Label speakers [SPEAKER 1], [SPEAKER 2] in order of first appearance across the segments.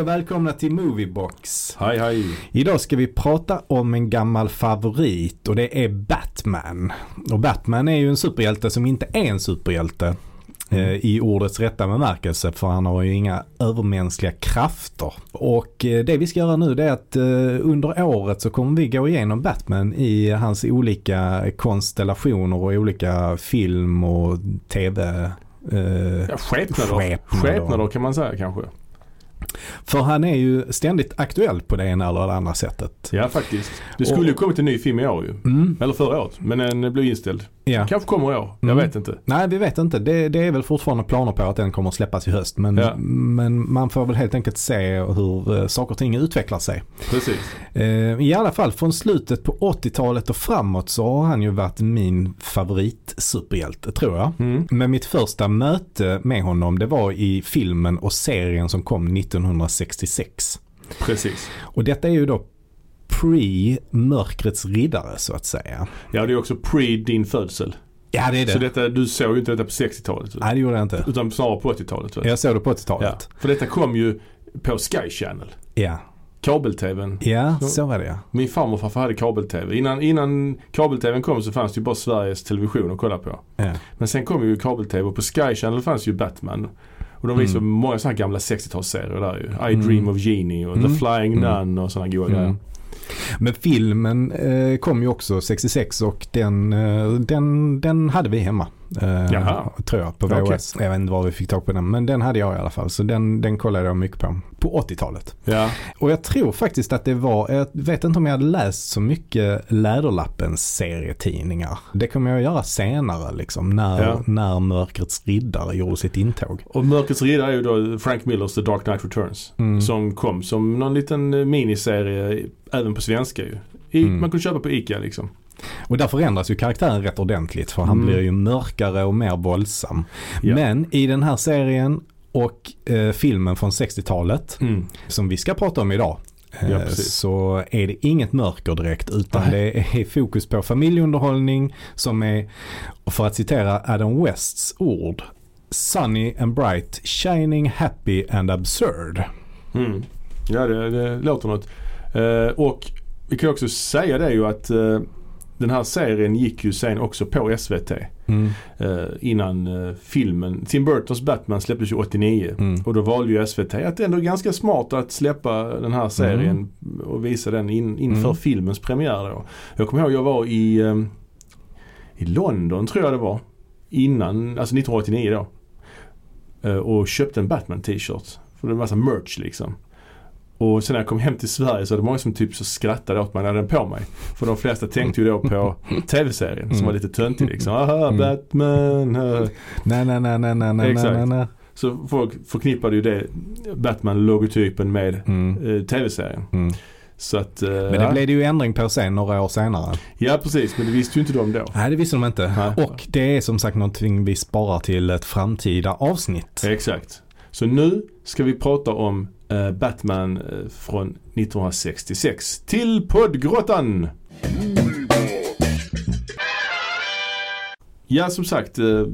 [SPEAKER 1] och välkomna till Moviebox.
[SPEAKER 2] Hej hej.
[SPEAKER 1] Idag ska vi prata om en gammal favorit och det är Batman. Och Batman är ju en superhjälte som inte är en superhjälte eh, i ordets rätta bemärkelse för han har ju inga övermänskliga krafter. Och eh, det vi ska göra nu det är att eh, under året så kommer vi gå igenom Batman i hans olika konstellationer och olika film och tv. eh,
[SPEAKER 2] Ja, skepnader.
[SPEAKER 1] Skepnader.
[SPEAKER 2] Skepnader kan man säga kanske.
[SPEAKER 1] För han är ju ständigt aktuell på det ena eller det andra sättet.
[SPEAKER 2] Ja faktiskt. Det skulle ju kommit en ny film i år ju.
[SPEAKER 1] Mm,
[SPEAKER 2] Eller förra året. Men den blev inställd.
[SPEAKER 1] ja.
[SPEAKER 2] Kanske kommer i år. Jag
[SPEAKER 1] Mm.
[SPEAKER 2] vet inte.
[SPEAKER 1] Nej, vi vet inte. Det, det är väl fortfarande planer på att den kommer att släppas i höst. Men,
[SPEAKER 2] Ja.
[SPEAKER 1] men man får väl helt enkelt se hur eh, saker och ting utvecklar sig.
[SPEAKER 2] Precis.
[SPEAKER 1] Eh, I alla fall från slutet på 80-talet och framåt så har han ju varit min favorit-superhjälte tror jag.
[SPEAKER 2] Mm.
[SPEAKER 1] Men mitt första möte med honom det var i filmen och serien som kom 1966.
[SPEAKER 2] Precis.
[SPEAKER 1] Och detta är ju då pre-mörkrets riddare så att säga.
[SPEAKER 2] Ja det är också pre din födsel.
[SPEAKER 1] Ja det är det.
[SPEAKER 2] Så detta, du såg ju inte detta på 60-talet.
[SPEAKER 1] Nej det gjorde jag inte.
[SPEAKER 2] Utan snarare på 80-talet. vet du?
[SPEAKER 1] Jag såg det på
[SPEAKER 2] Ah. Ja.
[SPEAKER 1] 80-talet.
[SPEAKER 2] För detta kom ju på Sky Channel.
[SPEAKER 1] Ja.
[SPEAKER 2] Kabel-TVn.
[SPEAKER 1] Ja,
[SPEAKER 2] Så-
[SPEAKER 1] så var det ja.
[SPEAKER 2] Min farmor och farfar hade kabel-TV. Innan, innan kabel-TVn kom så fanns det ju bara Sveriges Television att kolla på.
[SPEAKER 1] Ja.
[SPEAKER 2] Men sen kom ju kabel-TV och på Sky Channel fanns ju Batman. Och de visade många sådana här gamla 60-talsserier där ju. I
[SPEAKER 1] Mm.
[SPEAKER 2] Dream of Genie och
[SPEAKER 1] Mm.
[SPEAKER 2] The Flying
[SPEAKER 1] Mm.
[SPEAKER 2] Nun och sådana goa
[SPEAKER 1] Mm.
[SPEAKER 2] grejer.
[SPEAKER 1] Men filmen eh, kom ju också 66 och den, eh, den, den hade vi hemma. Eh,
[SPEAKER 2] Jaha.
[SPEAKER 1] Tror jag på
[SPEAKER 2] Okej.
[SPEAKER 1] VHS. Jag vet inte var vi fick tag på den men den hade jag i alla fall. Så den, den kollade jag mycket på. På 80-talet.
[SPEAKER 2] Ja,
[SPEAKER 1] Och jag tror faktiskt att det var, jag vet inte om jag hade läst så mycket Läderlappens serietidningar. Det kommer jag göra senare liksom när,
[SPEAKER 2] Ja.
[SPEAKER 1] när Mörkrets Riddare gjorde sitt intåg.
[SPEAKER 2] och Mörkrets Riddare är ju då Frank Millers The Dark Knight Returns.
[SPEAKER 1] Mm.
[SPEAKER 2] Som kom som någon liten eh, miniserie i- även på svenska ju. I,
[SPEAKER 1] Mm.
[SPEAKER 2] Man kunde köpa på ICA liksom.
[SPEAKER 1] Och där förändras ju karaktären rätt ordentligt för han
[SPEAKER 2] Mm.
[SPEAKER 1] blir ju mörkare och mer våldsam.
[SPEAKER 2] Ja.
[SPEAKER 1] Men i den här serien och eh, filmen från 60-talet
[SPEAKER 2] Mm.
[SPEAKER 1] som vi ska prata om idag eh,
[SPEAKER 2] Ja, precis.
[SPEAKER 1] så är det inget mörker direkt utan det är fokus på familjeunderhållning som är, och för att citera Adam Wests ord, sunny and bright, shining, happy and absurd.
[SPEAKER 2] Mm. Ja, det, det låter något. Eh, och vi kan också säga det ju att eh, den här serien gick ju sen också på SVT. eh, innan eh, filmen. Tim Burtons Batman släpptes ju 89.
[SPEAKER 1] Mm.
[SPEAKER 2] Och då valde ju SVT att ändå ganska smart att släppa den här serien och visa den in, inför
[SPEAKER 1] Mm.
[SPEAKER 2] filmens premiär då. Jag kommer ihåg jag var i, eh, i London tror jag det var. Innan, alltså 1989 då. Eh, och köpte en Batman t-shirt. För det var en massa merch liksom. Och sen när jag kom hem till Sverige så var det många som typ så skrattade åt mig när jag hade den på mig. För de flesta tänkte ju då på tv-serien som var lite töntig liksom. Aha,
[SPEAKER 1] Mm.
[SPEAKER 2] Batman. eh.
[SPEAKER 1] Nej, nej, nej, nej, nej, nej,
[SPEAKER 2] Exakt.
[SPEAKER 1] nej, nej.
[SPEAKER 2] Så folk förknippade ju det, Batman-logotypen med
[SPEAKER 1] Mm.
[SPEAKER 2] eh, tv-serien.
[SPEAKER 1] Mm.
[SPEAKER 2] Så att... eh,
[SPEAKER 1] Men det
[SPEAKER 2] ja.
[SPEAKER 1] blev det ju ändring på sen några år senare.
[SPEAKER 2] ja, precis. Men det visste ju inte de då.
[SPEAKER 1] Nej, det visste de inte.
[SPEAKER 2] Nej.
[SPEAKER 1] Och det är som sagt någonting vi sparar till ett framtida avsnitt.
[SPEAKER 2] Exakt. Så nu ska vi prata om eh, Batman eh, från 1966 till poddgrottan. Ja, som sagt. Eh,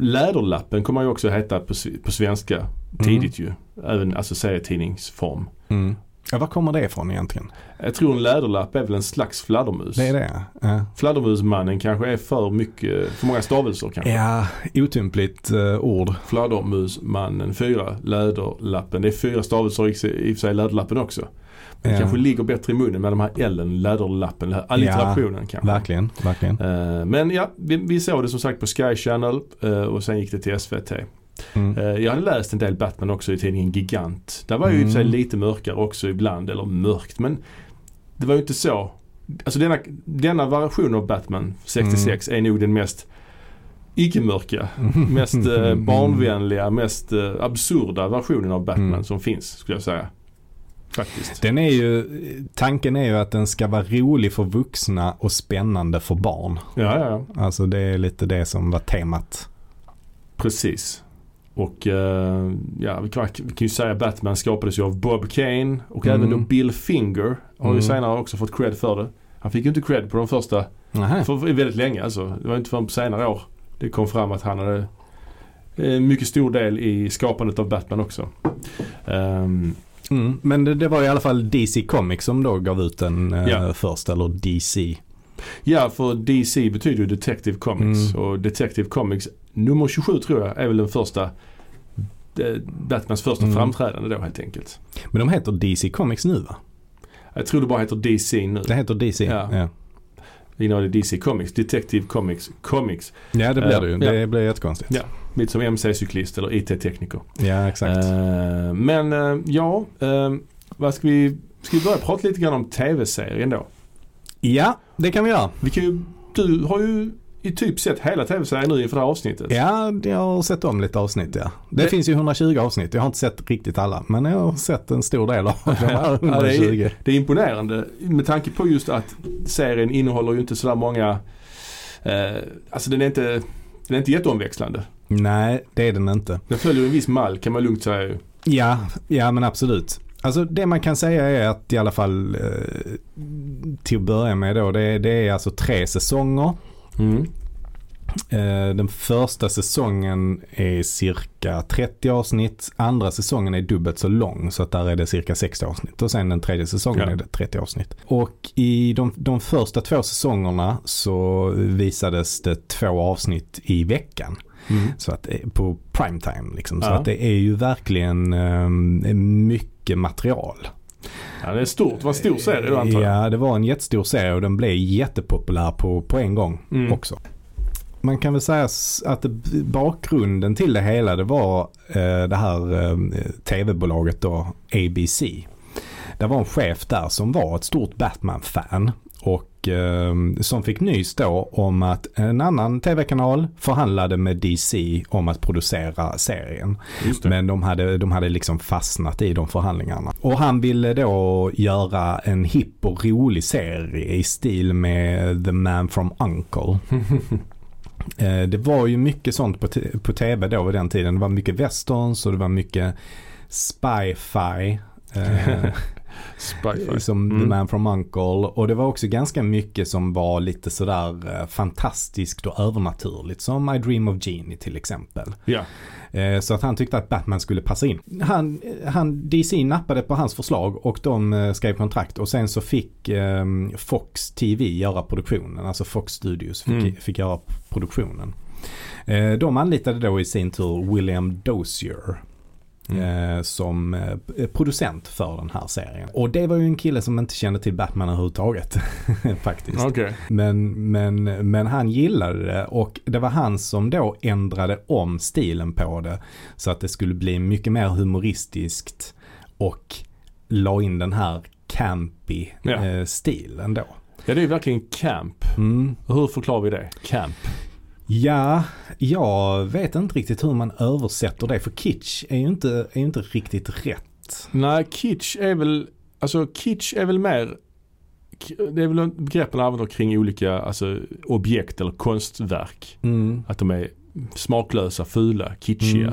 [SPEAKER 2] Läderlappen kommer ju också heta på, s- på svenska tidigt ju. Även alltså serietidningsform.
[SPEAKER 1] Mm. Ja, var kommer det ifrån egentligen?
[SPEAKER 2] Jag tror en läderlapp är väl en slags fladdermus.
[SPEAKER 1] Det är det? Ja,
[SPEAKER 2] Fladdermusmannen kanske är för mycket, för många stavelser kanske.
[SPEAKER 1] ja otympligt eh, ord.
[SPEAKER 2] Fladdermusmannen 4, läderlappen. Det är fyra stavelser i i och för sig i läderlappen också. Men
[SPEAKER 1] Ja.
[SPEAKER 2] det kanske ligger bättre i munnen med de här L-en, läderlappen, allitterationen kanske.
[SPEAKER 1] Verkligen, verkligen.
[SPEAKER 2] Eh, Men ja, vi, vi såg det som sagt på Sky Channel eh, och sen gick det till SVT.
[SPEAKER 1] Mm.
[SPEAKER 2] Eh, Jag hade läst en del Batman också i tidningen Gigant. Där var ju i och för sig
[SPEAKER 1] Mm.
[SPEAKER 2] lite mörkare också ibland, eller mörkt men det var ju inte så. Alltså denna, denna version av Batman 66
[SPEAKER 1] Mm.
[SPEAKER 2] är nog den mest icke-mörka, mest eh,
[SPEAKER 1] Mm.
[SPEAKER 2] barnvänliga, mest eh, absurda versionen av Batman
[SPEAKER 1] Mm.
[SPEAKER 2] som finns skulle jag säga. Faktiskt.
[SPEAKER 1] Den är ju, tanken är ju att den ska vara rolig för vuxna och spännande för barn.
[SPEAKER 2] Ja, ja, ja.
[SPEAKER 1] Alltså det är lite det som var temat.
[SPEAKER 2] Precis. Och eh, ja, vi kan, vi kan ju säga att Batman skapades ju av Bob Kane och
[SPEAKER 1] Mm.
[SPEAKER 2] även då Bill Finger har ju
[SPEAKER 1] Mm.
[SPEAKER 2] senare också fått cred för det. Han fick ju inte cred på de första,
[SPEAKER 1] Nähä.
[SPEAKER 2] för väldigt länge alltså. Det var inte förrän på senare år det kom fram att han hade eh, mycket stor del i skapandet av Batman också. Ehm,
[SPEAKER 1] Mm. Men det, det var i alla fall DC Comics som då gav ut den eh,
[SPEAKER 2] Ja.
[SPEAKER 1] först, eller DC.
[SPEAKER 2] ja, för DC betyder ju Detective Comics
[SPEAKER 1] Mm.
[SPEAKER 2] och Detective Comics nummer 27 tror jag är väl den första eh, Batmans första
[SPEAKER 1] Mm.
[SPEAKER 2] framträdande då helt enkelt.
[SPEAKER 1] Men de heter DC Comics nu va?
[SPEAKER 2] Jag tror det bara heter DC nu.
[SPEAKER 1] Det heter DC.
[SPEAKER 2] Ja.
[SPEAKER 1] ja.
[SPEAKER 2] Innan var det DC Comics, Detective Comics, Comics.
[SPEAKER 1] Ja, det blir
[SPEAKER 2] Ja,
[SPEAKER 1] det ju.
[SPEAKER 2] ja.
[SPEAKER 1] Det blir jättekonstigt.
[SPEAKER 2] Ja. Lite som MC-cyklist eller IT-tekniker.
[SPEAKER 1] Ja, exakt.
[SPEAKER 2] Eh, men eh, ja, eh, vad ska vi, ska vi börja prata lite grann om TV-serien då?
[SPEAKER 1] Ja, det kan vi göra.
[SPEAKER 2] Vi kan ju, du har ju i typ sett hela TV-serien nu inför det här avsnittet.
[SPEAKER 1] Ja, jag har sett om lite avsnitt ja. Det,
[SPEAKER 2] Det-
[SPEAKER 1] finns ju 120 avsnitt. Jag har inte sett riktigt alla, men jag har sett en stor del av de här
[SPEAKER 2] Ja, det är-
[SPEAKER 1] 120.
[SPEAKER 2] Det är imponerande med tanke på just att serien innehåller ju inte sådär många, eh, alltså den är inte, den är inte jätteomväxlande.
[SPEAKER 1] Nej, det är den inte.
[SPEAKER 2] Den följer en viss mall kan man lugnt säga ju.
[SPEAKER 1] Ja, ja men absolut. Alltså det man kan säga är att i alla fall eh, till att börja med då, det, det är alltså tre säsonger. Eh, den första säsongen är cirka 30 avsnitt. Andra säsongen är dubbelt så lång så att där är det cirka 60 avsnitt. Och sen den tredje säsongen
[SPEAKER 2] Ja.
[SPEAKER 1] är det 30 avsnitt. Och i de, de första två säsongerna så visades det två avsnitt i veckan.
[SPEAKER 2] Mm.
[SPEAKER 1] Så att, eh, på primetime liksom. Så
[SPEAKER 2] Ja.
[SPEAKER 1] att det är ju verkligen eh, mycket material.
[SPEAKER 2] Ja, det är stort. Det var en stor serie då antar jag.
[SPEAKER 1] Ja, det var en jättestor serie och den blev jättepopulär på, på en gång
[SPEAKER 2] Mm.
[SPEAKER 1] också. Man kan väl säga s- att det, bakgrunden till det hela det var eh, det här eh, tv-bolaget då, ABC. Det var en chef där som var ett stort Batman-fan och eh, som fick nys då om att en annan tv-kanal förhandlade med DC om att producera serien.
[SPEAKER 2] Just det.
[SPEAKER 1] Men de hade, de hade liksom fastnat i de förhandlingarna. Och han ville då göra en hipp och rolig serie i stil med The Man from Uncle. Eh, Det var ju mycket sånt på, t- på tv då vid den tiden. Det var mycket westerns och det var mycket spy-fi. Eh,
[SPEAKER 2] Spy-fi.
[SPEAKER 1] som The
[SPEAKER 2] Mm.
[SPEAKER 1] Man from Uncle. Och det var också ganska mycket som var lite sådär eh, fantastiskt och övernaturligt. Som I Dream of Genie till exempel.
[SPEAKER 2] Ja.
[SPEAKER 1] Eh, Så att han tyckte att Batman skulle passa in. Han, han, DC nappade på hans förslag och de eh, skrev kontrakt och sen så fick eh, Fox TV göra produktionen. Alltså Fox Studios fick,
[SPEAKER 2] Mm.
[SPEAKER 1] fick göra produktionen. Eh, De anlitade då i sin tur William Dozier. eh, Som eh, producent för den här serien. Och det var ju en kille som inte kände till Batman överhuvudtaget. faktiskt.
[SPEAKER 2] Okej.
[SPEAKER 1] Men, men, men han gillade det och det var han som då ändrade om stilen på det. Så att det skulle bli mycket mer humoristiskt och la in den här campy
[SPEAKER 2] Ja.
[SPEAKER 1] eh, stilen då.
[SPEAKER 2] Ja, det är ju verkligen camp.
[SPEAKER 1] Mm.
[SPEAKER 2] Och Hur förklarar vi det? Camp.
[SPEAKER 1] Ja, jag vet inte riktigt hur man översätter det för kitsch är ju inte, är ju inte riktigt rätt.
[SPEAKER 2] Nej, kitsch är väl, alltså kitsch är väl mer, det är väl en begrepp man använder kring olika alltså, objekt eller konstverk.
[SPEAKER 1] Mm.
[SPEAKER 2] Att de är smaklösa, fula, kitschiga.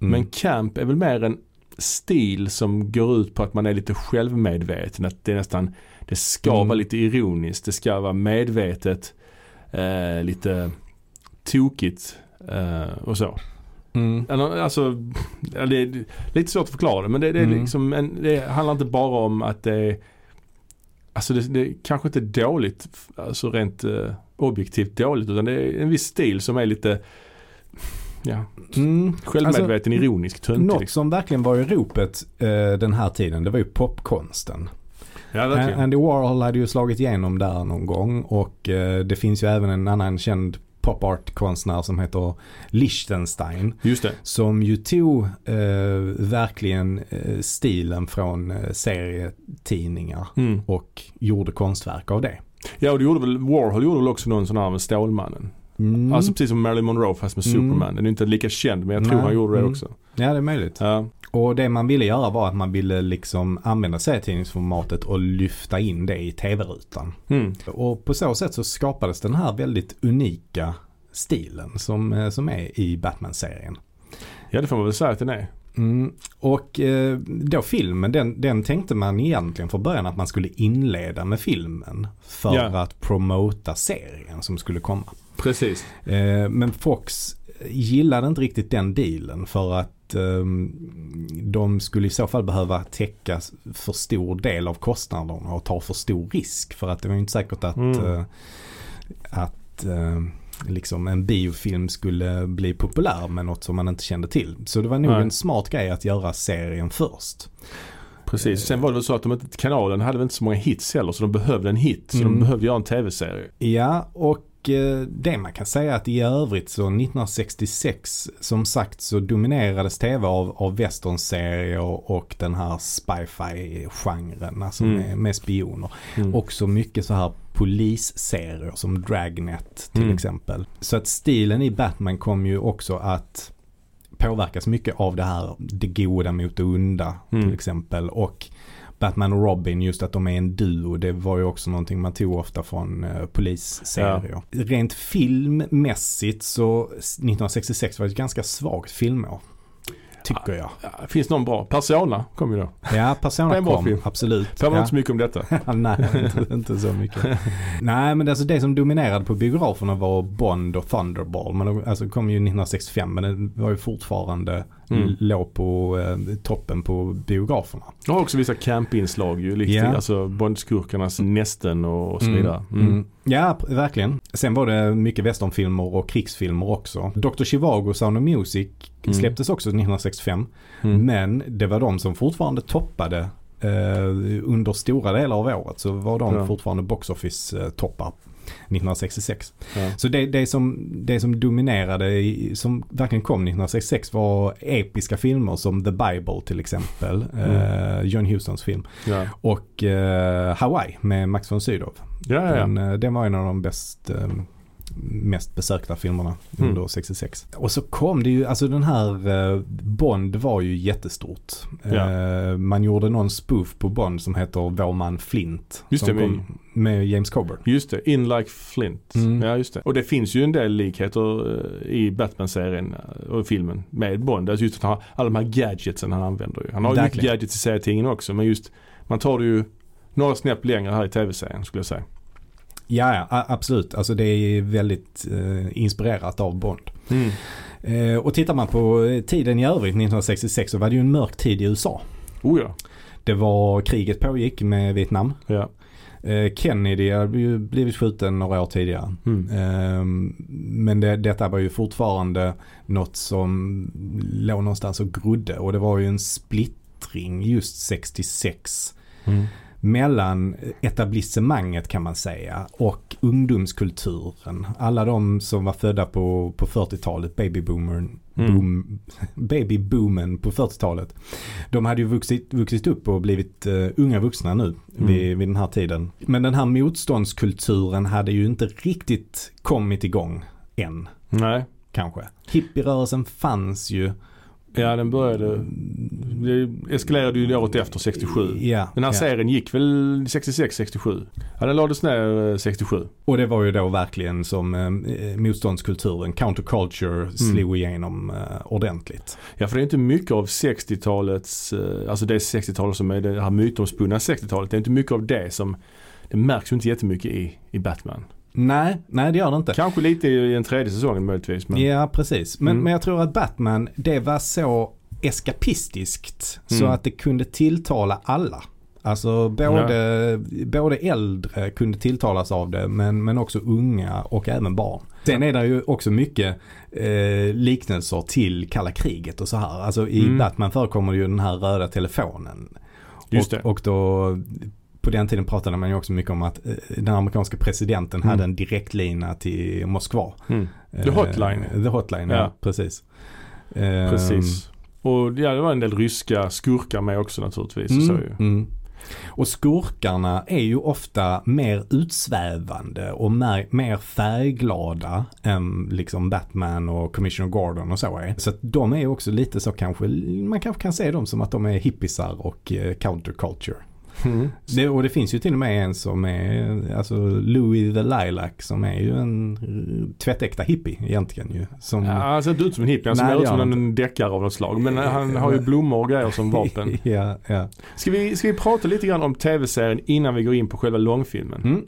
[SPEAKER 1] Mm.
[SPEAKER 2] Men camp är väl mer en stil som går ut på att man är lite självmedveten. Att det är nästan, det ska
[SPEAKER 1] Mm.
[SPEAKER 2] vara lite ironiskt, det ska vara medvetet, eh, lite tokigt eh, och så.
[SPEAKER 1] Mm.
[SPEAKER 2] Eller, Alltså, ja, det är lite svårt att förklara det men det, det, är
[SPEAKER 1] Mm.
[SPEAKER 2] liksom en, det handlar inte bara om att det är Alltså det, det kanske inte är dåligt, f- alltså rent eh, objektivt dåligt utan det är en viss stil som är lite ja,
[SPEAKER 1] Mm.
[SPEAKER 2] självmedveten, ironisk, töntig.
[SPEAKER 1] Något
[SPEAKER 2] Liksom.
[SPEAKER 1] som verkligen var i ropet eh, den här tiden, det var ju popkonsten.
[SPEAKER 2] Ja,
[SPEAKER 1] An-
[SPEAKER 2] verkligen.
[SPEAKER 1] Andy Warhol hade ju slagit igenom där någon gång och eh, det finns ju även en annan känd popart-konstnär som heter Liechtenstein.
[SPEAKER 2] Just det.
[SPEAKER 1] Som ju tog eh, verkligen eh, stilen från eh, serietidningar
[SPEAKER 2] Mm.
[SPEAKER 1] och gjorde konstverk av det.
[SPEAKER 2] Ja och det gjorde väl, Warhol gjorde väl också någon sån här med Stålmannen.
[SPEAKER 1] Mm.
[SPEAKER 2] Alltså precis som Marilyn Monroe fast med
[SPEAKER 1] Mm.
[SPEAKER 2] Superman. Den är inte lika känd men jag tror
[SPEAKER 1] Nej.
[SPEAKER 2] han gjorde det
[SPEAKER 1] Mm.
[SPEAKER 2] också.
[SPEAKER 1] ja, det är möjligt.
[SPEAKER 2] Ja.
[SPEAKER 1] Och det man ville göra var att man ville liksom använda serietidningsformatet och lyfta in det i tv-rutan.
[SPEAKER 2] Mm.
[SPEAKER 1] Och på så sätt så skapades den här väldigt unika stilen som, eh, som är i Batman-serien.
[SPEAKER 2] ja det får man väl säga att den är.
[SPEAKER 1] Mm. Och eh, då filmen, den, den tänkte man egentligen från början att man skulle inleda med filmen. För
[SPEAKER 2] Ja.
[SPEAKER 1] att promota serien som skulle komma.
[SPEAKER 2] Precis.
[SPEAKER 1] Eh, Men Fox gillade inte riktigt den dealen för att ehm, de skulle i så fall behöva täcka för stor del av kostnaderna och ta för stor risk. För att det var ju inte säkert att,
[SPEAKER 2] Mm.
[SPEAKER 1] eh, att eh, liksom en biofilm skulle bli populär med något som man inte kände till. Så det var nog
[SPEAKER 2] Nej.
[SPEAKER 1] en smart grej att göra serien först. Eh.
[SPEAKER 2] Precis. Sen var det väl så att de, inte- kanalen hade väl inte så många hits heller så de behövde en hit. Så
[SPEAKER 1] Mm.
[SPEAKER 2] de behövde göra en tv-serie.
[SPEAKER 1] Ja, och eh, det man kan säga att i övrigt så 1966 som sagt så dominerades tv av, av westernserier och den här spy-fi-genren, alltså
[SPEAKER 2] Mm.
[SPEAKER 1] med, med spioner.
[SPEAKER 2] Mm.
[SPEAKER 1] Också mycket så här polisserier som Dragnet till
[SPEAKER 2] Mm.
[SPEAKER 1] exempel. Så att stilen i Batman kom ju också att påverkas mycket av det här det goda mot det onda till
[SPEAKER 2] Mm.
[SPEAKER 1] exempel. Och Batman och Robin, just att de är en duo, det var ju också någonting man tog ofta från eh, polisserier. Rent filmmässigt så 1966 var ett ganska svagt filmår. Tycker jag.
[SPEAKER 2] Ja, finns någon bra? Persona kom ju då.
[SPEAKER 1] Ja,
[SPEAKER 2] Det är
[SPEAKER 1] Persona
[SPEAKER 2] en bra
[SPEAKER 1] kom,
[SPEAKER 2] film.
[SPEAKER 1] absolut.
[SPEAKER 2] Det var
[SPEAKER 1] Ja.
[SPEAKER 2] inte så mycket om detta.
[SPEAKER 1] Ja, Nej, inte, inte så mycket. Nej, men alltså det som dominerade på biograferna var Bond och Thunderball. Men de, alltså, kom ju 1965, men den var ju fortfarande
[SPEAKER 2] Mm.
[SPEAKER 1] låg på eh, toppen på biograferna.
[SPEAKER 2] Jag har också vissa campinslag ju. Likt,
[SPEAKER 1] Ja.
[SPEAKER 2] Alltså Bondskurkarnas nästen och, och så vidare.
[SPEAKER 1] Mm. Mm. Ja, p- verkligen. Sen var det mycket westernfilmer och krigsfilmer också. Dr. Chivago Sound of Music
[SPEAKER 2] Mm.
[SPEAKER 1] släpptes också 1965.
[SPEAKER 2] Mm.
[SPEAKER 1] Men det var de som fortfarande toppade eh, under stora delar av året. Så var de
[SPEAKER 2] Ja.
[SPEAKER 1] fortfarande box office-toppar 1966.
[SPEAKER 2] Ja.
[SPEAKER 1] Så det, det, som, det som dominerade, i, som verkligen kom 1966 var episka filmer som The Bible till exempel.
[SPEAKER 2] Mm.
[SPEAKER 1] Eh, John Hustons film.
[SPEAKER 2] Ja.
[SPEAKER 1] Och eh, Hawaii med Max von Sydow.
[SPEAKER 2] Ja, ja, ja.
[SPEAKER 1] Den, eh, den var en av de bäst, eh, mest besökta filmerna
[SPEAKER 2] Mm.
[SPEAKER 1] under 66. Och så kom det ju, alltså den här eh, Bond var ju jättestort.
[SPEAKER 2] Ja.
[SPEAKER 1] Eh, man gjorde någon spoof på Bond som heter Vår man Flint.
[SPEAKER 2] Just
[SPEAKER 1] som
[SPEAKER 2] det, men-
[SPEAKER 1] kom med James Coburn.
[SPEAKER 2] Just det, In Like Flint.
[SPEAKER 1] Mm.
[SPEAKER 2] Ja, just det. Och det finns ju en del likheter eh, i Batman-serien eh, och filmen med Bond. Alltså just att han har alla de här gadgetsen han använder ju. Han har ju mycket
[SPEAKER 1] Verkligen.
[SPEAKER 2] gadgets i serietidningen också men just man tar det ju några snäpp längre här i tv-serien skulle jag säga.
[SPEAKER 1] Ja, ja, a- absolut. Alltså det är väldigt eh, inspirerat av Bond. Eh, och tittar man på eh, tiden i övrigt 1966 så var det ju en mörk tid i USA.
[SPEAKER 2] Oh ja.
[SPEAKER 1] Det var kriget pågick med Vietnam.
[SPEAKER 2] ja.
[SPEAKER 1] Eh, Kennedy hade ju blivit skjuten några år tidigare.
[SPEAKER 2] Mm.
[SPEAKER 1] Ehm, Men det, detta var ju fortfarande något som låg någonstans och grodde och det var ju en splittring just 66 mellan etablissemanget kan man säga och ungdomskulturen. Alla de som var födda på, på 40-talet, babyboomern,
[SPEAKER 2] Mm.
[SPEAKER 1] boom, babyboomen på 40-talet. De hade ju vuxit, vuxit upp och blivit eh, unga vuxna nu
[SPEAKER 2] Mm.
[SPEAKER 1] vid, vid den här tiden. Men den här motståndskulturen hade ju inte riktigt kommit igång än
[SPEAKER 2] Nej.
[SPEAKER 1] kanske. Hippierörelsen fanns ju.
[SPEAKER 2] Ja den började, det eskalerade ju året efter 67.
[SPEAKER 1] Ja,
[SPEAKER 2] Den här
[SPEAKER 1] ja.
[SPEAKER 2] serien gick väl 66-67? Ja den lades ner eh, 67.
[SPEAKER 1] Och det var ju då verkligen som eh, motståndskulturen, counterculture, slog igenom eh, ordentligt.
[SPEAKER 2] Ja för det är inte mycket av 60-talets, eh, alltså det 60-talet som är det här mytomspunna 60-talet. Det är inte mycket av det som, det märks ju inte jättemycket i, i Batman.
[SPEAKER 1] Nej, nej det gör det inte.
[SPEAKER 2] Kanske lite i den tredje säsongen möjligtvis. Men,
[SPEAKER 1] Ja, precis. Men,
[SPEAKER 2] Mm.
[SPEAKER 1] men jag tror att Batman, det var så eskapistiskt så
[SPEAKER 2] Mm.
[SPEAKER 1] att det kunde tilltala alla. Alltså både, både äldre kunde tilltalas av det men, men också unga och även barn. Sen är det ju också mycket eh, liknelser till kalla kriget och så här. Alltså i
[SPEAKER 2] Mm.
[SPEAKER 1] Batman förekommer ju den här röda telefonen.
[SPEAKER 2] Just
[SPEAKER 1] och,
[SPEAKER 2] det.
[SPEAKER 1] och då på den tiden pratade man ju också mycket om att eh, den amerikanska presidenten
[SPEAKER 2] Mm.
[SPEAKER 1] hade en direktlina till Moskva.
[SPEAKER 2] Mm. The Hotline.
[SPEAKER 1] Eh, The Hotline, ja.
[SPEAKER 2] Ja.
[SPEAKER 1] precis. Eh,
[SPEAKER 2] Precis. Och ja, det var en del ryska skurkar med också naturligtvis. Så
[SPEAKER 1] Mm,
[SPEAKER 2] ju.
[SPEAKER 1] mm. Och skurkarna är ju ofta mer utsvävande och mer, mer färgglada än liksom Batman och Commissioner Gordon och så är. Så att de är ju också lite så kanske, man kanske kan se dem som att de är hippisar och eh, counterculture.
[SPEAKER 2] Mm.
[SPEAKER 1] Det, och det finns ju till och med en som är, alltså Louis the Lilac som är ju en eh, tvättäkta hippie egentligen ju. Som,
[SPEAKER 2] Ja, han ser inte ut som en hippie, han
[SPEAKER 1] Nej,
[SPEAKER 2] ser
[SPEAKER 1] det
[SPEAKER 2] ut som
[SPEAKER 1] gör han
[SPEAKER 2] en deckare av något slag. Men han har ju blommor och grejer som vapen.
[SPEAKER 1] ja, ja.
[SPEAKER 2] Ska vi, ska vi prata lite grann om tv-serien innan vi går
[SPEAKER 1] Mm.
[SPEAKER 2] in på själva långfilmen?
[SPEAKER 1] Mm.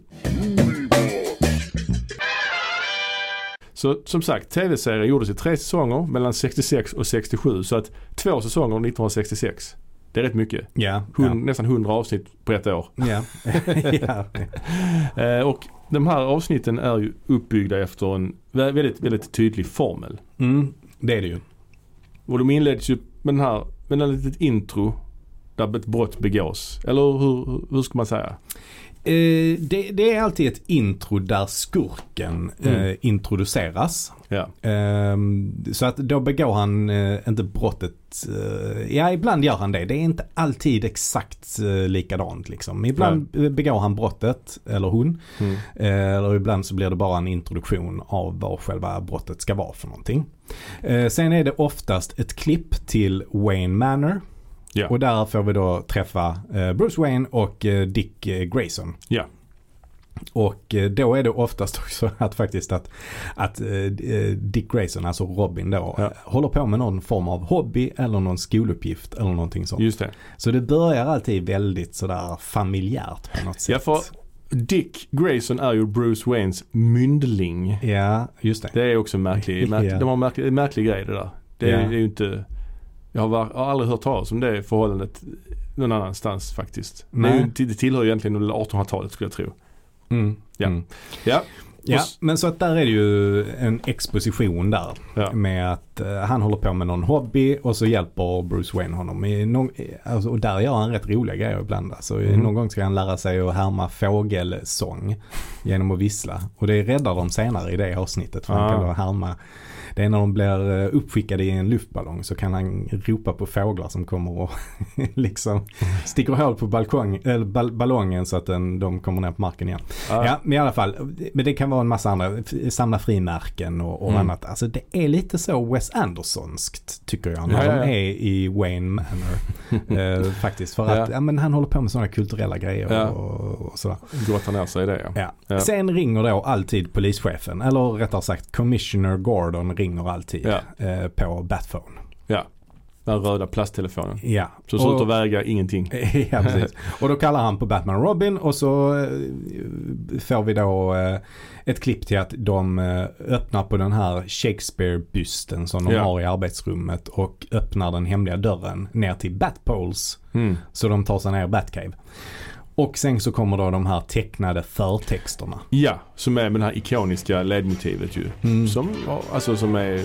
[SPEAKER 2] Så som sagt, tv-serien gjordes i tre säsonger mellan 66 och 67. Så att två säsonger 1966. Det är rätt mycket.
[SPEAKER 1] Ja.
[SPEAKER 2] Hun, Nästan 100 avsnitt på ett år.
[SPEAKER 1] Ja. ja.
[SPEAKER 2] Eh, och de här avsnitten är ju uppbyggda efter en vä- väldigt, väldigt tydlig formel.
[SPEAKER 1] Mm, det är det ju.
[SPEAKER 2] Och de inleds ju med den här, med ett litet intro där ett brott begås. Eller hur, hur ska man säga?
[SPEAKER 1] Eh, det, det är alltid ett intro där skurken eh,
[SPEAKER 2] Mm.
[SPEAKER 1] introduceras.
[SPEAKER 2] Ja.
[SPEAKER 1] Ehm, så att då begår han eh, inte brottet. Eh, ja, ibland gör han det. Det är inte alltid exakt eh, likadant liksom. Ibland eh, begår han brottet, eller hon.
[SPEAKER 2] Mm.
[SPEAKER 1] Eh, Eller ibland så blir det bara en introduktion av vad själva brottet ska vara för någonting. Eh, Sen är det oftast ett klipp till Wayne Manor.
[SPEAKER 2] Ja.
[SPEAKER 1] Och där får vi då träffa eh, Bruce Wayne och eh, Dick eh, Grayson.
[SPEAKER 2] Ja.
[SPEAKER 1] Och eh, då är det oftast också att faktiskt att, att eh, eh, Dick Grayson, alltså Robin då,
[SPEAKER 2] Ja.
[SPEAKER 1] eh, håller på med någon form av hobby eller någon skoluppgift eller någonting sånt.
[SPEAKER 2] Just det.
[SPEAKER 1] Så det börjar alltid väldigt sådär familjärt på något sätt.
[SPEAKER 2] Ja, för Dick Grayson är ju Bruce Waynes myndling.
[SPEAKER 1] Ja, just det.
[SPEAKER 2] Det är också en märklig, märk,
[SPEAKER 1] Ja.
[SPEAKER 2] de har en märklig, en märklig grej det där. Det är,
[SPEAKER 1] Ja.
[SPEAKER 2] det är ju inte, jag har, var, jag har aldrig hört talas om det förhållandet någon annanstans faktiskt. Det, är ju,
[SPEAKER 1] Nej.
[SPEAKER 2] det tillhör ju egentligen 1800-talet skulle jag tro.
[SPEAKER 1] Mm.
[SPEAKER 2] Ja.
[SPEAKER 1] Mm.
[SPEAKER 2] Ja,
[SPEAKER 1] Ja,
[SPEAKER 2] Och s-
[SPEAKER 1] men så att där är det ju en exposition där.
[SPEAKER 2] ja.
[SPEAKER 1] Med att eh, han håller på med någon hobby och så hjälper Bruce Wayne honom. I någon, i- alltså, och där gör han rätt roliga grejer ibland. Alltså,
[SPEAKER 2] Mm.
[SPEAKER 1] Någon gång ska han lära sig att härma fågelsång genom att vissla. Och det räddar de senare i det avsnittet. För han
[SPEAKER 2] Ah.
[SPEAKER 1] kan då härma. Det är när de blir eh, uppskickade i en luftballong så kan han ropa på fåglar som kommer och liksom sticker hål på balkong, eller ball- ballongen så att den, de kommer ner på marken igen.
[SPEAKER 2] Ja.
[SPEAKER 1] Ja, men i alla fall. Men det kan vara en massa andra. f- Samla frimärken och, och
[SPEAKER 2] Mm.
[SPEAKER 1] annat. Alltså det är lite så Wes Andersonskt tycker jag när
[SPEAKER 2] Ja, ja,
[SPEAKER 1] de
[SPEAKER 2] ja.
[SPEAKER 1] är i Wayne Manor. eh, faktiskt. För att
[SPEAKER 2] Ja.
[SPEAKER 1] ja. men han håller på med sådana kulturella grejer
[SPEAKER 2] Ja.
[SPEAKER 1] och, och sådär.
[SPEAKER 2] Grottar ner sig i det ja.
[SPEAKER 1] Ja.
[SPEAKER 2] Ja.
[SPEAKER 1] Sen ringer då alltid polischefen. Eller rättare sagt Commissioner Gordon ringer alltid eh, på Batphone.
[SPEAKER 2] Den röda plasttelefonen.
[SPEAKER 1] Ja.
[SPEAKER 2] Så ser ut
[SPEAKER 1] Och-
[SPEAKER 2] att väga ingenting.
[SPEAKER 1] Ja, precis. Och då kallar han på Batman och Robin och så eh, får vi då eh, ett klipp till att de eh, öppnar på den här Shakespeare-bysten som de
[SPEAKER 2] Ja.
[SPEAKER 1] har i arbetsrummet och öppnar den hemliga dörren ner till Batpoles.
[SPEAKER 2] Mm.
[SPEAKER 1] Så de tar sig ner i Batcave. Och sen så kommer då de här tecknade förtexterna.
[SPEAKER 2] Ja, som är med det här ikoniska ledmotivet ju.
[SPEAKER 1] Mm.
[SPEAKER 2] Som, ja, alltså som är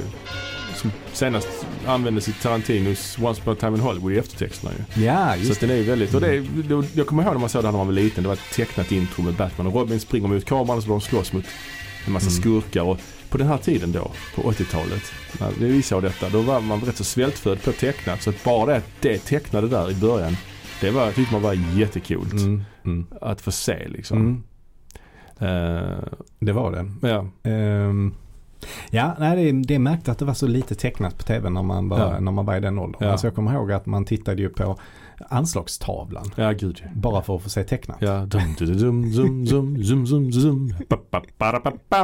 [SPEAKER 2] som senast användes i Tarantinos Once upon a time in Hollywood i eftertexterna ju.
[SPEAKER 1] Ja,
[SPEAKER 2] Så
[SPEAKER 1] just Mm.
[SPEAKER 2] att den är ju väldigt, och det, är- det, jag kommer ihåg när man såg det här när man var liten. Det var ett tecknat intro med Batman och Robin springer mot kameran och så börjar de slåss mot en massa
[SPEAKER 1] Mm.
[SPEAKER 2] skurkar. Och på den här tiden då, på 80-talet, när vi såg detta, då var man rätt så svältfödd på tecknat. Så att bara det, att det tecknade där i början, det var, tyckte man var jättekult
[SPEAKER 1] det. Mm, mm,
[SPEAKER 2] att få se liksom.
[SPEAKER 1] mm.
[SPEAKER 2] Eh,
[SPEAKER 1] Det var det.
[SPEAKER 2] ja.
[SPEAKER 1] Ehm, ja, nej, det, det är märkt att det var så lite tecknat på tv när man var,
[SPEAKER 2] Ja.
[SPEAKER 1] när man var i den åldern.
[SPEAKER 2] Ja.
[SPEAKER 1] Alltså jag kommer ihåg att man tittade ju på anslagstavlan.
[SPEAKER 2] Ja, gud ja.
[SPEAKER 1] Bara för att få se tecknat.
[SPEAKER 2] Ja, dum, dum, dum, dum, dum, dum, dum, dum. Ba, ba, ba, ba, ba.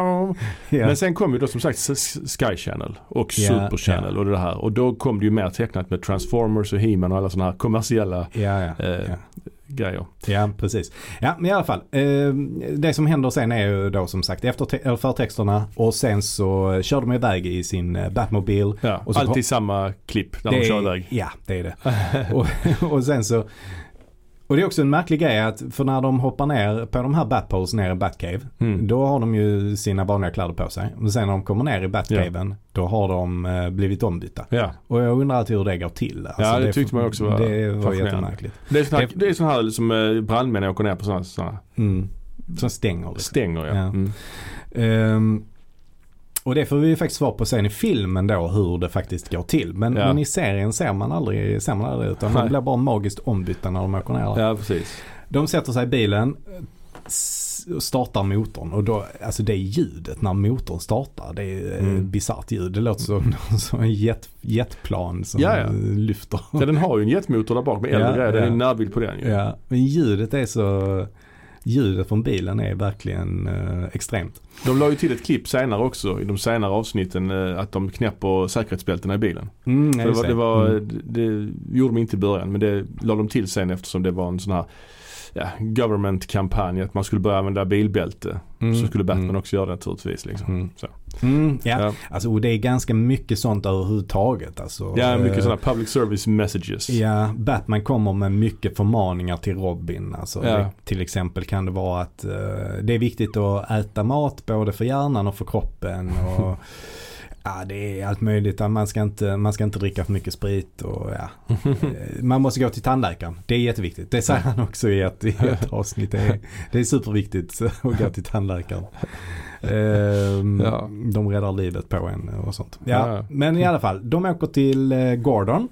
[SPEAKER 1] Ja.
[SPEAKER 2] Men sen kom ju då som sagt S- Sky Channel och
[SPEAKER 1] Ja,
[SPEAKER 2] Super Channel och det här. Och då kom det ju mer tecknat med Transformers och He-Man och alla sådana här kommersiella
[SPEAKER 1] Ja, ja,
[SPEAKER 2] Eh.
[SPEAKER 1] ja.
[SPEAKER 2] grejer.
[SPEAKER 1] ja, precis. Ja, men i alla fall. ehm, det som händer sen är ju då som sagt efter eller förtexterna och sen så kör de iväg i sin eh, Batmobile.
[SPEAKER 2] Ja,
[SPEAKER 1] Och så
[SPEAKER 2] alltid samma klipp när de
[SPEAKER 1] Det
[SPEAKER 2] kör
[SPEAKER 1] är-
[SPEAKER 2] iväg.
[SPEAKER 1] Ja, det är det. och, och sen så... Och det är också en märklig grej att för när de hoppar ner på de här Batpoles ner i Batcave.
[SPEAKER 2] Mm.
[SPEAKER 1] Då har de ju sina vanliga kläder på sig. Och sen när de kommer ner i Batcaven då har de eh, blivit ombytta.
[SPEAKER 2] Ja.
[SPEAKER 1] Och jag undrar alltid hur det går till.
[SPEAKER 2] Ja, det tyckte man också var
[SPEAKER 1] Det var
[SPEAKER 2] fascinerande.
[SPEAKER 1] jättemärkligt.
[SPEAKER 2] Det är sån här,
[SPEAKER 1] Det-
[SPEAKER 2] det är sån här som eh, brandmän åker ner på sådana, sådana
[SPEAKER 1] Mm. Som stänger liksom.
[SPEAKER 2] stänger. Ja.
[SPEAKER 1] Ja.
[SPEAKER 2] Mm.
[SPEAKER 1] Ehm, och det får vi ju faktiskt svar på sen i filmen då hur det faktiskt går till. Men,
[SPEAKER 2] Ja.
[SPEAKER 1] men i serien ser man aldrig, ser man aldrig det, utan de
[SPEAKER 2] Nej.
[SPEAKER 1] blir bara magiskt ombytta när de åker ner. där.
[SPEAKER 2] ja, precis.
[SPEAKER 1] De sätter sig i bilen s- och startar motorn och då, alltså det ljudet när motorn startar, det är mm. ett
[SPEAKER 2] Mm.
[SPEAKER 1] bisarrt ljud. Det låter som, som en jet, jetplan som
[SPEAKER 2] Ja, ja.
[SPEAKER 1] eh, lyfter.
[SPEAKER 2] Ja, den har ju en jetmotor där bak med
[SPEAKER 1] Ja,
[SPEAKER 2] äldre grejer. Det är
[SPEAKER 1] ja.
[SPEAKER 2] en närbild på den ju.
[SPEAKER 1] Ja, men ljudet är så, ljudet från bilen är verkligen eh, extremt.
[SPEAKER 2] De la ju till ett klipp senare också i de senare avsnitten eh, att de knäpper säkerhetsbältena i bilen.
[SPEAKER 1] Mm, ja,
[SPEAKER 2] För det,
[SPEAKER 1] just
[SPEAKER 2] var, det, var,
[SPEAKER 1] Mm.
[SPEAKER 2] det, det gjorde de inte i början men det la de till sen eftersom det var en sån här ja, government-kampanj att man skulle börja använda bilbälte.
[SPEAKER 1] Mm,
[SPEAKER 2] Så skulle Batman
[SPEAKER 1] mm.
[SPEAKER 2] också göra det naturligtvis. Liksom.
[SPEAKER 1] Mm.
[SPEAKER 2] Så.
[SPEAKER 1] Mm, ja.
[SPEAKER 2] Ja.
[SPEAKER 1] Alltså, och det är ganska mycket sånt överhuvudtaget. Alltså,
[SPEAKER 2] Ja,
[SPEAKER 1] Eh,
[SPEAKER 2] mycket sådana public service messages.
[SPEAKER 1] Ja, Batman kommer med mycket förmaningar till Robin. Alltså,
[SPEAKER 2] Ja.
[SPEAKER 1] det, till exempel kan det vara att eh, det är viktigt att äta mat både för hjärnan och för kroppen. Och, ja, det är allt möjligt. Ja, Man ska inte, man ska inte dricka för mycket sprit. Och, ja. Eh, Man måste gå till tandläkaren. Det är jätteviktigt. Det säger han också i ett, i ett avsnitt. Det är, det är superviktigt att gå till tandläkaren. Ehm,
[SPEAKER 2] Ja.
[SPEAKER 1] De räddar livet på en och sånt. Ja,
[SPEAKER 2] Ja.
[SPEAKER 1] Men i alla fall, de åker till eh, Gordon.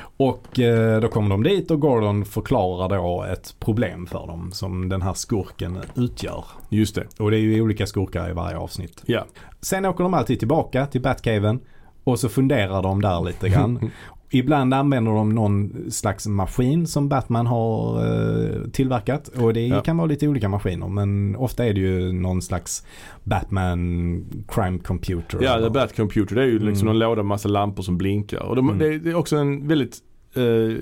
[SPEAKER 1] Och eh, då kommer de dit och Gordon förklarar då ett problem för dem som den här skurken utgör.
[SPEAKER 2] Just det.
[SPEAKER 1] Och det är ju olika skurkar i varje avsnitt.
[SPEAKER 2] Ja.
[SPEAKER 1] Sen åker de alltid tillbaka till Batcaven och så funderar de där lite grann. Ibland använder de någon slags maskin som Batman har eh, tillverkat. Och det
[SPEAKER 2] Ja.
[SPEAKER 1] kan vara lite olika maskiner men ofta är det ju någon slags Batman crime computer.
[SPEAKER 2] Ja,
[SPEAKER 1] eller-
[SPEAKER 2] the Bat Computer det är ju liksom
[SPEAKER 1] Mm.
[SPEAKER 2] någon låda med massa lampor som blinkar. Och de,
[SPEAKER 1] Mm.
[SPEAKER 2] det, det är också en väldigt eh,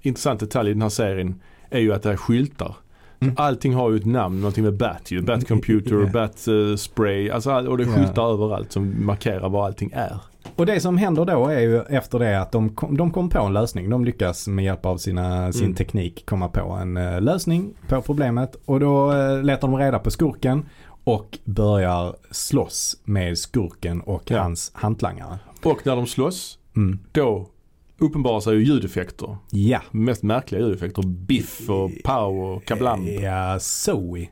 [SPEAKER 2] intressant detalj i den här serien är ju att det är skyltar.
[SPEAKER 1] Mm.
[SPEAKER 2] Så allting har ju ett namn, någonting med Bat ju. Bat Computer,
[SPEAKER 1] Ja.
[SPEAKER 2] Bat eh, Spray, alltså, all- och det är
[SPEAKER 1] Ja.
[SPEAKER 2] skyltar överallt som markerar vad allting är.
[SPEAKER 1] Och det som händer då är ju efter det att de kom, de kom på en lösning. De lyckas med hjälp av sina, sin
[SPEAKER 2] Mm.
[SPEAKER 1] teknik komma på en eh, lösning på problemet. Och då eh, letar de reda på skurken och börjar slåss med skurken och
[SPEAKER 2] Ja.
[SPEAKER 1] hans hantlangare.
[SPEAKER 2] Och när de slåss,
[SPEAKER 1] Mm.
[SPEAKER 2] då uppenbarar sig ju ljudeffekter.
[SPEAKER 1] Ja.
[SPEAKER 2] Mest märkliga ljudeffekter. Biff och pow och kablam.
[SPEAKER 1] Ja, Zoe.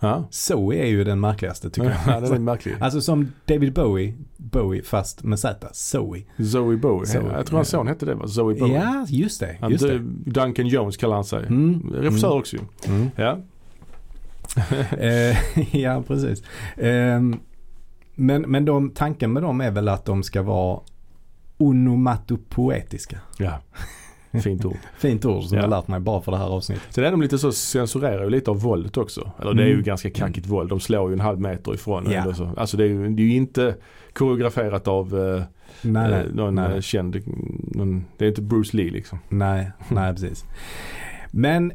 [SPEAKER 2] Ja.
[SPEAKER 1] Zoe är ju den märkligaste tycker
[SPEAKER 2] Ja, den är
[SPEAKER 1] jag.
[SPEAKER 2] märklig.
[SPEAKER 1] Alltså som David Bowie, Bowie fast med Z, Zoe.
[SPEAKER 2] Zoe Bowie.
[SPEAKER 1] Zoe,
[SPEAKER 2] jag tror hans son hette det va? Zoe Bowie.
[SPEAKER 1] Ja, just det.
[SPEAKER 2] Han,
[SPEAKER 1] Just det.
[SPEAKER 2] Duncan Jones kallar han sig.
[SPEAKER 1] Mm.
[SPEAKER 2] Regissör också ju.
[SPEAKER 1] Mm.
[SPEAKER 2] Ja.
[SPEAKER 1] Eh, ja, precis. Ehm, men men de, tanken med dem är väl att de ska vara onomatopoetiska.
[SPEAKER 2] ja. Fint ord.
[SPEAKER 1] Fint ord som
[SPEAKER 2] Ja.
[SPEAKER 1] jag lärt mig bara för det här avsnittet.
[SPEAKER 2] Sen är de lite så, censurerar ju lite av våldet också. Eller det är ju
[SPEAKER 1] Mm.
[SPEAKER 2] ganska kackigt våld. De slår ju en halv meter ifrån.
[SPEAKER 1] Ja.
[SPEAKER 2] Eller så. Alltså det är ju, det är ju inte koreograferat av eh,
[SPEAKER 1] Nej,
[SPEAKER 2] eh, någon eh,
[SPEAKER 1] nej,
[SPEAKER 2] känd, någon, det är inte Bruce Lee liksom.
[SPEAKER 1] nej, nej, precis. Men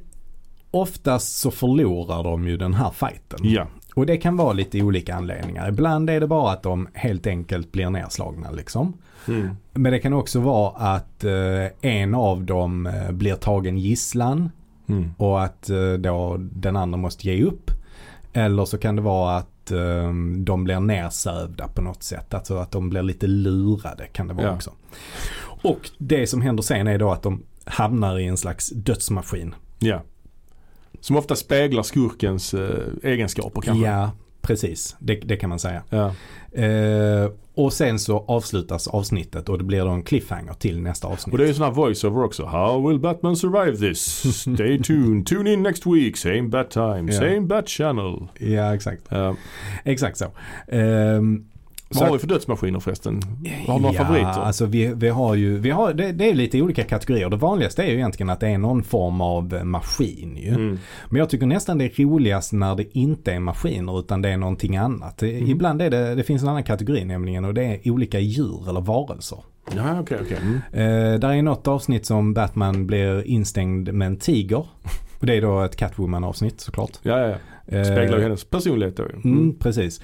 [SPEAKER 1] oftast så förlorar de ju den här fighten.
[SPEAKER 2] Ja.
[SPEAKER 1] Och det kan vara lite olika anledningar. Ibland är det bara att de helt enkelt blir nedslagna liksom.
[SPEAKER 2] Mm.
[SPEAKER 1] Men det kan också vara att eh, en av dem eh, blir tagen gisslan.
[SPEAKER 2] Mm.
[SPEAKER 1] och att eh, då den andra måste ge upp. Eller så kan det vara att eh, de blir nersövda på något sätt. Alltså att de blir lite lurade kan det vara
[SPEAKER 2] Ja.
[SPEAKER 1] också. Och det som händer sen är då att de hamnar i en slags dödsmaskin.
[SPEAKER 2] ja. Som ofta speglar skurkens eh, egenskaper kanske.
[SPEAKER 1] Ja, precis. Det, det kan man säga.
[SPEAKER 2] Ja.
[SPEAKER 1] Eh, och sen så avslutas avsnittet och det blir då en cliffhanger till nästa avsnitt.
[SPEAKER 2] Och det är ju sån här voiceover också. How will Batman survive this? Stay tuned. Tune in next week. Same bat time.
[SPEAKER 1] Ja.
[SPEAKER 2] Same bat channel.
[SPEAKER 1] Ja, exakt.
[SPEAKER 2] Uh,
[SPEAKER 1] Exakt så. Ehm,
[SPEAKER 2] vad har vi för dödsmaskiner förresten? Har du några
[SPEAKER 1] ja,
[SPEAKER 2] favoriter?
[SPEAKER 1] Alltså vi, vi har ju, vi har, det, det är lite olika kategorier. Det vanligaste är ju egentligen att det är någon form av eh, maskin ju.
[SPEAKER 2] Mm.
[SPEAKER 1] Men jag tycker nästan det är roligast när det inte är maskiner utan det är någonting annat. Det-
[SPEAKER 2] Mm.
[SPEAKER 1] Ibland är det, det finns en annan kategori nämligen och det är olika djur eller varelser.
[SPEAKER 2] Ja, okej, okej. Mm.
[SPEAKER 1] Eh, där är något avsnitt som Batman blir instängd med en tiger. Och det är då ett Catwoman avsnitt såklart.
[SPEAKER 2] Ja, ja, ja.
[SPEAKER 1] Eh,
[SPEAKER 2] Speglar ju hennes personlighet då ju.
[SPEAKER 1] Mm, precis.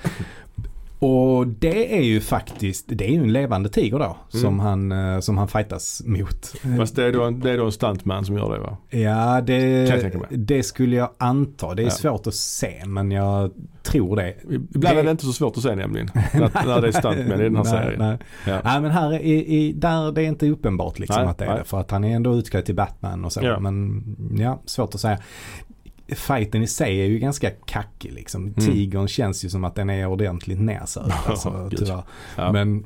[SPEAKER 1] Och det är ju faktiskt, det är ju en levande tiger då som, han, eh, som han fightas mot.
[SPEAKER 2] Mm. Fast det är, då en, det är då en stuntman som gör det va?
[SPEAKER 1] Ja,
[SPEAKER 2] Kan jag
[SPEAKER 1] det,
[SPEAKER 2] tänka mig.
[SPEAKER 1] det skulle jag anta. Det är
[SPEAKER 2] Ja.
[SPEAKER 1] svårt att se men jag tror det.
[SPEAKER 2] Ibland
[SPEAKER 1] Det-
[SPEAKER 2] är det inte så svårt att se nämligen. när, när det är stuntmän i den här
[SPEAKER 1] nej,
[SPEAKER 2] serien.
[SPEAKER 1] Nej.
[SPEAKER 2] Ja.
[SPEAKER 1] nej men här i, i, där det är inte uppenbart liksom
[SPEAKER 2] Nej,
[SPEAKER 1] att det är
[SPEAKER 2] nej.
[SPEAKER 1] det. För att han är ändå utklädd till Batman och så.
[SPEAKER 2] Ja.
[SPEAKER 1] Men ja, svårt att säga. Fighten i sig är ju ganska kackig liksom.
[SPEAKER 2] Mm.
[SPEAKER 1] Tigern känns ju som att den är ordentligt nersövd. Alltså,
[SPEAKER 2] Gud.
[SPEAKER 1] tyvärr.
[SPEAKER 2] Ja.
[SPEAKER 1] Men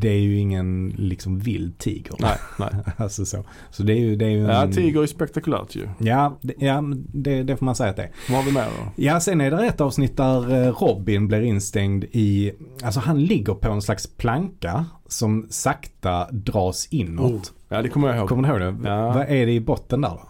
[SPEAKER 1] det är ju ingen liksom vild tiger.
[SPEAKER 2] Nej, nej.
[SPEAKER 1] Alltså så. så det är ju, det är ju en...
[SPEAKER 2] Ja, tiger är spektakulärt ju.
[SPEAKER 1] Ja, det, ja men det, det får man säga att det är.
[SPEAKER 2] Vad har vi med då?
[SPEAKER 1] Ja, sen är det ett avsnitt där eh, Robin blir instängd i, alltså han ligger på en slags planka som sakta dras inåt.
[SPEAKER 2] Ja, det kommer jag ihåg.
[SPEAKER 1] Kommer du ihåg det?
[SPEAKER 2] Oh. Ja.
[SPEAKER 1] Vad är det i botten där då?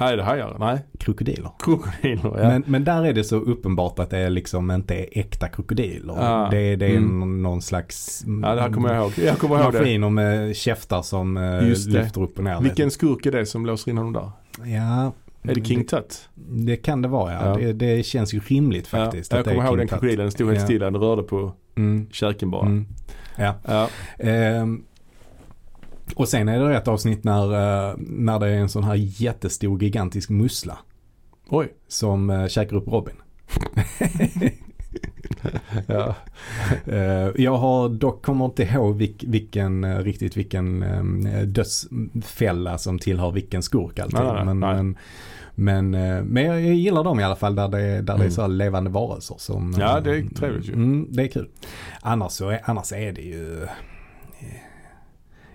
[SPEAKER 2] Nej, det hajar. Nej.
[SPEAKER 1] Krokodiler.
[SPEAKER 2] Krokodiler, ja.
[SPEAKER 1] Men, men där är det så uppenbart att det är liksom inte är äkta krokodiler.
[SPEAKER 2] Ah.
[SPEAKER 1] Det, det är
[SPEAKER 2] Mm.
[SPEAKER 1] någon, någon slags
[SPEAKER 2] ja, det här kommer jag ihåg. Jag kommer ihåg det.
[SPEAKER 1] maskiner med käftar som eh,
[SPEAKER 2] Just det.
[SPEAKER 1] lyfter upp och ner.
[SPEAKER 2] Vilken skurk är det som låser in honom där?
[SPEAKER 1] Ja,
[SPEAKER 2] Är det King Tut?
[SPEAKER 1] Mm, Det kan det vara ja.
[SPEAKER 2] Ja.
[SPEAKER 1] Det, det känns ju rimligt
[SPEAKER 2] Ja.
[SPEAKER 1] faktiskt.
[SPEAKER 2] Jag
[SPEAKER 1] att det är
[SPEAKER 2] kommer ihåg den
[SPEAKER 1] King Tut.
[SPEAKER 2] krokodilen. Den stod helt
[SPEAKER 1] Ja.
[SPEAKER 2] stilla. Den rörde på
[SPEAKER 1] Mm.
[SPEAKER 2] käken bara.
[SPEAKER 1] Mm. Ja.
[SPEAKER 2] Ja.
[SPEAKER 1] Ehm, och sen är det ett avsnitt när, eh, när det är en sån här jättestor gigantisk mussla
[SPEAKER 2] Oj.
[SPEAKER 1] som eh, käkar upp Robin.
[SPEAKER 2] Ja.
[SPEAKER 1] Eh, jag har dock kommer inte ihåg vilk, vilken, eh, riktigt vilken eh, dödsfälla som tillhör vilken skurk alltid.
[SPEAKER 2] Nej, nej,
[SPEAKER 1] men,
[SPEAKER 2] nej.
[SPEAKER 1] Men, men, eh, men jag gillar dem i alla fall där det, där det är
[SPEAKER 2] Mm.
[SPEAKER 1] så här levande varelser. Som,
[SPEAKER 2] Ja,
[SPEAKER 1] eh,
[SPEAKER 2] det är trevligt ju.
[SPEAKER 1] Mm, det är kul. Annars, så är, annars är det ju... eh,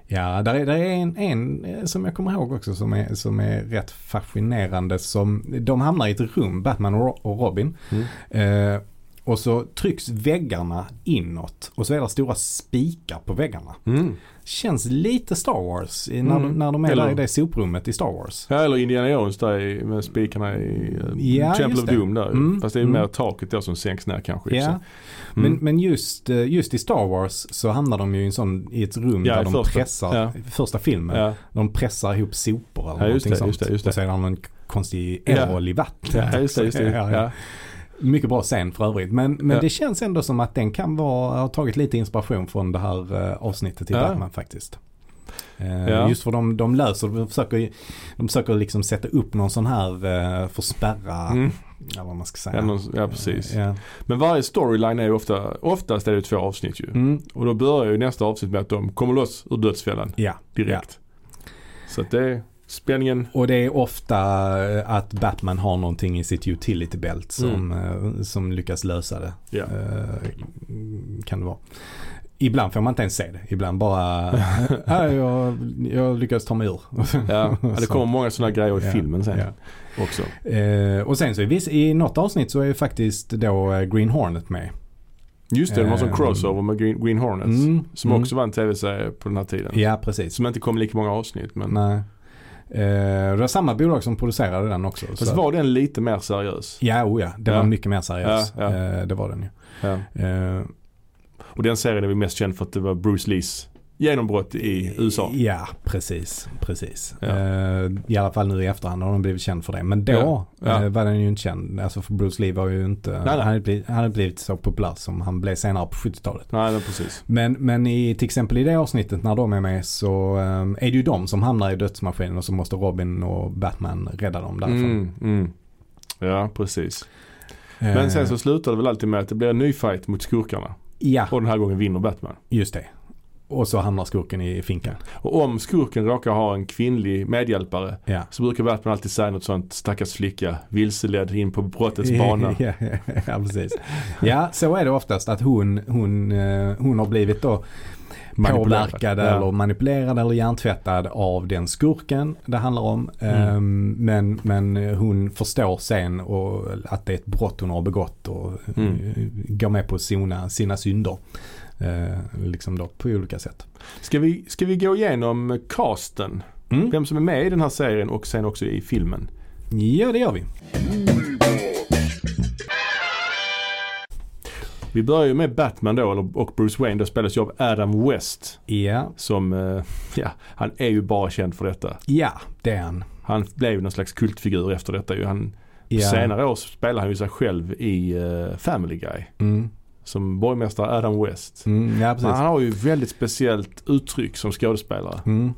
[SPEAKER 1] Ja, där är, där är en, en eh, som jag kommer ihåg också som är, som är rätt fascinerande. Som, de hamnar i ett rum, Batman och Ro- och Robin.
[SPEAKER 2] Mm.
[SPEAKER 1] Eh, och så trycks väggarna inåt och så är det stora spikar på väggarna.
[SPEAKER 2] Mm.
[SPEAKER 1] Känns lite Star Wars i, när,
[SPEAKER 2] Mm.
[SPEAKER 1] de- när de är
[SPEAKER 2] Eller-
[SPEAKER 1] där i det soprummet i Star Wars.
[SPEAKER 2] Ja, eller Indiana Jones där i- med spikarna i eh,
[SPEAKER 1] Ja,
[SPEAKER 2] Temple
[SPEAKER 1] just
[SPEAKER 2] of
[SPEAKER 1] det.
[SPEAKER 2] Doom där.
[SPEAKER 1] Mm,
[SPEAKER 2] Fast det är ju
[SPEAKER 1] mm.
[SPEAKER 2] mer taket då som sänks ner kanske. i och
[SPEAKER 1] Ja,
[SPEAKER 2] för sig.
[SPEAKER 1] men,
[SPEAKER 2] Mm.
[SPEAKER 1] men just, eh, just i Star Wars så hamnar de ju i, en sån, i ett rum
[SPEAKER 2] Ja, i
[SPEAKER 1] där de
[SPEAKER 2] första.
[SPEAKER 1] pressar,
[SPEAKER 2] Ja.
[SPEAKER 1] i första filmen,
[SPEAKER 2] ja.
[SPEAKER 1] de pressar ihop sopor eller
[SPEAKER 2] Ja, just
[SPEAKER 1] någonting
[SPEAKER 2] det,
[SPEAKER 1] sånt.
[SPEAKER 2] just det, just det.
[SPEAKER 1] Och så är det någon konstig
[SPEAKER 2] Ja.
[SPEAKER 1] erol i vattnet.
[SPEAKER 2] ja, just det. Just det.
[SPEAKER 1] Ja, ja.
[SPEAKER 2] Ja.
[SPEAKER 1] Mycket bra scen för övrigt. Men, men
[SPEAKER 2] Ja.
[SPEAKER 1] det känns ändå som att den kan vara, ha tagit lite inspiration från det här eh, avsnittet i
[SPEAKER 2] Ja.
[SPEAKER 1] Batman faktiskt. Eh,
[SPEAKER 2] Ja.
[SPEAKER 1] Just för de, de löser, de försöker, ju- de försöker liksom sätta upp någon sån här eh, för spärra,
[SPEAKER 2] Mm.
[SPEAKER 1] eller vad man ska säga.
[SPEAKER 2] Ja, någon, ja, precis.
[SPEAKER 1] Ja.
[SPEAKER 2] Men varje storyline är ju ofta, oftast är det ju två avsnitt ju.
[SPEAKER 1] Mm.
[SPEAKER 2] Och då börjar ju nästa avsnitt med att de kommer loss ur dödsfällan
[SPEAKER 1] ja,
[SPEAKER 2] direkt. Så att det är spänningen.
[SPEAKER 1] och det är ofta eh, att Batman har någonting i sitt utility belt som, eh, som lyckas lösa det.
[SPEAKER 2] Mm. Ja.
[SPEAKER 1] Eh, kan det vara. Ibland får man inte ens se det. Ibland bara, "Nej, jag, jag lyckas ta mig ur.
[SPEAKER 2] Ja. Ja, det
[SPEAKER 1] Så.
[SPEAKER 2] kommer många sådana grejer i
[SPEAKER 1] Ja,
[SPEAKER 2] filmen sen
[SPEAKER 1] ja.
[SPEAKER 2] också.
[SPEAKER 1] Eh, och sen så i, viss, i något avsnitt så är ju faktiskt då eh, Green Hornet med.
[SPEAKER 2] Just det, det var som
[SPEAKER 1] Ehm.
[SPEAKER 2] crossover med Green, Green Hornets.
[SPEAKER 1] Mm,
[SPEAKER 2] Som
[SPEAKER 1] mm.
[SPEAKER 2] också var en tv-serie på den här tiden.
[SPEAKER 1] Ja, precis.
[SPEAKER 2] Som inte kom lika många avsnitt men.
[SPEAKER 1] Nej. Eh, det var samma bolag som producerade den också.
[SPEAKER 2] Fast
[SPEAKER 1] att-
[SPEAKER 2] var den lite mer seriös?
[SPEAKER 1] Ja, oh ja. Den
[SPEAKER 2] Ja.
[SPEAKER 1] var mycket mer seriös.
[SPEAKER 2] Ja, ja.
[SPEAKER 1] Eh, det var den ju.
[SPEAKER 2] Ja.
[SPEAKER 1] Eh,
[SPEAKER 2] Och den serien är vi mest känd för att det var Bruce Lees genombrott i USA.
[SPEAKER 1] Ja, precis. precis.
[SPEAKER 2] Ja.
[SPEAKER 1] Eh, I alla fall nu i efterhand har de blivit känd för det. Men då
[SPEAKER 2] Ja, ja.
[SPEAKER 1] Eh, var den ju inte känd. Alltså för Bruce Lee var ju inte...
[SPEAKER 2] nej.
[SPEAKER 1] Han, hade blivit, han hade blivit så populär som han blev senare på 70-talet.
[SPEAKER 2] Nej, men precis.
[SPEAKER 1] Men, men i, till exempel i det avsnittet när de är med så eh, är det ju de som hamnar i dödsmaskinen och så måste Robin och Batman rädda dem därifrån.
[SPEAKER 2] Mm, mm. Ja, precis.
[SPEAKER 1] Eh,
[SPEAKER 2] Men sen så slutar det väl alltid med att det blir en ny fight mot skurkarna.
[SPEAKER 1] Ja,
[SPEAKER 2] Och den här gången vinner Batman.
[SPEAKER 1] just det. Och så hamnar skurken i finkan.
[SPEAKER 2] Och om skurken råkar ha en kvinnlig medhjälpare
[SPEAKER 1] Ja.
[SPEAKER 2] så brukar Batman alltid säga något sånt stackars flicka vilseledd in på brottets bana.
[SPEAKER 1] ja, ja, precis. Ja, så är det oftast att hon, hon, eh, hon har blivit då
[SPEAKER 2] Manipulerad.
[SPEAKER 1] påverkad
[SPEAKER 2] Ja.
[SPEAKER 1] eller manipulerad eller hjärntvättad av den skurken det handlar om.
[SPEAKER 2] Mm.
[SPEAKER 1] Ehm, men, men hon förstår sen och att det är ett brott hon har begått och
[SPEAKER 2] Mm.
[SPEAKER 1] eh, går med på sina, sina synder. Eh, liksom då på olika sätt.
[SPEAKER 2] Ska vi, ska vi gå igenom casten?
[SPEAKER 1] Mm.
[SPEAKER 2] Vem som är med i den här serien och sen också i filmen.
[SPEAKER 1] Ja, det gör vi.
[SPEAKER 2] Vi börjar ju med Batman då eller- och Bruce Wayne. Då spelas ju av Adam West.
[SPEAKER 1] Ja,
[SPEAKER 2] Som, eh, ja, han är ju bara känd för detta.
[SPEAKER 1] ja det är han.
[SPEAKER 2] Han blev ju någon slags kultfigur efter detta ju. Han,
[SPEAKER 1] Ja.
[SPEAKER 2] Senare år så spelade han ju sig själv i eh, Family Guy.
[SPEAKER 1] Mm.
[SPEAKER 2] Som borgmästare Adam West.
[SPEAKER 1] Mm, ja,
[SPEAKER 2] Men
[SPEAKER 1] precis.
[SPEAKER 2] han har ju väldigt speciellt uttryck som skådespelare.
[SPEAKER 1] Mm.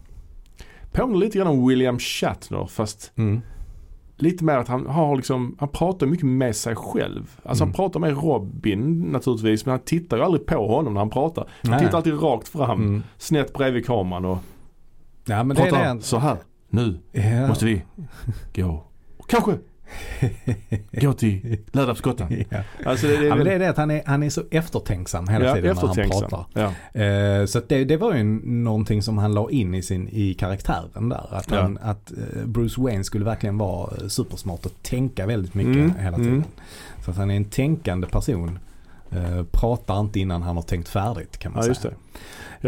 [SPEAKER 2] Påminner lite grann om William Shatner fast
[SPEAKER 1] Mm.
[SPEAKER 2] lite mer att han har liksom, han pratar mycket med sig själv. Alltså
[SPEAKER 1] Mm.
[SPEAKER 2] han pratar med Robin naturligtvis men han tittar ju aldrig på honom när han pratar. Han
[SPEAKER 1] Nej.
[SPEAKER 2] tittar alltid rakt fram,
[SPEAKER 1] Mm.
[SPEAKER 2] snett bredvid kameran och
[SPEAKER 1] Ja, men det är
[SPEAKER 2] pratar
[SPEAKER 1] det han.
[SPEAKER 2] så här. Nu
[SPEAKER 1] Ja.
[SPEAKER 2] måste vi gå, kanske gå till Läderlappsgatan.
[SPEAKER 1] Ja.
[SPEAKER 2] Alltså det, det,
[SPEAKER 1] Ja, men det är det att han är, han är så eftertänksam hela tiden när han
[SPEAKER 2] eftertänksam.
[SPEAKER 1] pratar.
[SPEAKER 2] Ja.
[SPEAKER 1] Eh, så att det, det var ju n- någonting som han la in i, sin, i karaktären där. Att,
[SPEAKER 2] Ja.
[SPEAKER 1] han, att eh, Bruce Wayne skulle verkligen vara eh, supersmart och tänka väldigt mycket
[SPEAKER 2] Mm,
[SPEAKER 1] hela tiden.
[SPEAKER 2] mm.
[SPEAKER 1] Så att han är en tänkande person. Eh, pratar inte innan han har tänkt färdigt kan man
[SPEAKER 2] ja,
[SPEAKER 1] säga.
[SPEAKER 2] just det.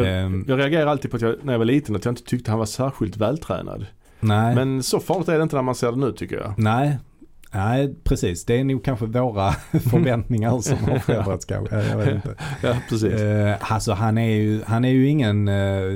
[SPEAKER 2] Jag,
[SPEAKER 1] Ehm.
[SPEAKER 2] jag reagerar alltid på att jag, när jag var liten, att jag inte tyckte han var särskilt vältränad.
[SPEAKER 1] Nej,
[SPEAKER 2] Men så farligt är det inte när man ser det nu tycker jag.
[SPEAKER 1] nej. Nej, precis. Det är nog kanske våra förväntningar som har förändrats kanske. Jag vet inte.
[SPEAKER 2] Ja, precis.
[SPEAKER 1] Eh, alltså han är ju, han är ju ingen... eh,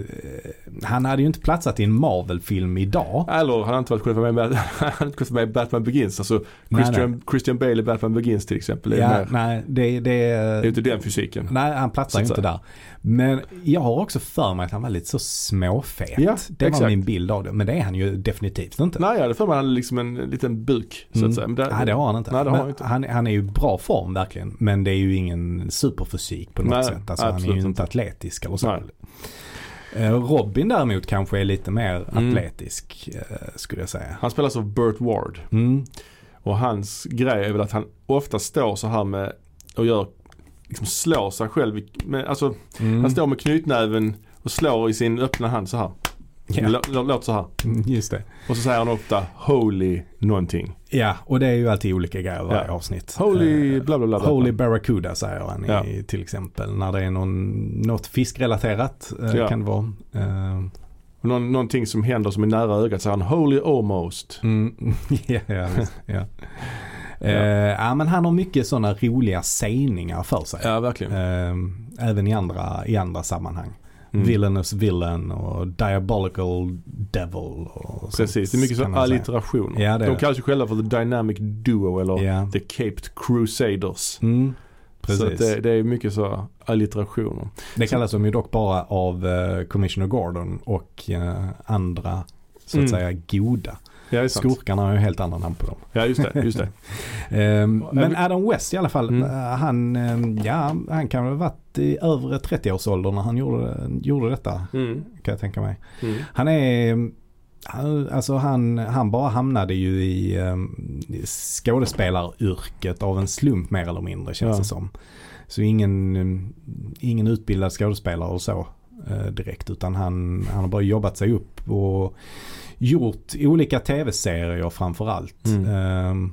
[SPEAKER 1] han hade ju inte platsat i en Marvel-film idag.
[SPEAKER 2] Eller han har inte varit kunnat vara med i Bat- han hade inte kunnat vara med i Batman Begins. Alltså Christian, Christian Bale i Batman Begins till exempel. Det är
[SPEAKER 1] Ja,
[SPEAKER 2] mer-
[SPEAKER 1] nej, det, det,
[SPEAKER 2] det är ju inte den fysiken.
[SPEAKER 1] nej, han
[SPEAKER 2] Så
[SPEAKER 1] platsar
[SPEAKER 2] att
[SPEAKER 1] ju inte där. Men jag har också för mig att han var lite så småfet.
[SPEAKER 2] Ja,
[SPEAKER 1] det var
[SPEAKER 2] exakt.
[SPEAKER 1] min bild av det. Men det är han ju definitivt inte.
[SPEAKER 2] Nej, jag hade för mig att han hade liksom en liten buk så
[SPEAKER 1] Mm.
[SPEAKER 2] att säga. Men där-
[SPEAKER 1] Nej, det har han inte.
[SPEAKER 2] Nej, det har
[SPEAKER 1] Men
[SPEAKER 2] han inte.
[SPEAKER 1] Han, han är ju i bra form verkligen. Men det är ju ingen superfysik på något
[SPEAKER 2] Nej,
[SPEAKER 1] sätt. Alltså, han är ju
[SPEAKER 2] absolut
[SPEAKER 1] inte,
[SPEAKER 2] inte.
[SPEAKER 1] atletisk eller så.
[SPEAKER 2] Nej.
[SPEAKER 1] Eh, Robin däremot kanske är lite mer
[SPEAKER 2] Mm.
[SPEAKER 1] atletisk eh, skulle jag säga.
[SPEAKER 2] Han spelas av Burt Ward.
[SPEAKER 1] Mm.
[SPEAKER 2] Och hans grej är väl att han ofta står så här med och gör, liksom slår sig själv. i- Med, alltså
[SPEAKER 1] Mm.
[SPEAKER 2] han står med knytnäven och slår i sin öppna hand så här.
[SPEAKER 1] Ja.
[SPEAKER 2] Lå- lå- Låter så här.
[SPEAKER 1] Mm, Just det.
[SPEAKER 2] Och så säger han ofta Holy någonting.
[SPEAKER 1] Ja, och det är ju alltid olika grejer i varje
[SPEAKER 2] Ja.
[SPEAKER 1] avsnitt.
[SPEAKER 2] Holy
[SPEAKER 1] Eh,
[SPEAKER 2] bla bla bla. bla.
[SPEAKER 1] Holy Barracuda säger han
[SPEAKER 2] Ja.
[SPEAKER 1] i, till exempel. När det är någon, något fiskrelaterat eh,
[SPEAKER 2] Ja.
[SPEAKER 1] kan det vara. Eh,
[SPEAKER 2] Och någon, någonting som händer som är nära ögat säger han Holy almost.
[SPEAKER 1] Mm. ja, ja, visst. ja. Eh, ja, men han har mycket sådana roliga sägningar för sig.
[SPEAKER 2] Ja verkligen.
[SPEAKER 1] Eh, även i andra, i andra sammanhang.
[SPEAKER 2] Mm.
[SPEAKER 1] Villainous villain och diabolical devil. Och
[SPEAKER 2] Precis, det är
[SPEAKER 1] sånt
[SPEAKER 2] mycket så
[SPEAKER 1] kan man säga.
[SPEAKER 2] alliterationer.
[SPEAKER 1] Ja, det är
[SPEAKER 2] De
[SPEAKER 1] det.
[SPEAKER 2] kallas ju själva för The Dynamic Duo eller
[SPEAKER 1] Ja.
[SPEAKER 2] The Caped Crusaders.
[SPEAKER 1] Mm.
[SPEAKER 2] Så att eh,
[SPEAKER 1] Precis.
[SPEAKER 2] det,
[SPEAKER 1] Det,
[SPEAKER 2] det är mycket så alliterationer.
[SPEAKER 1] kallas de ju dock bara av eh, Commissioner Gordon och eh, andra så att
[SPEAKER 2] Mm.
[SPEAKER 1] säga goda.
[SPEAKER 2] Ja, det är sant.
[SPEAKER 1] Skurkarna har ju helt andra namn på dem.
[SPEAKER 2] Ja, just det. Just det.
[SPEAKER 1] Eh, Men
[SPEAKER 2] Även-
[SPEAKER 1] Adam West i alla fall,
[SPEAKER 2] Mm.
[SPEAKER 1] eh, han, eh, ja, han kan väl ha varit i övre 30-årsåldern när han gjorde, gjorde detta.
[SPEAKER 2] Mm.
[SPEAKER 1] Kan jag tänka mig.
[SPEAKER 2] Mm.
[SPEAKER 1] Han är, han, alltså han, han bara hamnade ju i eh, skådespelaryrket av en slump mer eller mindre känns
[SPEAKER 2] Ja.
[SPEAKER 1] det som. Så ingen, eh, ingen utbildad skådespelare och så eh, direkt utan han, han har bara jobbat sig upp och gjort olika tv-serier framförallt.
[SPEAKER 2] Mm.
[SPEAKER 1] Eh,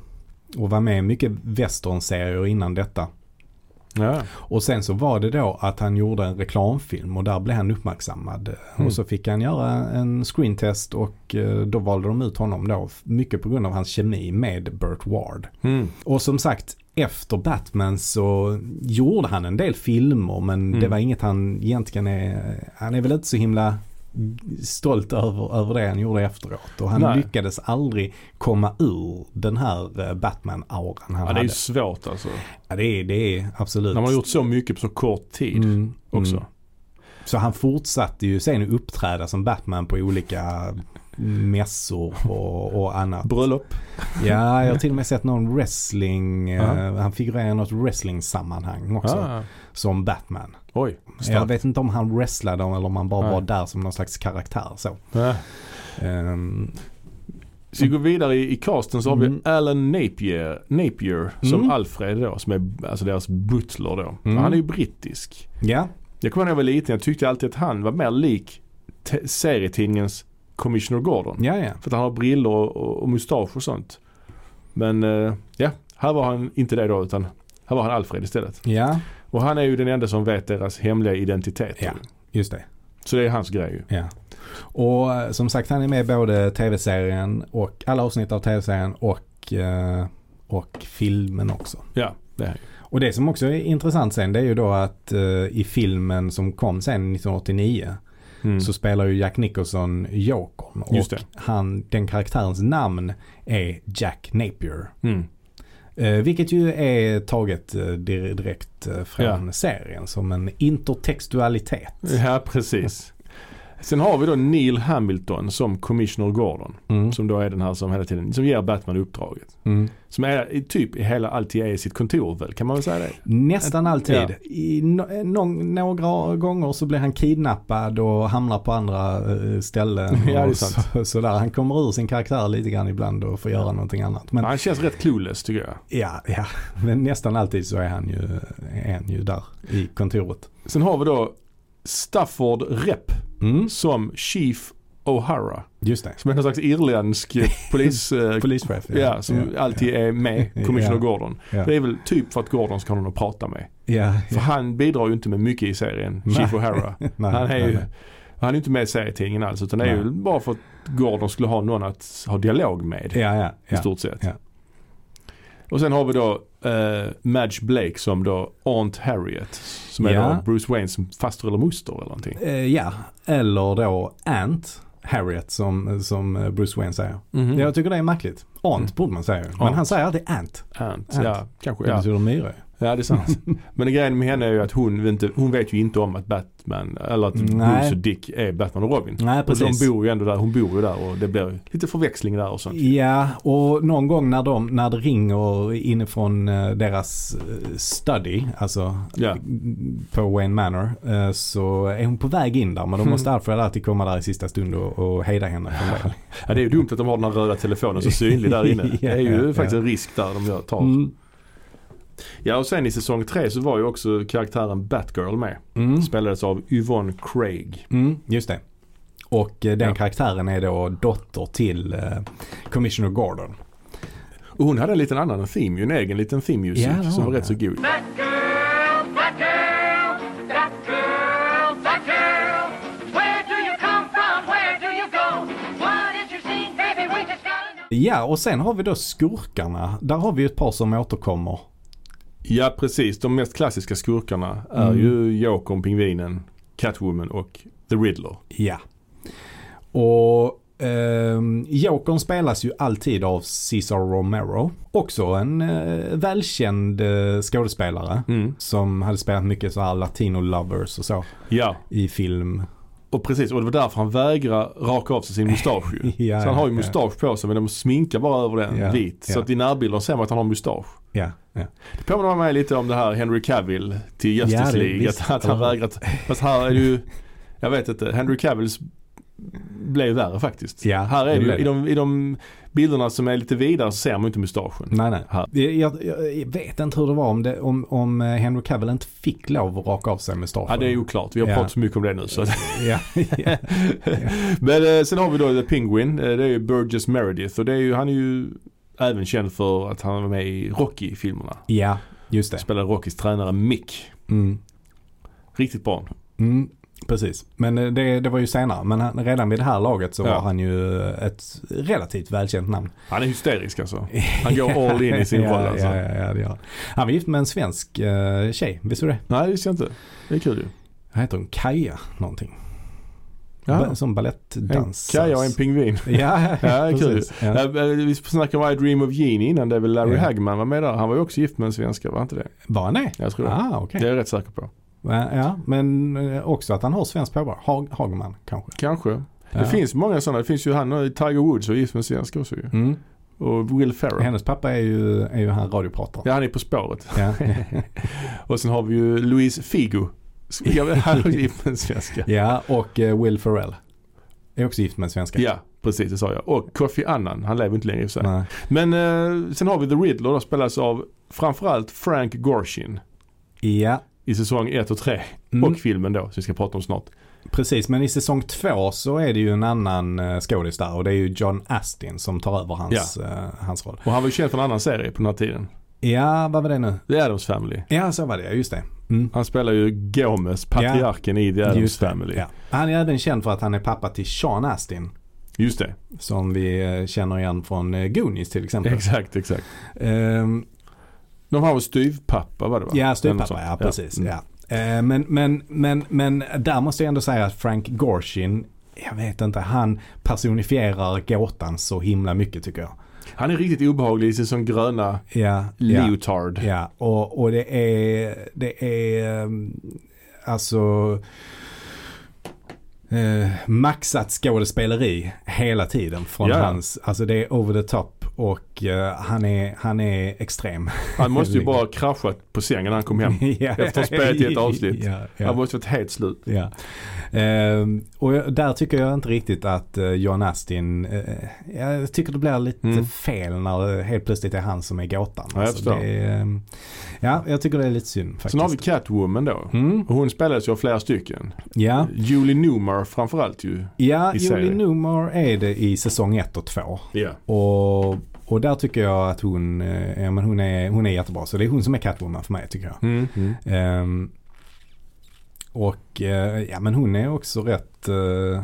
[SPEAKER 1] och var med i mycket westernserier innan detta.
[SPEAKER 2] Ja.
[SPEAKER 1] Och sen så var det då att han gjorde en reklamfilm och där blev han uppmärksammad.
[SPEAKER 2] Mm.
[SPEAKER 1] Och så fick han göra en screentest och eh, då valde de ut honom då. Mycket på grund av hans kemi med Burt Ward.
[SPEAKER 2] Mm.
[SPEAKER 1] Och som sagt, efter Batman så gjorde han en del filmer men
[SPEAKER 2] Mm.
[SPEAKER 1] det var inget han egentligen är, han är väl inte så himla stolt över, över det han gjorde efteråt. Och han
[SPEAKER 2] Nej.
[SPEAKER 1] lyckades aldrig komma ur den här eh, Batman-auran han
[SPEAKER 2] Ja, det
[SPEAKER 1] hade.
[SPEAKER 2] är ju svårt alltså.
[SPEAKER 1] Ja, det, är, det är absolut.
[SPEAKER 2] När man har gjort så mycket på så kort tid
[SPEAKER 1] Mm,
[SPEAKER 2] också.
[SPEAKER 1] mm. Så han fortsatte ju sen att uppträda som Batman på olika mässor och, och annat.
[SPEAKER 2] Bröllop.
[SPEAKER 1] Ja, jag har till och med sett någon wrestling. eh,
[SPEAKER 2] Ja.
[SPEAKER 1] han figurerar i något wrestling-sammanhang också.
[SPEAKER 2] Ah.
[SPEAKER 1] Som Batman.
[SPEAKER 2] Oj,
[SPEAKER 1] Jag
[SPEAKER 2] starkt.
[SPEAKER 1] vet inte om han wrestlade eller om han bara
[SPEAKER 2] Nej.
[SPEAKER 1] var där som någon slags karaktär. Så.
[SPEAKER 2] Ja.
[SPEAKER 1] Ehm,
[SPEAKER 2] Så vi går vidare i, i casten så har vi
[SPEAKER 1] Mm.
[SPEAKER 2] Alan Napier, Napier som
[SPEAKER 1] Mm.
[SPEAKER 2] Alfred då, som är alltså deras butler då.
[SPEAKER 1] Mm.
[SPEAKER 2] Han är ju brittisk.
[SPEAKER 1] ja,
[SPEAKER 2] Jag kommer ihåg när jag var liten, jag tyckte alltid att han var mer lik te- serietidningens Commissioner Gordon.
[SPEAKER 1] ja, ja.
[SPEAKER 2] För att han har briller och, och, och mustasch och sånt. Men eh, ja, här var han inte det då utan här var han Alfred istället.
[SPEAKER 1] Ja,
[SPEAKER 2] Och han är ju den enda som vet deras hemliga identitet.
[SPEAKER 1] Ja. just det.
[SPEAKER 2] Så det är hans grej ju.
[SPEAKER 1] Ja. Och eh, som sagt han är med i både tv-serien och alla avsnitt av tv-serien och, eh, och filmen också.
[SPEAKER 2] Ja, det är
[SPEAKER 1] Och det som också är intressant sen det är ju då att eh, i filmen som kom sen 1989
[SPEAKER 2] mm.
[SPEAKER 1] så spelar ju Jack Nicholson Jokern. Och
[SPEAKER 2] Just det.
[SPEAKER 1] Han, den karaktärens namn är Jack Napier.
[SPEAKER 2] Mm.
[SPEAKER 1] Eh, vilket ju är taget eh, dir- direkt eh, från serien som en intertextualitet.
[SPEAKER 2] Ja, precis. Sen har vi då Neil Hamilton som Commissioner Gordon.
[SPEAKER 1] Mm.
[SPEAKER 2] Som då är den här som hela tiden, som ger Batman uppdraget.
[SPEAKER 1] Mm.
[SPEAKER 2] Som är i typ i hela, alltid är i sitt kontor väl, kan man väl säga det?
[SPEAKER 1] Nästan alltid.
[SPEAKER 2] Ja.
[SPEAKER 1] I no, no, några gånger så blir han kidnappad och hamnar på andra eh, ställen.
[SPEAKER 2] Ja, det är
[SPEAKER 1] och
[SPEAKER 2] sant.
[SPEAKER 1] Så, så där. Han kommer ur sin karaktär lite grann ibland och får göra någonting annat. Men
[SPEAKER 2] Han känns rätt clueless tycker jag.
[SPEAKER 1] ja, ja. Men nästan alltid så är han ju, är han ju där i kontoret.
[SPEAKER 2] Sen har vi då Stafford Rep
[SPEAKER 1] Mm,
[SPEAKER 2] som Chief O'Hara.
[SPEAKER 1] just det.
[SPEAKER 2] Som är någon slags irländsk eh, polis... eh,
[SPEAKER 1] Polischef.
[SPEAKER 2] Ja, som alltid är med Commissioner
[SPEAKER 1] Ja.
[SPEAKER 2] Gordon.
[SPEAKER 1] Ja.
[SPEAKER 2] Det är väl typ för att Gordon ska ha någon att prata med.
[SPEAKER 1] Ja,
[SPEAKER 2] För
[SPEAKER 1] ja.
[SPEAKER 2] han bidrar ju inte med mycket i serien,
[SPEAKER 1] Nej.
[SPEAKER 2] Chief O'Hara.
[SPEAKER 1] Nej,
[SPEAKER 2] han är
[SPEAKER 1] nej,
[SPEAKER 2] ju
[SPEAKER 1] nej.
[SPEAKER 2] han är inte med i serietidningen alls utan det är
[SPEAKER 1] Nej.
[SPEAKER 2] ju bara för att Gordon skulle ha någon att ha dialog med
[SPEAKER 1] Ja, ja,
[SPEAKER 2] i
[SPEAKER 1] ja.
[SPEAKER 2] stort sett.
[SPEAKER 1] Ja.
[SPEAKER 2] Och sen har vi då eh, Madge Blake som då Aunt Harriet. Som är
[SPEAKER 1] Ja.
[SPEAKER 2] då Bruce Waynes faster eller moster eller någonting.
[SPEAKER 1] Eh, ja, eller då Ant Harriet som, som eh, Bruce Wayne säger. Jag tycker det är märkligt. Ant
[SPEAKER 2] Mm.
[SPEAKER 1] borde man säga ju. Men
[SPEAKER 2] Ant.
[SPEAKER 1] han säger alltid Ant.
[SPEAKER 2] Aunt.
[SPEAKER 1] Aunt.
[SPEAKER 2] Ja, kanske.
[SPEAKER 1] Det
[SPEAKER 2] Ja.
[SPEAKER 1] betyder myra.
[SPEAKER 2] ja, det är sant. Men grejen med henne är ju att hon, vet inte, hon vet ju inte om att Batman, eller att
[SPEAKER 1] Nej.
[SPEAKER 2] Bruce och Dick är Batman och Robin.
[SPEAKER 1] Nej,
[SPEAKER 2] Och de
[SPEAKER 1] precis.
[SPEAKER 2] bor ju ändå där, hon bor ju där och det blir lite förväxling där och sånt.
[SPEAKER 1] Ja, och någon gång när, de, när det ringer inifrån eh, deras eh, study, alltså
[SPEAKER 2] Ja.
[SPEAKER 1] på Wayne Manor, eh, så är hon på väg in där. Men
[SPEAKER 2] Mm.
[SPEAKER 1] då måste Alfred alltid komma där i sista stund och, och hejda henne från det.
[SPEAKER 2] Ja, det är ju dumt att de har den här röda telefonen så synlig där inne. Det är ju
[SPEAKER 1] Ja,
[SPEAKER 2] faktiskt
[SPEAKER 1] ja.
[SPEAKER 2] en risk där de gör tar.
[SPEAKER 1] Mm.
[SPEAKER 2] Ja och sen i säsong tre så var ju också karaktären Batgirl med.
[SPEAKER 1] Mm.
[SPEAKER 2] Spelades av Yvonne Craig.
[SPEAKER 1] Mm, just det. Och eh, den
[SPEAKER 2] Ja.
[SPEAKER 1] karaktären är då dotter till eh, Commissioner Gordon.
[SPEAKER 2] Och hon hade en liten annan theme ju, en egen liten theme music
[SPEAKER 1] Ja, det har
[SPEAKER 2] som var
[SPEAKER 1] hon,
[SPEAKER 2] rätt så
[SPEAKER 1] ja.
[SPEAKER 2] god.
[SPEAKER 3] That girl, that girl, that girl, that girl. Where do you come from? Where do you go? What is your scene, baby? We just gotta know.
[SPEAKER 1] Ja, och sen har vi då skurkarna. Där har vi ju ett par som återkommer.
[SPEAKER 2] Ja precis, de mest klassiska skurkarna
[SPEAKER 1] Mm.
[SPEAKER 2] är ju Jokern, Pingvinen, Catwoman och The Riddler.
[SPEAKER 1] Ja. Och ehm, Jokern spelas ju alltid av Cesar Romero. Också en eh, välkänd eh, skådespelare.
[SPEAKER 2] Mm.
[SPEAKER 1] Som hade spelat mycket så här latino lovers och så
[SPEAKER 2] Ja,
[SPEAKER 1] i film.
[SPEAKER 2] och precis och det var därför han vägrar raka av sig sin mustasch ju.
[SPEAKER 1] Ja,
[SPEAKER 2] så han har ju
[SPEAKER 1] ja.
[SPEAKER 2] mustasch på sig men de sminkar bara över den
[SPEAKER 1] Ja,
[SPEAKER 2] vit. Så
[SPEAKER 1] ja.
[SPEAKER 2] att i närbilden ser man att han har mustasch.
[SPEAKER 1] Ja, ja.
[SPEAKER 2] Det påminner mig lite om det här Henry Cavill till Justice
[SPEAKER 1] Ja, det-
[SPEAKER 2] League.
[SPEAKER 1] visst.
[SPEAKER 2] att, att han vägrat. Fast här är det ju, jag vet inte, Henry Cavills blev värre faktiskt.
[SPEAKER 1] Ja,
[SPEAKER 2] här är
[SPEAKER 1] det
[SPEAKER 2] det ju,
[SPEAKER 1] blev
[SPEAKER 2] i de, i de bilderna som är lite vidare så ser man ju inte mustaschen.
[SPEAKER 1] Nej, nej.
[SPEAKER 2] Här.
[SPEAKER 1] Jag, jag, jag vet inte hur det var om, det, om, om eh, Henry Cavill inte fick lov att raka av sig mustaschen.
[SPEAKER 2] Ja det är oklart, vi har
[SPEAKER 1] Ja.
[SPEAKER 2] pratat så mycket om det nu. Så. att-
[SPEAKER 1] Ja, ja.
[SPEAKER 2] Men eh, sen har vi då The Penguin, eh, det är ju Burgess Meredith och det är ju, han är ju även känd för att han var med i Rocky-filmerna.
[SPEAKER 1] ja, just det.
[SPEAKER 2] Spelade Rockys tränare Mick.
[SPEAKER 1] Mm.
[SPEAKER 2] Riktigt bra.
[SPEAKER 1] Mm, precis, men eh, det, det var ju senare. Men han, redan vid det här laget så
[SPEAKER 2] Ja.
[SPEAKER 1] var han ju eh, ett relativt välkänt namn.
[SPEAKER 2] Han är hysterisk alltså. Han går all in i sin
[SPEAKER 1] ja,
[SPEAKER 2] roll alltså.
[SPEAKER 1] Ja, ja, ja, det gör han. Han var gift med en svensk eh, tjej, visste du det?
[SPEAKER 2] Nej det visste jag inte. Det är kul ju.
[SPEAKER 1] Vad heter hon? Kaja någonting.
[SPEAKER 2] Ja.
[SPEAKER 1] Ba- som
[SPEAKER 2] En
[SPEAKER 1] balettdansare.
[SPEAKER 2] kaja och en pingvin.
[SPEAKER 1] Ja,
[SPEAKER 2] Ja, kul.
[SPEAKER 1] precis. Ja.
[SPEAKER 2] Ja. Vi snackade om I Dream of Jeannie innan. Det är väl Larry
[SPEAKER 1] Ja.
[SPEAKER 2] Hagman var med där. Han var ju också gift med en svenska, var inte det?
[SPEAKER 1] Var han det?
[SPEAKER 2] Jag tror det.
[SPEAKER 1] Ah, okej.
[SPEAKER 2] Det är jag rätt säker på.
[SPEAKER 1] Ja, Ja, men eh, också att han har svensk påbrå. Hag, Hagman kanske.
[SPEAKER 2] Kanske.
[SPEAKER 1] Ja.
[SPEAKER 2] Det finns många sådana. Det finns ju han, Tiger Woods var gift med en svensk också ju.
[SPEAKER 1] Mm.
[SPEAKER 2] Och Will Ferrell.
[SPEAKER 1] Hennes pappa är ju, är ju han radioprataren.
[SPEAKER 2] Ja, han är På spåret.
[SPEAKER 1] Ja.
[SPEAKER 2] Och sen har vi ju Luis Figo. Jag vet, han är också gift med en svenska.
[SPEAKER 1] ja, och eh, Will Ferrell. Är också gift med en svenska.
[SPEAKER 2] Ja, precis det sa jag. Och Kofi Annan. Han lever inte längre i och för sig.
[SPEAKER 1] Nej.
[SPEAKER 2] Men eh, sen har vi The Riddler. Då spelas av framförallt Frank Gorshin.
[SPEAKER 1] Ja,
[SPEAKER 2] I säsong 1 och 3.
[SPEAKER 1] Mm.
[SPEAKER 2] Och filmen då, som vi ska prata om snart.
[SPEAKER 1] precis. Men i säsong två så är det ju en annan eh, skådis där och det är ju John Astin som tar över hans, eh, hans roll.
[SPEAKER 2] Och han var ju känd för en annan serie på den här tiden.
[SPEAKER 1] Ja, vad var det nu?
[SPEAKER 2] The Addams Family.
[SPEAKER 1] Ja, så var det. Just det. Mm.
[SPEAKER 2] Han spelar ju Gomez, patriarken i The Addams
[SPEAKER 1] Just det.
[SPEAKER 2] Family.
[SPEAKER 1] Ja. Han är även känd för att han är pappa till Sean Astin.
[SPEAKER 2] Just det,
[SPEAKER 1] Som vi eh, känner igen från eh, Goonies till exempel.
[SPEAKER 2] exakt, exakt.
[SPEAKER 1] Ehm,
[SPEAKER 2] De har väl styvpappa var det va?
[SPEAKER 1] Ja,
[SPEAKER 2] Eller något sånt.
[SPEAKER 1] styvpappa, ja precis.
[SPEAKER 2] Mm.
[SPEAKER 1] Ja. Eh, Men, men, men, men där måste jag ändå säga att Frank Gorshin, jag vet inte, han personifierar gåtan så himla mycket tycker jag.
[SPEAKER 2] Han är riktigt obehaglig i sin sån gröna
[SPEAKER 1] Ja, ja,
[SPEAKER 2] leotard.
[SPEAKER 1] ja. Och, och det är, det är eh, alltså eh, maxat skådespeleri hela tiden från
[SPEAKER 2] Ja.
[SPEAKER 1] hans, alltså det är over the top och eh, han, är, han är extrem.
[SPEAKER 2] Han måste ju bara kraschat på sängen när han kom hem.
[SPEAKER 1] Ja.
[SPEAKER 2] Efter att ha spelat i ett avsnitt.
[SPEAKER 1] Ja, ja.
[SPEAKER 2] Han måste varit helt slut.
[SPEAKER 1] Ja. Ehm, och jag- där tycker jag inte riktigt att eh, John Astin, eh, jag tycker det blir lite
[SPEAKER 2] Mm.
[SPEAKER 1] fel när det helt plötsligt är han som är gåtan.
[SPEAKER 2] Ja, jag förstår.
[SPEAKER 1] det är, ehm, ja, jag tycker det är lite synd faktiskt.
[SPEAKER 2] Sen har vi Catwoman då.
[SPEAKER 1] Mm,
[SPEAKER 2] Och hon spelades ju av flera stycken.
[SPEAKER 1] ja,
[SPEAKER 2] Julie Newmar framförallt ju.
[SPEAKER 1] ja
[SPEAKER 2] I
[SPEAKER 1] Julie
[SPEAKER 2] serien.
[SPEAKER 1] Newmar är det i säsong 1 och 2.
[SPEAKER 2] Ja.
[SPEAKER 1] Och, och där tycker jag att hon, eh, ja, men hon, är, hon är jättebra. Så det är hon som är Catwoman för mig tycker jag.
[SPEAKER 2] Mm. Mm.
[SPEAKER 1] Ehm, och eh, ja men hon är också rätt eh,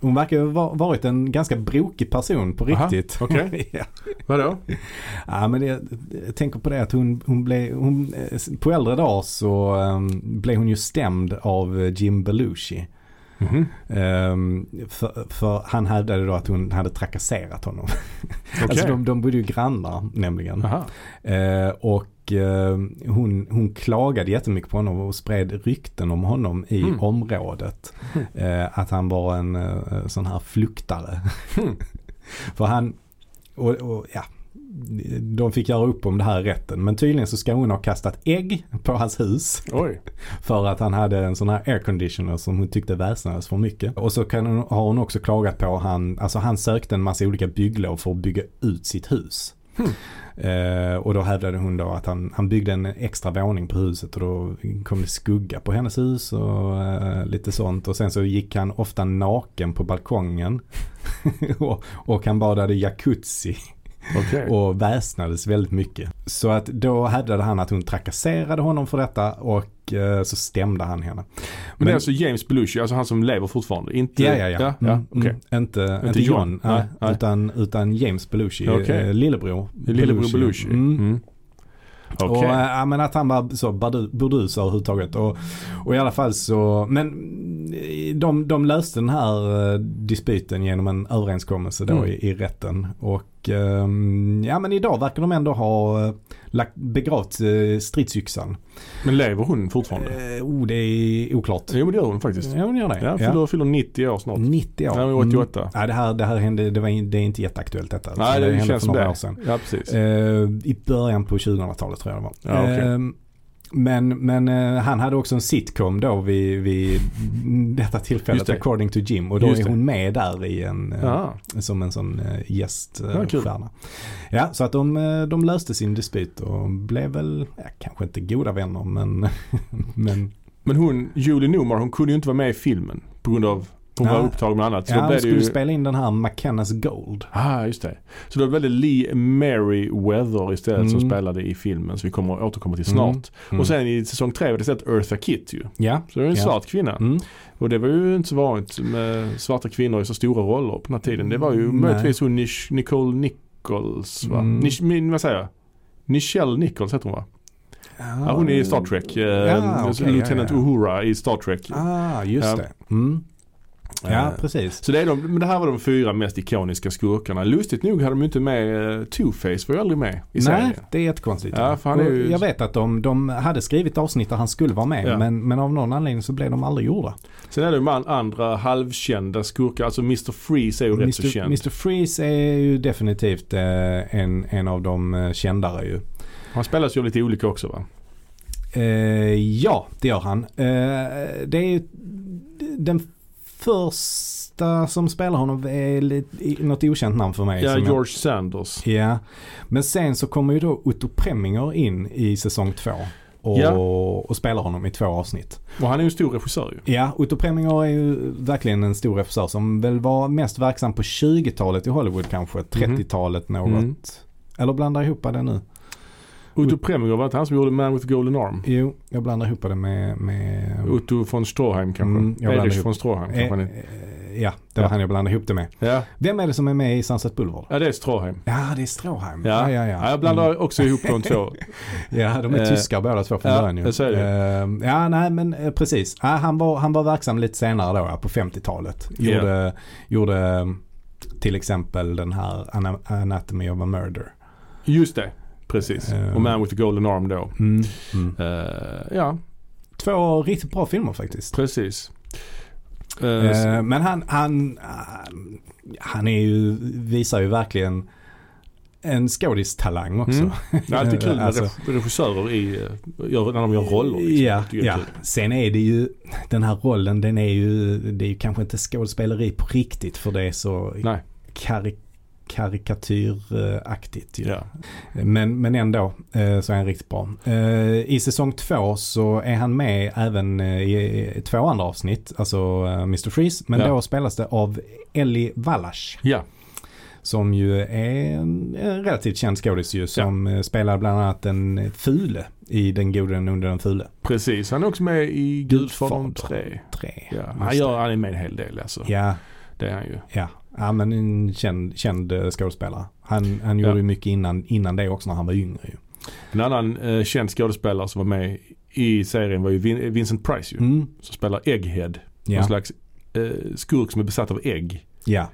[SPEAKER 1] Hon verkar ha va- varit en ganska brokig person på
[SPEAKER 2] Aha,
[SPEAKER 1] riktigt.
[SPEAKER 2] okej.
[SPEAKER 1] ja.
[SPEAKER 2] Vadå?
[SPEAKER 1] ja, men det, jag tänker på det att hon, hon blev, hon, eh, på äldre dag så ehm, blev hon ju stämd av eh, Jim Belushi.
[SPEAKER 2] Mhm.
[SPEAKER 1] Ehm, för, för han hävdade då att hon hade trakasserat honom.
[SPEAKER 2] Okej.
[SPEAKER 1] Alltså de, de bodde ju grannar nämligen.
[SPEAKER 2] Aha.
[SPEAKER 1] Eh, och eh, hon, hon klagade jättemycket på honom och spred rykten om honom i
[SPEAKER 2] Mm.
[SPEAKER 1] området.
[SPEAKER 2] Hmm.
[SPEAKER 1] Eh, att han var en eh, sån här fluktare.
[SPEAKER 2] Mm.
[SPEAKER 1] För han, och, och ja, de fick göra upp om det här i rätten. Men tydligen så ska hon ha kastat ägg på hans hus.
[SPEAKER 2] Oj.
[SPEAKER 1] För att han hade en sån här airconditioner som hon tyckte väsnades för mycket. Och så kan hon, har hon också klagat på han, alltså han sökte en massa olika bygglov för att bygga ut sitt hus. Eh, och då hävdade hon då att han, han byggde en extra våning på huset och då kom det skugga på hennes hus och eh, lite sånt. Och sen så gick han ofta naken på balkongen. och, och han badade i jacuzzi
[SPEAKER 2] Okej.
[SPEAKER 1] och väsnades väldigt mycket. Så att då hävdade han att hon trakasserade honom för detta och eh, så stämde han henne.
[SPEAKER 2] Men det är
[SPEAKER 1] men-
[SPEAKER 2] alltså James Belushi, alltså han som lever fortfarande? Inte...
[SPEAKER 1] Ja, ja, ja.
[SPEAKER 2] ja, ja
[SPEAKER 1] Mm,
[SPEAKER 2] okej.
[SPEAKER 1] mm. Inte, inte
[SPEAKER 2] John.
[SPEAKER 1] John,
[SPEAKER 2] Nej,
[SPEAKER 1] nej,
[SPEAKER 2] nej.
[SPEAKER 1] Utan, utan James Belushi,
[SPEAKER 2] Okej.
[SPEAKER 1] eh, lillebror.
[SPEAKER 2] Det är Lillebror Belushi.
[SPEAKER 1] Mm.
[SPEAKER 2] Mm. Okej.
[SPEAKER 1] Och eh, ja, men att han var så badu- burdus överhuvudtaget. Och, och i alla fall så, men eh, de, de löste den här eh, dispyten genom en överenskommelse då
[SPEAKER 2] Mm.
[SPEAKER 1] i, i rätten. Och ehm, ja men idag verkar de ändå ha eh, lagt, begravt eh, stridsyxan.
[SPEAKER 2] Men lever hon fortfarande?
[SPEAKER 1] Eh, oh det är oklart.
[SPEAKER 2] Jo men det gör hon faktiskt.
[SPEAKER 1] Ja Mm. men gör det.
[SPEAKER 2] Ja, för då fyller 90 år snart.
[SPEAKER 1] 90 år.
[SPEAKER 2] Nej, men 88.
[SPEAKER 1] Mm. Ja, det, här, det här hände, det, var, in- det är inte jätteaktuellt detta.
[SPEAKER 2] Nej det,
[SPEAKER 1] hände
[SPEAKER 2] känns
[SPEAKER 1] för
[SPEAKER 2] som
[SPEAKER 1] några
[SPEAKER 2] det.
[SPEAKER 1] år sedan.
[SPEAKER 2] Ja precis.
[SPEAKER 1] Eh, I början på 2000-talet tror jag det var.
[SPEAKER 2] Ja, okej.
[SPEAKER 1] Ehm, men men eh, han hade också en sitcom då vid, vid detta
[SPEAKER 2] Just
[SPEAKER 1] tillfället,
[SPEAKER 2] det.
[SPEAKER 1] according to Jim. Och då
[SPEAKER 2] Just
[SPEAKER 1] är
[SPEAKER 2] det.
[SPEAKER 1] hon med där i en, eh,
[SPEAKER 2] Ja.
[SPEAKER 1] som en sån eh,
[SPEAKER 2] Ja, kul.
[SPEAKER 1] gäststjärna. Ja, så att de, eh, de löste sin dispyt och blev väl, ja, kanske inte goda vänner men, men
[SPEAKER 2] Men hon, Julie Newmar, hon kunde ju inte vara med i filmen på grund av hon
[SPEAKER 1] Ja.
[SPEAKER 2] var upptagen med annat. Så
[SPEAKER 1] ja,
[SPEAKER 2] då
[SPEAKER 1] han
[SPEAKER 2] blev det
[SPEAKER 1] skulle
[SPEAKER 2] ju...
[SPEAKER 1] spela in den här McKenna's Gold.
[SPEAKER 2] Ah, just det. Så det var väldigt Lee Merriweather istället som
[SPEAKER 1] Mm.
[SPEAKER 2] spelade i filmen som vi kommer att återkomma till snart.
[SPEAKER 1] Mm.
[SPEAKER 2] Och sen i säsong tre var det istället Eartha Kitt ju.
[SPEAKER 1] Ja.
[SPEAKER 2] Så det var en
[SPEAKER 1] Ja.
[SPEAKER 2] svart kvinna.
[SPEAKER 1] Mm.
[SPEAKER 2] Och det var ju inte så vanligt med svarta kvinnor i så stora roller på den här tiden. Det var ju
[SPEAKER 1] Mm. Nej.
[SPEAKER 2] möjligtvis hon Nish, Nicole Nichols va?
[SPEAKER 1] Mm.
[SPEAKER 2] Nish, min, vad säger jag? Nichelle Nichols heter hon va? Ja, hon är i Star Trek. Eh,
[SPEAKER 1] Ja, Ah, okej,
[SPEAKER 2] Lieutenant
[SPEAKER 1] ja, ja.
[SPEAKER 2] Uhura i Star Trek.
[SPEAKER 1] Ah, just
[SPEAKER 2] Ja.
[SPEAKER 1] det. Mm. Ja,
[SPEAKER 2] Eh,
[SPEAKER 1] precis.
[SPEAKER 2] Så det, är de, men det här var de fyra mest ikoniska skurkarna. Lustigt nog hade de ju inte med eh, Two-Face var ju aldrig med i serien.
[SPEAKER 1] Nej, det är jättekonstigt.
[SPEAKER 2] Ja, för han är ju-
[SPEAKER 1] Och Jag vet att de, de hade skrivit avsnitt där han skulle vara med
[SPEAKER 2] Ja.
[SPEAKER 1] men, men av någon anledning så blev de aldrig gjorda.
[SPEAKER 2] Sen är det ju man, andra halvkända skurkar. Alltså Mr. Freeze är ju rätt så
[SPEAKER 1] Mr,
[SPEAKER 2] känd.
[SPEAKER 1] Mr Freeze är ju definitivt eh, en, en av de eh, kändare ju.
[SPEAKER 2] Han spelas ju av lite olika också va?
[SPEAKER 1] Eh, ja, det gör han. Eh, det är ju den första som spelar honom är lite, i- något okänt namn för mig.
[SPEAKER 2] Ja,
[SPEAKER 1] som jag-
[SPEAKER 2] George Sanders.
[SPEAKER 1] Ja, men sen så kommer ju då Otto Preminger in i säsong två. Och,
[SPEAKER 2] Ja.
[SPEAKER 1] och spelar honom i två avsnitt.
[SPEAKER 2] Och han är ju en stor regissör ju.
[SPEAKER 1] Ja, Otto Preminger är ju verkligen en stor regissör som väl var mest verksam på 20-talet i Hollywood kanske. 30-talet något.
[SPEAKER 2] Mhm. Mm.
[SPEAKER 1] Eller blandar jag ihop det nu? Mm.
[SPEAKER 2] Otto Preminger, var inte han som gjorde Man with the Golden Arm?
[SPEAKER 1] Jo, jag blandar ihop det med... med
[SPEAKER 2] Otto von Stroheim
[SPEAKER 1] Mm,
[SPEAKER 2] kanske?
[SPEAKER 1] jag blandar
[SPEAKER 2] Erich
[SPEAKER 1] ihop.
[SPEAKER 2] von Stroheim
[SPEAKER 1] Eh,
[SPEAKER 2] kanske han är.
[SPEAKER 1] eh, ja, det var
[SPEAKER 2] Ja.
[SPEAKER 1] han jag blandade ihop det med.
[SPEAKER 2] Ja.
[SPEAKER 1] Vem är det som är med i Sunset Boulevard?
[SPEAKER 2] ja, det är Stroheim.
[SPEAKER 1] Ja, det är Stråheim.
[SPEAKER 2] Ja.
[SPEAKER 1] ja, Mm. ja.
[SPEAKER 2] Ja, jag blandar också ihop de två.
[SPEAKER 1] Ja, de är
[SPEAKER 2] Eh,
[SPEAKER 1] tyskar båda två från
[SPEAKER 2] ja,
[SPEAKER 1] början ju.
[SPEAKER 2] så är det.
[SPEAKER 1] Eh, ja, nej men eh, precis. Ja, han, var, han var verksam lite senare då, ja, på 50-talet.
[SPEAKER 2] Ja.
[SPEAKER 1] Gjorde, gjorde eh, till exempel den här Ana- Anatomy of a Murder.
[SPEAKER 2] Just det, precis.
[SPEAKER 1] Eh.
[SPEAKER 2] Och Man with the Golden Arm då.
[SPEAKER 1] Mm. Mm.
[SPEAKER 2] Eh, ja,
[SPEAKER 1] Två riktigt bra filmer faktiskt.
[SPEAKER 2] precis. Eh,
[SPEAKER 1] Eh, men han, han, han, han är ju, visar ju verkligen en skådistalang också.
[SPEAKER 2] Mm. Det är alltid kul när
[SPEAKER 1] Alltså-
[SPEAKER 2] reg- regissörer i, eh, gör, när de gör roller. Liksom.
[SPEAKER 1] Ja,
[SPEAKER 2] Det är
[SPEAKER 1] ja.
[SPEAKER 2] kul.
[SPEAKER 1] Sen är det ju, den här rollen den är ju, det är ju kanske inte skådespeleri på riktigt för det är så
[SPEAKER 2] Nej.
[SPEAKER 1] karik karikatyraktigt ju.
[SPEAKER 2] Ja.
[SPEAKER 1] Men, men ändå eh, så är han riktigt bra. Eh, I säsong två så är han med även eh, i två andra avsnitt, alltså eh, Mr. Freeze. Men
[SPEAKER 2] Ja.
[SPEAKER 1] då spelas det av Ellie Wallach
[SPEAKER 2] ja,
[SPEAKER 1] som ju är en, en relativt känd skådis ju som eh, spelar bland annat den fule i Den gode, den onde, den fule.
[SPEAKER 2] precis. Han är också med i Gudfadern
[SPEAKER 1] Gudfadern.
[SPEAKER 2] 3.
[SPEAKER 1] Tre.
[SPEAKER 2] Ja.
[SPEAKER 1] Just
[SPEAKER 2] Han, gör, han är med en hel del alltså.
[SPEAKER 1] Ja,
[SPEAKER 2] Det är han ju.
[SPEAKER 1] Ja, ja men en känd, känd eh, skådespelare. Han, han
[SPEAKER 2] Ja.
[SPEAKER 1] gjorde ju mycket innan, innan det också när han var yngre ju.
[SPEAKER 2] En annan eh, känd skådespelare som var med i serien var ju Vin- Vincent Price ju.
[SPEAKER 1] Mm.
[SPEAKER 2] Som spelar Egghead. Någon
[SPEAKER 1] Ja.
[SPEAKER 2] slags eh, skurk som är besatt av ägg.
[SPEAKER 1] ja.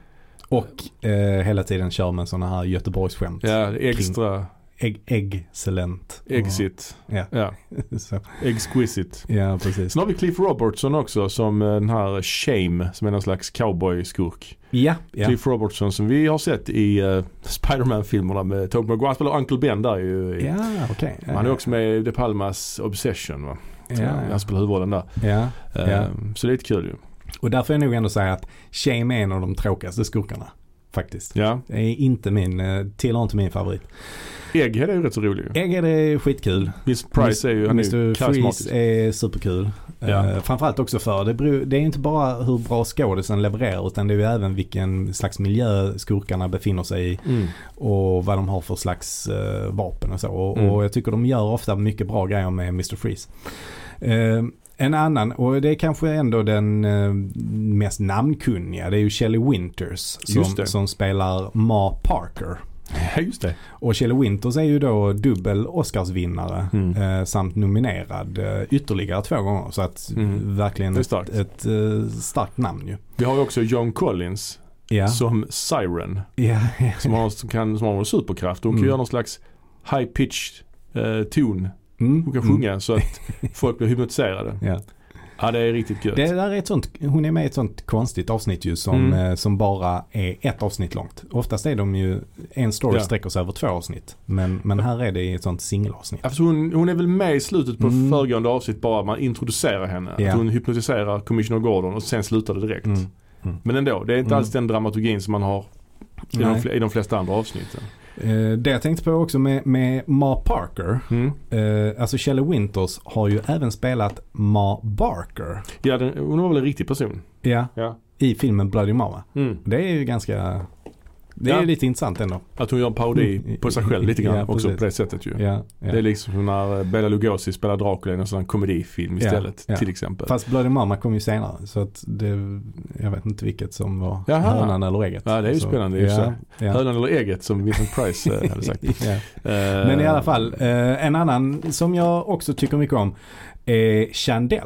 [SPEAKER 1] Och eh, hela tiden kör med sådana här Göteborgsskämt.
[SPEAKER 2] Ja, extra
[SPEAKER 1] Ägg, excellent.
[SPEAKER 2] exit.
[SPEAKER 1] Ja.
[SPEAKER 2] Ja,
[SPEAKER 1] Så,
[SPEAKER 2] exquisite.
[SPEAKER 1] ja, precis.
[SPEAKER 2] Sen har vi Cliff Robertson också som eh, den här Shame som är någon slags cowboy-skurk.
[SPEAKER 1] Ja, ja.
[SPEAKER 2] Cliff Robertson som vi har sett i eh, Spider-Man-filmerna med Tobey Maguire. Han spelar Uncle Ben där ju. i-
[SPEAKER 1] Ja, okej.
[SPEAKER 2] Han är också med i De Palmas Obsession va?
[SPEAKER 1] Ja, ja.
[SPEAKER 2] Han spelar huvudrollen där.
[SPEAKER 1] ja.
[SPEAKER 2] Eh,
[SPEAKER 1] Ja.
[SPEAKER 2] Så det är lite kul ju.
[SPEAKER 1] Och därför är jag nog ändå säga att Shame är en av de tråkigaste skurkarna. Faktiskt.
[SPEAKER 2] Ja.
[SPEAKER 1] Det är inte min, eh, tillhör inte min favorit.
[SPEAKER 2] Egghead är ju rätt så rolig ju.
[SPEAKER 1] Ägg är det skitkul.
[SPEAKER 2] Vincent Price är ju, han är ju
[SPEAKER 1] Mr.
[SPEAKER 2] karismatisk.
[SPEAKER 1] Freeze är superkul.
[SPEAKER 2] Ja.
[SPEAKER 1] Eh, framförallt också för, det, beror, det är ju inte bara hur bra skådisen levererar utan det är ju även vilken slags miljö skurkarna befinner sig i
[SPEAKER 2] Mm.
[SPEAKER 1] och vad de har för slags eh, vapen och så. Och,
[SPEAKER 2] Mm.
[SPEAKER 1] och jag tycker de gör ofta mycket bra grejer med Mr. Freeze. Eh, en annan, och det är kanske ändå den eh, mest namnkunniga, det är ju Shelley Winters
[SPEAKER 2] Just
[SPEAKER 1] som,
[SPEAKER 2] det.
[SPEAKER 1] som spelar Ma Parker.
[SPEAKER 2] Ja just det.
[SPEAKER 1] Och Kjell Winters är ju då dubbel Oscarsvinnare
[SPEAKER 2] Mm.
[SPEAKER 1] eh, samt nominerad eh, ytterligare två gånger. Så att
[SPEAKER 2] Mm.
[SPEAKER 1] verkligen
[SPEAKER 2] Det är
[SPEAKER 1] ett,
[SPEAKER 2] starkt.
[SPEAKER 1] ett eh, starkt namn ju.
[SPEAKER 2] Vi har ju också John Collins
[SPEAKER 1] Ja,
[SPEAKER 2] som Siren.
[SPEAKER 1] ja, ja.
[SPEAKER 2] Som har, som kan, som har en superkraft. Hon kan
[SPEAKER 1] Mm.
[SPEAKER 2] göra någon slags high pitch eh, ton.
[SPEAKER 1] Mm.
[SPEAKER 2] Hon kan
[SPEAKER 1] mm.
[SPEAKER 2] sjunga så att folk blir hypnotiserade.
[SPEAKER 1] Ja.
[SPEAKER 2] Ja det är riktigt gött.
[SPEAKER 1] Det där är ett sånt, hon är med i ett sånt konstigt avsnitt ju som,
[SPEAKER 2] Mm.
[SPEAKER 1] eh, som bara är ett avsnitt långt. Oftast är de ju, en story
[SPEAKER 2] Ja.
[SPEAKER 1] sträcker sig över två avsnitt. Men, men här är det i ett sånt singelavsnitt.
[SPEAKER 2] Alltså hon, hon är väl med i slutet på
[SPEAKER 1] Mm.
[SPEAKER 2] föregående avsnitt bara man introducerar henne.
[SPEAKER 1] Ja.
[SPEAKER 2] Att hon hypnotiserar Commissioner Gordon och sen slutar det direkt.
[SPEAKER 1] Mm. Mm.
[SPEAKER 2] Men ändå, det är inte
[SPEAKER 1] Mm.
[SPEAKER 2] alls den dramaturgin som man har i de,
[SPEAKER 1] Nej.
[SPEAKER 2] fle- i de flesta andra avsnitten.
[SPEAKER 1] Eh, Det jag tänkte på också med, med Ma Parker,
[SPEAKER 2] Mm.
[SPEAKER 1] eh, alltså Kjell Winters har ju även spelat Ma Barker.
[SPEAKER 2] Ja, den, hon var väl en riktig person.
[SPEAKER 1] Ja,
[SPEAKER 2] Ja.
[SPEAKER 1] i filmen Bloody Mama.
[SPEAKER 2] Mm.
[SPEAKER 1] Det är ju ganska... Det är
[SPEAKER 2] Ja.
[SPEAKER 1] ju lite intressant ändå.
[SPEAKER 2] Att hon gör en parodi
[SPEAKER 1] Mm.
[SPEAKER 2] på sig själv lite grann
[SPEAKER 1] Ja,
[SPEAKER 2] också
[SPEAKER 1] precis.
[SPEAKER 2] på det sättet ju.
[SPEAKER 1] Ja, ja.
[SPEAKER 2] Det är liksom när eh, Bela Lugosi spelar Dracula i en sån här komedifilm
[SPEAKER 1] Ja,
[SPEAKER 2] istället
[SPEAKER 1] ja.
[SPEAKER 2] till exempel.
[SPEAKER 1] Fast Bloody Mama kom ju senare. Så att det, jag vet inte vilket som var
[SPEAKER 2] Jaha.
[SPEAKER 1] hönan eller ägget.
[SPEAKER 2] Ja, det är ju
[SPEAKER 1] så,
[SPEAKER 2] spännande i och för
[SPEAKER 1] Ja,
[SPEAKER 2] sig.
[SPEAKER 1] ja.
[SPEAKER 2] Hönan eller ägget som Vincent Price eh, hade sagt.
[SPEAKER 1] ja. Men i alla fall, eh, en annan som jag också tycker mycket om är Chandel.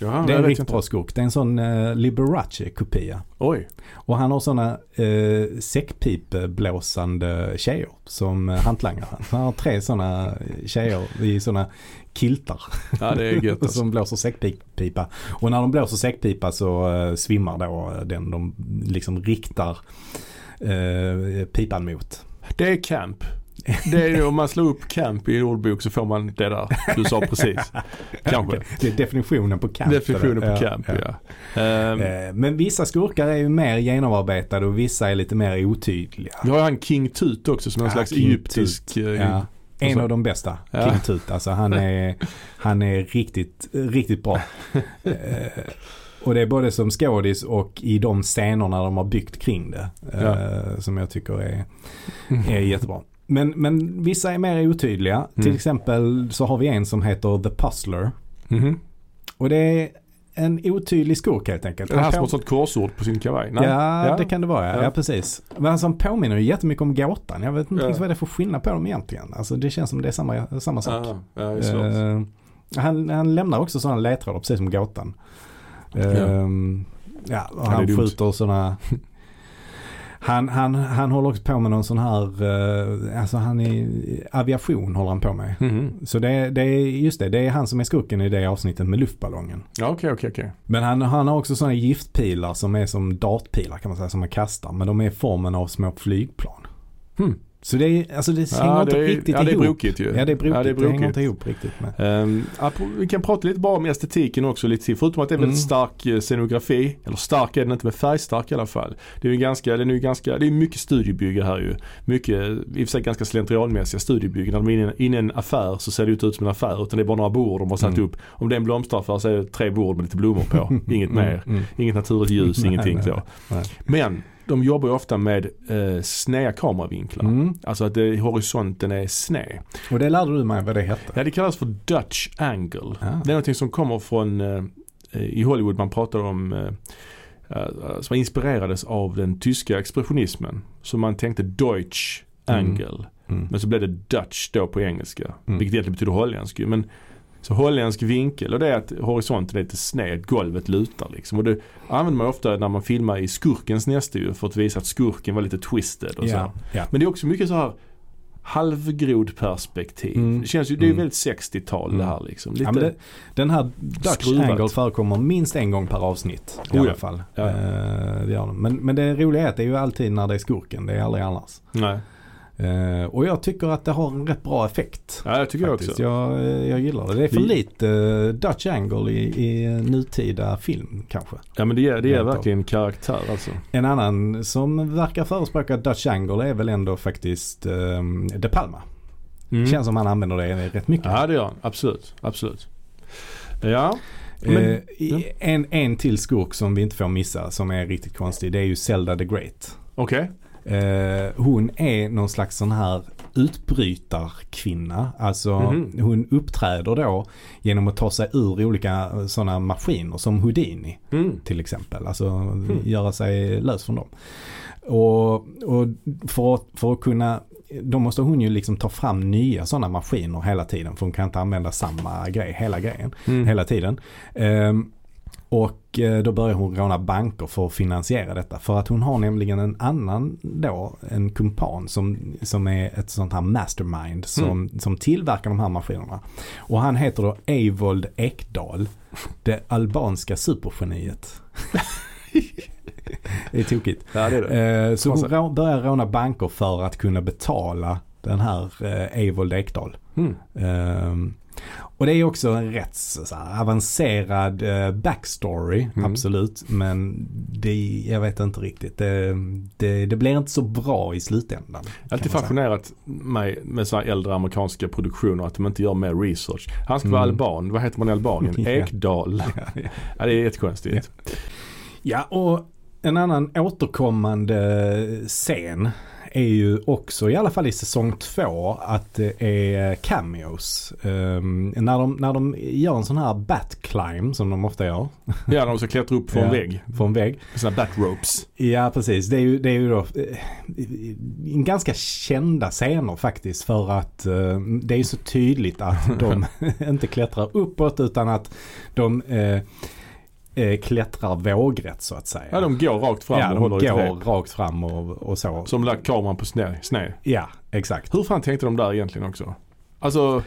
[SPEAKER 2] Eh,
[SPEAKER 1] Det är en riktigt bra skurk. Det är en sån eh, Liberace-kopia.
[SPEAKER 2] Oj.
[SPEAKER 1] Och han har sådana eh, säckpipblåsande tjejer som eh, hantlangare. Han har tre sådana tjejer i sådana kiltar
[SPEAKER 2] Ja det är gött alltså.
[SPEAKER 1] som blåser säckpipa. Och när de blåser säckpipa så eh, svimmar då eh, den de liksom riktar eh, pipan mot.
[SPEAKER 2] Det är camp. Det är ju om man slår upp camp i en ordbok så får man det där du sa precis. Kanske.
[SPEAKER 1] Det är definitionen på camp.
[SPEAKER 2] Definitionen på
[SPEAKER 1] Ja,
[SPEAKER 2] camp
[SPEAKER 1] ja.
[SPEAKER 2] ja. Ehm,
[SPEAKER 1] Eh, Men vissa skurkar är ju mer genomarbetade och vissa är lite mer otydliga.
[SPEAKER 2] Vi har ju han King Tut också som är en
[SPEAKER 1] Ja,
[SPEAKER 2] slags
[SPEAKER 1] King
[SPEAKER 2] egyptisk. eh,
[SPEAKER 1] Ja. En
[SPEAKER 2] så-
[SPEAKER 1] av de bästa,
[SPEAKER 2] Ja.
[SPEAKER 1] King Tut. Alltså han är, han är riktigt, riktigt bra. eh, och det är både som skådis och i de scenerna de har byggt kring det. Eh, Som jag tycker är, är jättebra. Men, men vissa är mer otydliga. Till
[SPEAKER 2] Mm.
[SPEAKER 1] exempel så har vi en som heter The Puzzler.
[SPEAKER 2] Mhm.
[SPEAKER 1] Och det är en otydlig skurk helt enkelt.
[SPEAKER 2] Det här
[SPEAKER 1] Han
[SPEAKER 2] som har
[SPEAKER 1] på-
[SPEAKER 2] ett sånt korsord på sin kavaj. Nej.
[SPEAKER 1] Ja, det kan det vara. Ja,
[SPEAKER 2] Ja.
[SPEAKER 1] ja precis. Men alltså, han påminner ju jättemycket om gåtan. Jag vet inte
[SPEAKER 2] Ja.
[SPEAKER 1] riktigt vad det är för skillnad på dem egentligen. Alltså, det känns som det är samma, samma sak.
[SPEAKER 2] Ja, Ah, ja, det är svårt.
[SPEAKER 1] Eh, han, han lämnar också sådana ledtrådar, precis som gåtan. Ehm, ja, och
[SPEAKER 2] det är
[SPEAKER 1] han
[SPEAKER 2] dumt.
[SPEAKER 1] skjuter sådana... Han, han, han håller också på med någon sån här, eh, alltså han är, aviation håller han på med.
[SPEAKER 2] Mhm.
[SPEAKER 1] Så det, det är, just det, det är han som är skurken i det avsnittet med luftballongen.
[SPEAKER 2] Ja, okej, okej, okej.
[SPEAKER 1] Men han, han har också sådana giftpilar som är som dartpilar kan man säga, som man kastar. Men de är i formen av små flygplan. Hm.
[SPEAKER 2] Hmm.
[SPEAKER 1] Så det, är, alltså det hänger
[SPEAKER 2] Ja,
[SPEAKER 1] inte
[SPEAKER 2] det är-
[SPEAKER 1] riktigt
[SPEAKER 2] ja, det är
[SPEAKER 1] ihop.
[SPEAKER 2] brokigt ju.
[SPEAKER 1] Ja, det är brokigt.
[SPEAKER 2] Ja, det
[SPEAKER 1] det,
[SPEAKER 2] är
[SPEAKER 1] hänger
[SPEAKER 2] brokigt.
[SPEAKER 1] inte ihop riktigt med.
[SPEAKER 2] Ehm, apro- vi kan prata lite bara om estetiken också lite till. Förutom att det är väldigt
[SPEAKER 1] Mm.
[SPEAKER 2] stark eh, scenografi. Eller stark är den inte men färgstark i alla fall. Det är ju ganska, det är ju ganska, det är mycket studiebygge här ju. Mycket, eh, i och för sig ganska slentrianmässiga studiebyggen. När de är inne i en affär så ser det ju inte ut som en affär utan det är bara några bord de har satt
[SPEAKER 1] Mm.
[SPEAKER 2] upp. Om det är en blomsteraffär så är det tre bord med lite blommor på. Inget mer.
[SPEAKER 1] Mm.
[SPEAKER 2] Inget naturligt ljus,
[SPEAKER 1] Nej,
[SPEAKER 2] ingenting
[SPEAKER 1] nej,
[SPEAKER 2] så.
[SPEAKER 1] nej.
[SPEAKER 2] Men de jobbar ju ofta med eh, sneda kameravinklar.
[SPEAKER 1] Mm.
[SPEAKER 2] Alltså att det, horisonten är sned.
[SPEAKER 1] Och det lärde du mig vad det hette.
[SPEAKER 2] Ja, det kallas för Dutch angle.
[SPEAKER 1] Ah.
[SPEAKER 2] Det är någonting som kommer från eh, i Hollywood man pratar om eh, eh, som inspirerades av den tyska expressionismen. Så man tänkte Deutsch
[SPEAKER 1] Mm.
[SPEAKER 2] Angel.
[SPEAKER 1] Mm.
[SPEAKER 2] Men så blev det Dutch då på engelska.
[SPEAKER 1] Mm.
[SPEAKER 2] Vilket egentligen betyder holländsk ju. Men så holländsk vinkel och det är att horisonten är lite sned, golvet lutar liksom. Och det använder man ofta när man filmar i skurkens näste ju för att visa att skurken var lite twisted och så här.
[SPEAKER 1] Ja, ja.
[SPEAKER 2] Men det är också mycket så här halvgrod perspektiv.
[SPEAKER 1] Mm.
[SPEAKER 2] Det känns ju, det är ju
[SPEAKER 1] Mm.
[SPEAKER 2] väldigt 60-tal det här liksom. Lite,
[SPEAKER 1] Ja, men det, den här Dutch
[SPEAKER 2] Skruvat.
[SPEAKER 1] Angle förekommer minst en gång per avsnitt i
[SPEAKER 2] Oh ja.
[SPEAKER 1] alla fall.
[SPEAKER 2] Ja, ja.
[SPEAKER 1] Eh, det gör den. Men, men det roliga är att det är ju alltid när det är skurken, det är aldrig annars.
[SPEAKER 2] nej.
[SPEAKER 1] Eh, och jag tycker att det har en rätt bra effekt.
[SPEAKER 2] Ja, jag tycker
[SPEAKER 1] Faktiskt.
[SPEAKER 2] jag också.
[SPEAKER 1] Jag, eh, jag gillar det. Det är för
[SPEAKER 2] Vi-
[SPEAKER 1] lite eh, Dutch Angle i, i eh, nutida film kanske.
[SPEAKER 2] Ja men det ger, det ger
[SPEAKER 1] Rent av.
[SPEAKER 2] verkligen karaktär alltså.
[SPEAKER 1] En annan som verkar förespråka Dutch Angle är väl ändå faktiskt eh, De Palma.
[SPEAKER 2] Mm.
[SPEAKER 1] Känns som han använder det rätt mycket.
[SPEAKER 2] Ja det gör han. Absolut. Absolut. Ja.
[SPEAKER 1] Eh,
[SPEAKER 2] Men, ja.
[SPEAKER 1] i- en, en till skurk som vi inte får missa som är riktigt konstig det är ju Zelda the Great.
[SPEAKER 2] Okej.
[SPEAKER 1] Eh, hon är någon slags sån här utbrytarkvinna. Alltså
[SPEAKER 2] Mhm.
[SPEAKER 1] hon uppträder då genom att ta sig ur olika sådana maskiner som Houdini
[SPEAKER 2] Mm.
[SPEAKER 1] till exempel. Alltså göra sig lös från dem. Och, och för, att, för att kunna, då måste hon ju liksom ta fram nya sådana maskiner hela tiden. För hon kan inte använda samma grej hela grejen.
[SPEAKER 2] Mm.
[SPEAKER 1] Hela tiden. Ehm, och eh, då börjar hon råna banker för att finansiera detta. För att hon har nämligen en annan då, en kumpan som, som är ett sånt här mastermind som, som tillverkar de här maskinerna. Och han heter då Eivold Ekdal. Det albanska supergeniet. det är tokigt.
[SPEAKER 2] Ja det är det.
[SPEAKER 1] Eh, Så hon
[SPEAKER 2] Konstigt.
[SPEAKER 1] rå- börjar råna banker för att kunna betala den här eh, Eivold Ekdal.
[SPEAKER 2] Mm.
[SPEAKER 1] Ehm, och det är också en rätt så så här, avancerad eh, backstory,
[SPEAKER 2] Mm.
[SPEAKER 1] absolut. Men det, jag vet inte riktigt. Det, det, det blir inte så bra i slutändan. kan
[SPEAKER 2] Alltid
[SPEAKER 1] man säga.
[SPEAKER 2] fascinerat mig med så här äldre amerikanska produktioner att de inte gör mer research. Han ska vara
[SPEAKER 1] Mm.
[SPEAKER 2] alban. Vad heter man i Albanien?
[SPEAKER 1] Ja.
[SPEAKER 2] Ekdal.
[SPEAKER 1] ja.
[SPEAKER 2] Ja, det är jättekonstigt.
[SPEAKER 1] Ja, och en annan återkommande scen är ju också, i alla fall i säsong två, att det är cameos. Ehm, när, de, när de gör en sån här batclimb, som de ofta gör,
[SPEAKER 2] Ja, när de ska klättra upp för en
[SPEAKER 1] Ja.
[SPEAKER 2] vägg.
[SPEAKER 1] från vägg.
[SPEAKER 2] Med sina batropes.
[SPEAKER 1] Ja, precis. Det är ju, det är ju då eh, ganska kända scener faktiskt för att eh, det är ju så tydligt att de inte klättrar uppåt utan att de eh, eh, klättrar vågrätt så att säga.
[SPEAKER 2] Ja, de går rakt fram
[SPEAKER 1] ja,
[SPEAKER 2] och
[SPEAKER 1] de
[SPEAKER 2] håller i ett
[SPEAKER 1] går
[SPEAKER 2] rep.
[SPEAKER 1] rakt fram och, och så.
[SPEAKER 2] Som lagt kameran på sned. sned.
[SPEAKER 1] Ja, exakt.
[SPEAKER 2] Hur fan tänkte de där egentligen också? Alltså,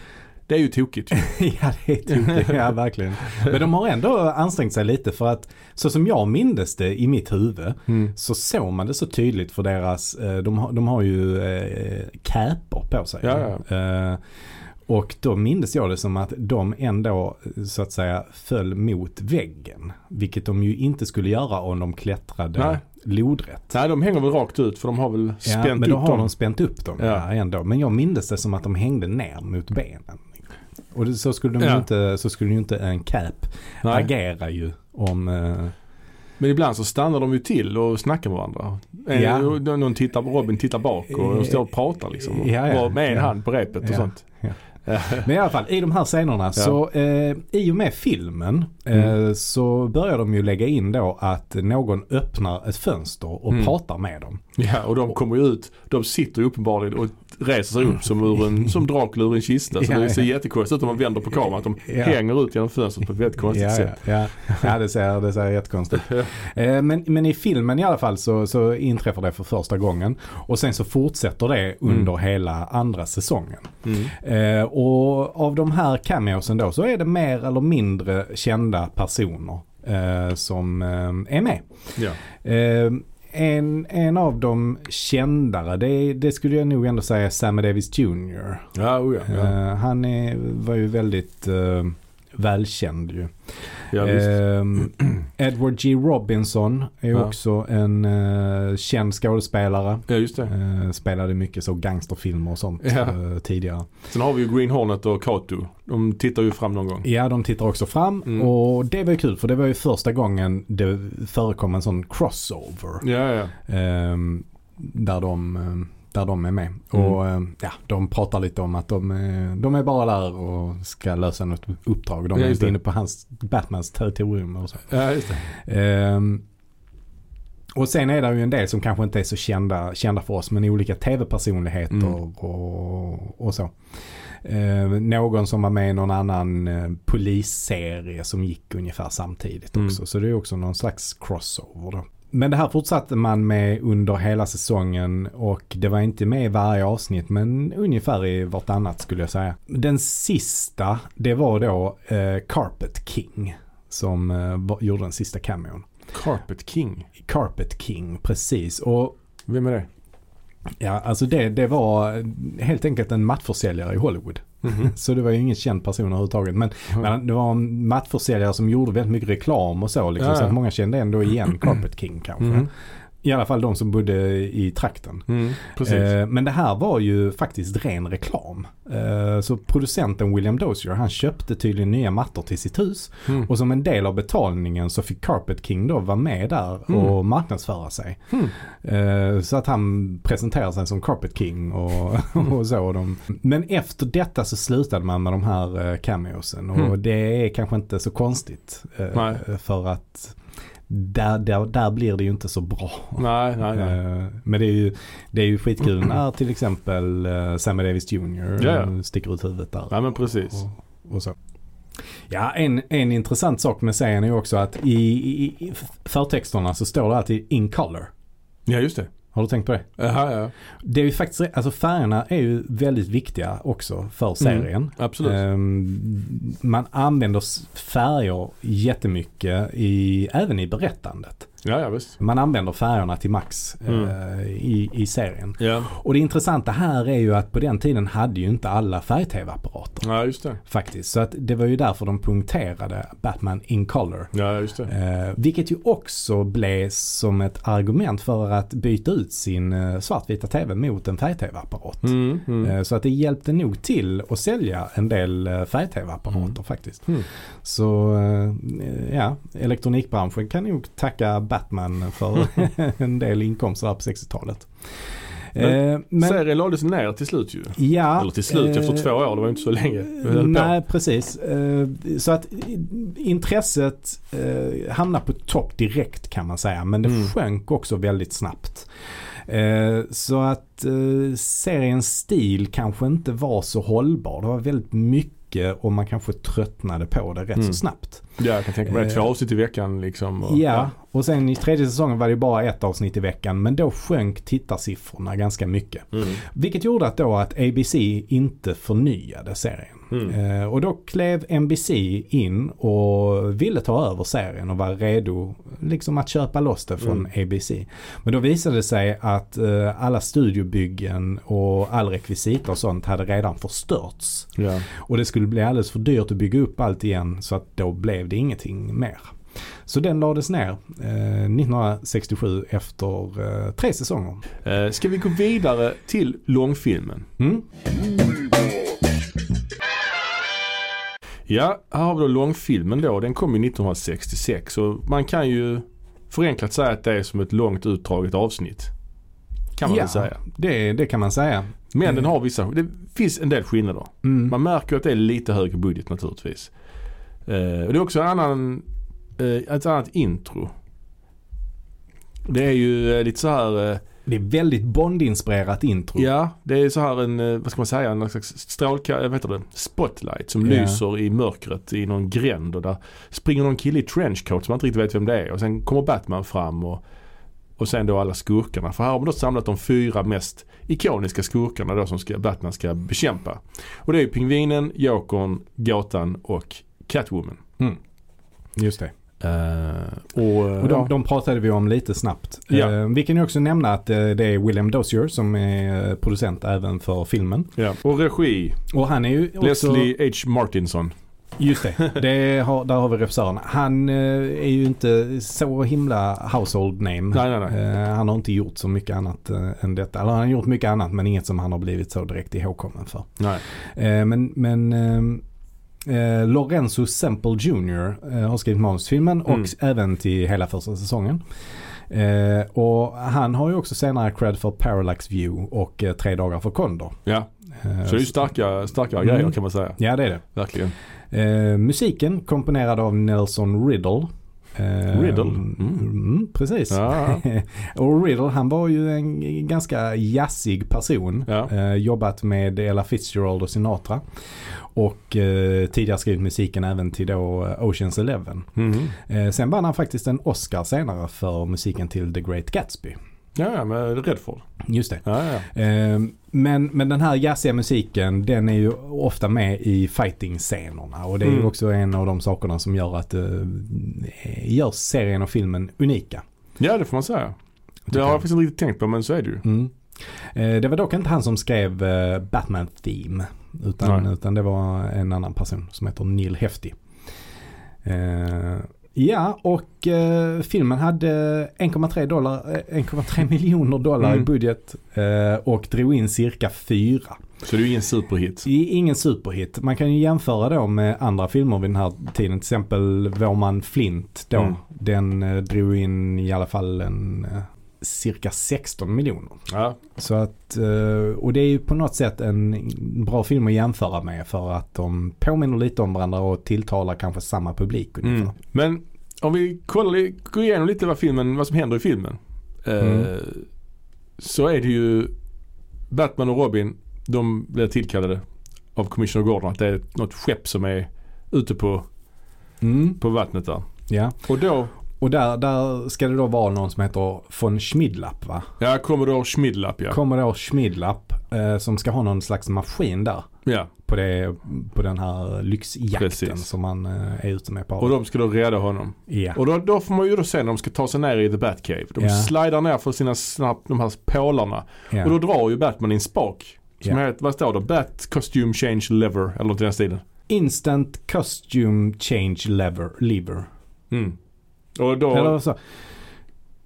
[SPEAKER 2] det är ju tokigt ju.
[SPEAKER 1] ja, det är tokigt. Ja, verkligen. Men de har ändå ansträngt sig lite för att så som jag mindes det i mitt huvud
[SPEAKER 2] Mm.
[SPEAKER 1] så såg man det så tydligt för deras, eh, de, har- de har ju eh, käpor på sig.
[SPEAKER 2] Ja,
[SPEAKER 1] Eh, och då mindes jag det som att de ändå eh, så att säga föll mot väggen. Vilket de ju inte skulle göra om de klättrade
[SPEAKER 2] Nej.
[SPEAKER 1] lodrätt.
[SPEAKER 2] Nej, de hänger väl rakt ut för de har väl
[SPEAKER 1] Ja,
[SPEAKER 2] spänt
[SPEAKER 1] men då
[SPEAKER 2] upp
[SPEAKER 1] har
[SPEAKER 2] dem.
[SPEAKER 1] de spänt upp dem
[SPEAKER 2] Ja.
[SPEAKER 1] ja. ändå. Men jag mindes det som att de hängde ner mot benen. Och det, så skulle de ju
[SPEAKER 2] Ja.
[SPEAKER 1] inte, så skulle ju inte en cap
[SPEAKER 2] Nej.
[SPEAKER 1] agera ju om... eh,
[SPEAKER 2] Men ibland så stannar de ju till och snackar med varandra. En-
[SPEAKER 1] Ja. Eh,
[SPEAKER 2] och Någon tittar, Robin tittar bak och de står och pratar liksom.
[SPEAKER 1] Ja, ja.
[SPEAKER 2] Bara Med en
[SPEAKER 1] Ja.
[SPEAKER 2] hand på repet och
[SPEAKER 1] Ja.
[SPEAKER 2] sånt.
[SPEAKER 1] Men i alla fall i de här scenerna så eh, i och med filmen
[SPEAKER 2] Mm.
[SPEAKER 1] eh, så börjar de ju lägga in då att någon öppnar ett fönster
[SPEAKER 2] Mm.
[SPEAKER 1] och pratar med dem.
[SPEAKER 2] Ja, och de kommer ju ut. De sitter ju uppenbarligen och reser sig upp som, ur en, som Dracula ur en kista. Så
[SPEAKER 1] Ja,
[SPEAKER 2] det ser
[SPEAKER 1] ja.
[SPEAKER 2] jättekonstigt ut om man vänder på kameran. Att de
[SPEAKER 1] Ja.
[SPEAKER 2] hänger ut genom fönstret på ett väldigt konstigt
[SPEAKER 1] Ja, ja,
[SPEAKER 2] sätt.
[SPEAKER 1] ja. ja det ser, det ser jättekonstigt ut. Eh, men, men i filmen i alla fall så, så inträffar det för första gången. Och sen så fortsätter det
[SPEAKER 2] Mm.
[SPEAKER 1] under hela andra säsongen. Eh, och av de här cameosen då så är det mer eller mindre kända personer eh, som eh, är med.
[SPEAKER 2] Ja.
[SPEAKER 1] Eh, en, en av de kändare, det, det skulle jag nog ändå säga är Sammy Davis Jr.
[SPEAKER 2] Ja, oh ja, ja.
[SPEAKER 1] Eh, han är, var ju väldigt eh, välkänd ju.
[SPEAKER 2] ja visst.
[SPEAKER 1] Ehm, Edward G. Robinson är
[SPEAKER 2] Ja.
[SPEAKER 1] också en eh, känd skådespelare.
[SPEAKER 2] Ja, just det.
[SPEAKER 1] Eh, spelade mycket så gangsterfilmer och sånt
[SPEAKER 2] Ja.
[SPEAKER 1] eh, tidigare.
[SPEAKER 2] Sen har vi ju Green Hornet och Kato. De tittar ju fram någon gång.
[SPEAKER 1] Ja, de tittar också fram
[SPEAKER 2] Mm.
[SPEAKER 1] och det var ju kul för det var ju första gången det förekom en sån crossover.
[SPEAKER 2] Ja, ja.
[SPEAKER 1] Ehm, där, de, ehm, där de är med.
[SPEAKER 2] Mm.
[SPEAKER 1] Och ehm, ja, de pratar lite om att de, eh, de är bara där och ska lösa något uppdrag. De
[SPEAKER 2] Ja,
[SPEAKER 1] är
[SPEAKER 2] just
[SPEAKER 1] inte
[SPEAKER 2] det.
[SPEAKER 1] inne på hans, Batmans territorium och så.
[SPEAKER 2] ja just det.
[SPEAKER 1] Ehm, Och sen är det ju en del som kanske inte är så kända, kända för oss men olika tv-personligheter
[SPEAKER 2] Mm.
[SPEAKER 1] och, och så. Eh, någon som var med i någon annan eh, polisserie som gick ungefär samtidigt
[SPEAKER 2] Mm.
[SPEAKER 1] också. Så det är också någon slags crossover då. Men det här fortsatte man med under hela säsongen och det var inte med i varje avsnitt men ungefär i vartannat skulle jag säga. Den sista, det var då eh, Carpet King som eh, var, gjorde den sista cameon.
[SPEAKER 2] Carpet King.
[SPEAKER 1] Carpet King, precis. Och
[SPEAKER 2] Vem är det?
[SPEAKER 1] ja, alltså det, det var helt enkelt en mattförsäljare i Hollywood.
[SPEAKER 2] Mhm.
[SPEAKER 1] Så det var ju ingen känd person överhuvudtaget. Men,
[SPEAKER 2] Mm.
[SPEAKER 1] men det var en mattförsäljare som gjorde väldigt mycket reklam och så. Liksom,
[SPEAKER 2] Ja,
[SPEAKER 1] Så att
[SPEAKER 2] ja.
[SPEAKER 1] många kände ändå igen Carpet King kanske.
[SPEAKER 2] Mhm.
[SPEAKER 1] I alla fall de som bodde i trakten.
[SPEAKER 2] Mm, precis.
[SPEAKER 1] Eh, men det här var ju faktiskt ren reklam. Eh, så producenten William Dozier han köpte tydligen nya mattor till sitt hus.
[SPEAKER 2] Mm.
[SPEAKER 1] Och som en del av betalningen så fick Carpet King då vara med där och marknadsföra sig.
[SPEAKER 2] Mm.
[SPEAKER 1] Eh, Så att han presenterar sig som Carpet King och,
[SPEAKER 2] Mm.
[SPEAKER 1] och så. Och de. Men efter detta så slutade man med de här eh, cameosen. Och
[SPEAKER 2] Mm.
[SPEAKER 1] det är kanske inte så konstigt. eh,
[SPEAKER 2] Nej.
[SPEAKER 1] För att där, där, där blir det ju inte så bra.
[SPEAKER 2] Nej, nej, nej.
[SPEAKER 1] Eh, Men det är ju, det är ju skitkul när till exempel eh, Sammy Davis Jr.
[SPEAKER 2] Ja, ja.
[SPEAKER 1] eh, sticker ut huvudet där.
[SPEAKER 2] Nej, men precis.
[SPEAKER 1] Och, och så. Ja, en, en intressant sak med serien är ju också att i, i, i förtexterna så står det alltid in color.
[SPEAKER 2] Ja, just det.
[SPEAKER 1] Har du tänkt på det?
[SPEAKER 2] Aha, ja.
[SPEAKER 1] Det är ju faktiskt, alltså färgerna är ju väldigt viktiga också för serien.
[SPEAKER 2] Mm. Absolut.
[SPEAKER 1] Ehm, man använder s- färger jättemycket i, även i berättandet.
[SPEAKER 2] Ja, ja, visst.
[SPEAKER 1] Man använder färgerna till max
[SPEAKER 2] Mm.
[SPEAKER 1] eh, i, i serien.
[SPEAKER 2] Ja,
[SPEAKER 1] Och det intressanta här är ju att på den tiden hade ju inte alla färg-tv-apparater
[SPEAKER 2] ja just det.
[SPEAKER 1] faktiskt. Så att det var ju därför de punkterade Batman in color.
[SPEAKER 2] Ja, just det.
[SPEAKER 1] Eh, vilket ju också blev som ett argument för att byta ut sin eh, svartvita TV mot en färg-TV-apparat.
[SPEAKER 2] Mm, mm.
[SPEAKER 1] Eh, Så att det hjälpte nog till att sälja en del eh, färg-tv-apparater
[SPEAKER 2] Mm.
[SPEAKER 1] faktiskt.
[SPEAKER 2] Mm.
[SPEAKER 1] Så eh, ja, elektronikbranschen kan nog tacka Batman för en del inkomster här på 60-talet.
[SPEAKER 2] Men-
[SPEAKER 1] Eh, men-
[SPEAKER 2] Serien lades ner till slut ju.
[SPEAKER 1] ja,
[SPEAKER 2] Eller till slut,
[SPEAKER 1] eh,
[SPEAKER 2] efter två år. Det var ju inte så länge. Vi höll på.
[SPEAKER 1] Nej, precis. Eh, Så att i- intresset eh, hamnar på topp direkt kan man säga. Men det
[SPEAKER 2] Mm.
[SPEAKER 1] sjönk också väldigt snabbt. Eh, Så att eh, seriens stil kanske inte var så hållbar. Det var väldigt mycket och man kanske tröttnade på det rätt
[SPEAKER 2] Mm.
[SPEAKER 1] så snabbt.
[SPEAKER 2] Ja, jag kan tänka mig det. Två
[SPEAKER 1] Eh.
[SPEAKER 2] avsnitt i veckan liksom. och-
[SPEAKER 1] Ja, och sen i tredje säsongen var det bara ett avsnitt i veckan. Men då sjönk tittarsiffrorna ganska mycket.
[SPEAKER 2] Ja. Mm.
[SPEAKER 1] Vilket gjorde att då att ABC inte förnyade serien.
[SPEAKER 2] Mm.
[SPEAKER 1] Eh, och då klev NBC in och ville ta över serien och var redo liksom att köpa loss det
[SPEAKER 2] Mm.
[SPEAKER 1] från ABC. Men då visade det sig att eh, alla studiobyggen och all rekvisita och sånt hade redan förstörts.
[SPEAKER 2] Ja.
[SPEAKER 1] Och det skulle bli alldeles för dyrt att bygga upp allt igen så att då blev det ingenting mer. Så den lades ner eh, 1967 efter eh, tre säsonger.
[SPEAKER 2] Eh, Ska vi gå vidare till långfilmen?
[SPEAKER 1] Mm.
[SPEAKER 2] Ja, här har vi då långfilmen då. Den kom ju 1966 och man kan ju förenklat säga att det är som ett långt utdraget avsnitt. Kan man
[SPEAKER 1] ja,
[SPEAKER 2] väl säga.
[SPEAKER 1] Det, det kan man säga.
[SPEAKER 2] Men den har vissa, det finns en del skillnader.
[SPEAKER 1] Mm.
[SPEAKER 2] Man märker ju att det är lite högre budget naturligtvis. Eh, och det är också en annan, eh, ett annat intro. Det är ju eh, lite så här eh,
[SPEAKER 1] Det är väldigt Bond-inspirerat intro.
[SPEAKER 2] Ja, det är så här en, eh, vad ska man säga, en slags strålka, eh, vad heter det, spotlight som
[SPEAKER 1] Ja.
[SPEAKER 2] lyser i mörkret i någon gränd och där springer någon kille i trenchcoat som man inte riktigt vet vem det är och sen kommer Batman fram och, och sen då alla skurkarna. För här har man då samlat de fyra mest ikoniska skurkarna då som ska, Batman ska bekämpa. Och det är ju Pingvinen, Jokern, Gåtan och Catwoman.
[SPEAKER 1] Just det.
[SPEAKER 2] Eh, och, eh,
[SPEAKER 1] Och de, de pratade vi om lite snabbt.
[SPEAKER 2] Ja.
[SPEAKER 1] Eh, vi kan ju också nämna att eh, det är William Dozier som är eh, producent även för filmen.
[SPEAKER 2] ja. och regi,
[SPEAKER 1] Och han är ju också...
[SPEAKER 2] Leslie H. Martinson.
[SPEAKER 1] Just det, det har, där har vi regissören. Han eh, är ju inte så himla household name.
[SPEAKER 2] Nej, nej, nej.
[SPEAKER 1] Eh, han har inte gjort så mycket annat eh, än detta. Eller han har gjort mycket annat men inget som han har blivit så direkt ihågkommen för.
[SPEAKER 2] Nej.
[SPEAKER 1] Eh, men men ehm, eh, Lorenzo Semple Jr eh, har skrivit manusfilmen och
[SPEAKER 2] Mm.
[SPEAKER 1] även till hela första säsongen. Eh, och han har ju också senare cred för Parallax View och eh, Tre dagar för Kondor.
[SPEAKER 2] Ja,
[SPEAKER 1] Eh,
[SPEAKER 2] så det är ju starka, starka
[SPEAKER 1] Mm.
[SPEAKER 2] grejer kan man säga.
[SPEAKER 1] Ja det är det.
[SPEAKER 2] Verkligen.
[SPEAKER 1] Eh, musiken komponerad av Nelson Riddle. Eh,
[SPEAKER 2] Riddle.
[SPEAKER 1] Mm.
[SPEAKER 2] Mm.
[SPEAKER 1] precis.
[SPEAKER 2] Ja.
[SPEAKER 1] och Riddle han var ju en ganska jazzig person.
[SPEAKER 2] Ja.
[SPEAKER 1] Eh, jobbat med Ella Fitzgerald och Sinatra. Och eh, tidigare skrivit musiken även till då eh, Oceans Eleven.
[SPEAKER 2] Mhm.
[SPEAKER 1] Eh, sen vann han faktiskt en Oscar senare för musiken till The Great Gatsby.
[SPEAKER 2] Ja, ja, med Redford.
[SPEAKER 1] Just det.
[SPEAKER 2] Ja, ja.
[SPEAKER 1] Eh, Men, men den här jazziga musiken den är ju ofta med i fighting-scenerna och det är ju
[SPEAKER 2] Mm.
[SPEAKER 1] också en av de sakerna som gör att uh, gör serien och filmen unika.
[SPEAKER 2] ja, det får man säga. Det har jag faktiskt inte riktigt tänkt på, men så är det ju.
[SPEAKER 1] Mm. Eh, Det var dock inte han som skrev eh, Batman Theme utan,
[SPEAKER 2] Nej.
[SPEAKER 1] utan det var en annan person som heter Neil Hefti. Eh, Ja, och eh, filmen hade 1,3 dollar, eh, 1,3 miljoner dollar i
[SPEAKER 2] Mm.
[SPEAKER 1] budget eh, och drog in cirka 4.
[SPEAKER 2] Så det är ju ingen superhit.
[SPEAKER 1] Det är ingen superhit. Man kan ju jämföra då med andra filmer vid den här tiden. Till exempel Vårman Flint då.
[SPEAKER 2] Mm.
[SPEAKER 1] Den eh, drog in i alla fall en eh, cirka 16 miljoner.
[SPEAKER 2] Ja.
[SPEAKER 1] Så att, eh, och det är ju på något sätt en bra film att jämföra med för att de påminner lite om varandra och tilltalar kanske samma publik ungefär.
[SPEAKER 2] Mm. Men om vi kollar, li- går igenom lite vad, filmen, vad som händer i filmen. Eh, Så är det ju Batman och Robin, de blir tillkallade av Commissioner Gordon att det är något skepp som är ute på,
[SPEAKER 1] Mm,
[SPEAKER 2] på vattnet där.
[SPEAKER 1] ja.
[SPEAKER 2] Och då
[SPEAKER 1] Och där, där ska det då vara någon som heter von Schmidlapp va?
[SPEAKER 2] ja, kommer då Schmidlapp ja.
[SPEAKER 1] Kommer då Schmidlapp eh, som ska ha någon slags maskin där.
[SPEAKER 2] ja.
[SPEAKER 1] på, det, på den här lyxjakten
[SPEAKER 2] Precis.
[SPEAKER 1] som man eh, är ute med på.
[SPEAKER 2] Och de ska då rädda honom.
[SPEAKER 1] ja.
[SPEAKER 2] Och då, då får man ju då se när de ska ta sig ner i The Batcave. De
[SPEAKER 1] Ja.
[SPEAKER 2] slidar ner för sina snabbt, de här pålarna.
[SPEAKER 1] ja.
[SPEAKER 2] Och då drar ju Batman i en spak. Som
[SPEAKER 1] Ja.
[SPEAKER 2] heter, vad står det? Bat Costume Change Lever eller något i den stilen.
[SPEAKER 1] Instant costume change lever. lever.
[SPEAKER 2] Mm. Och då...
[SPEAKER 1] Eller så.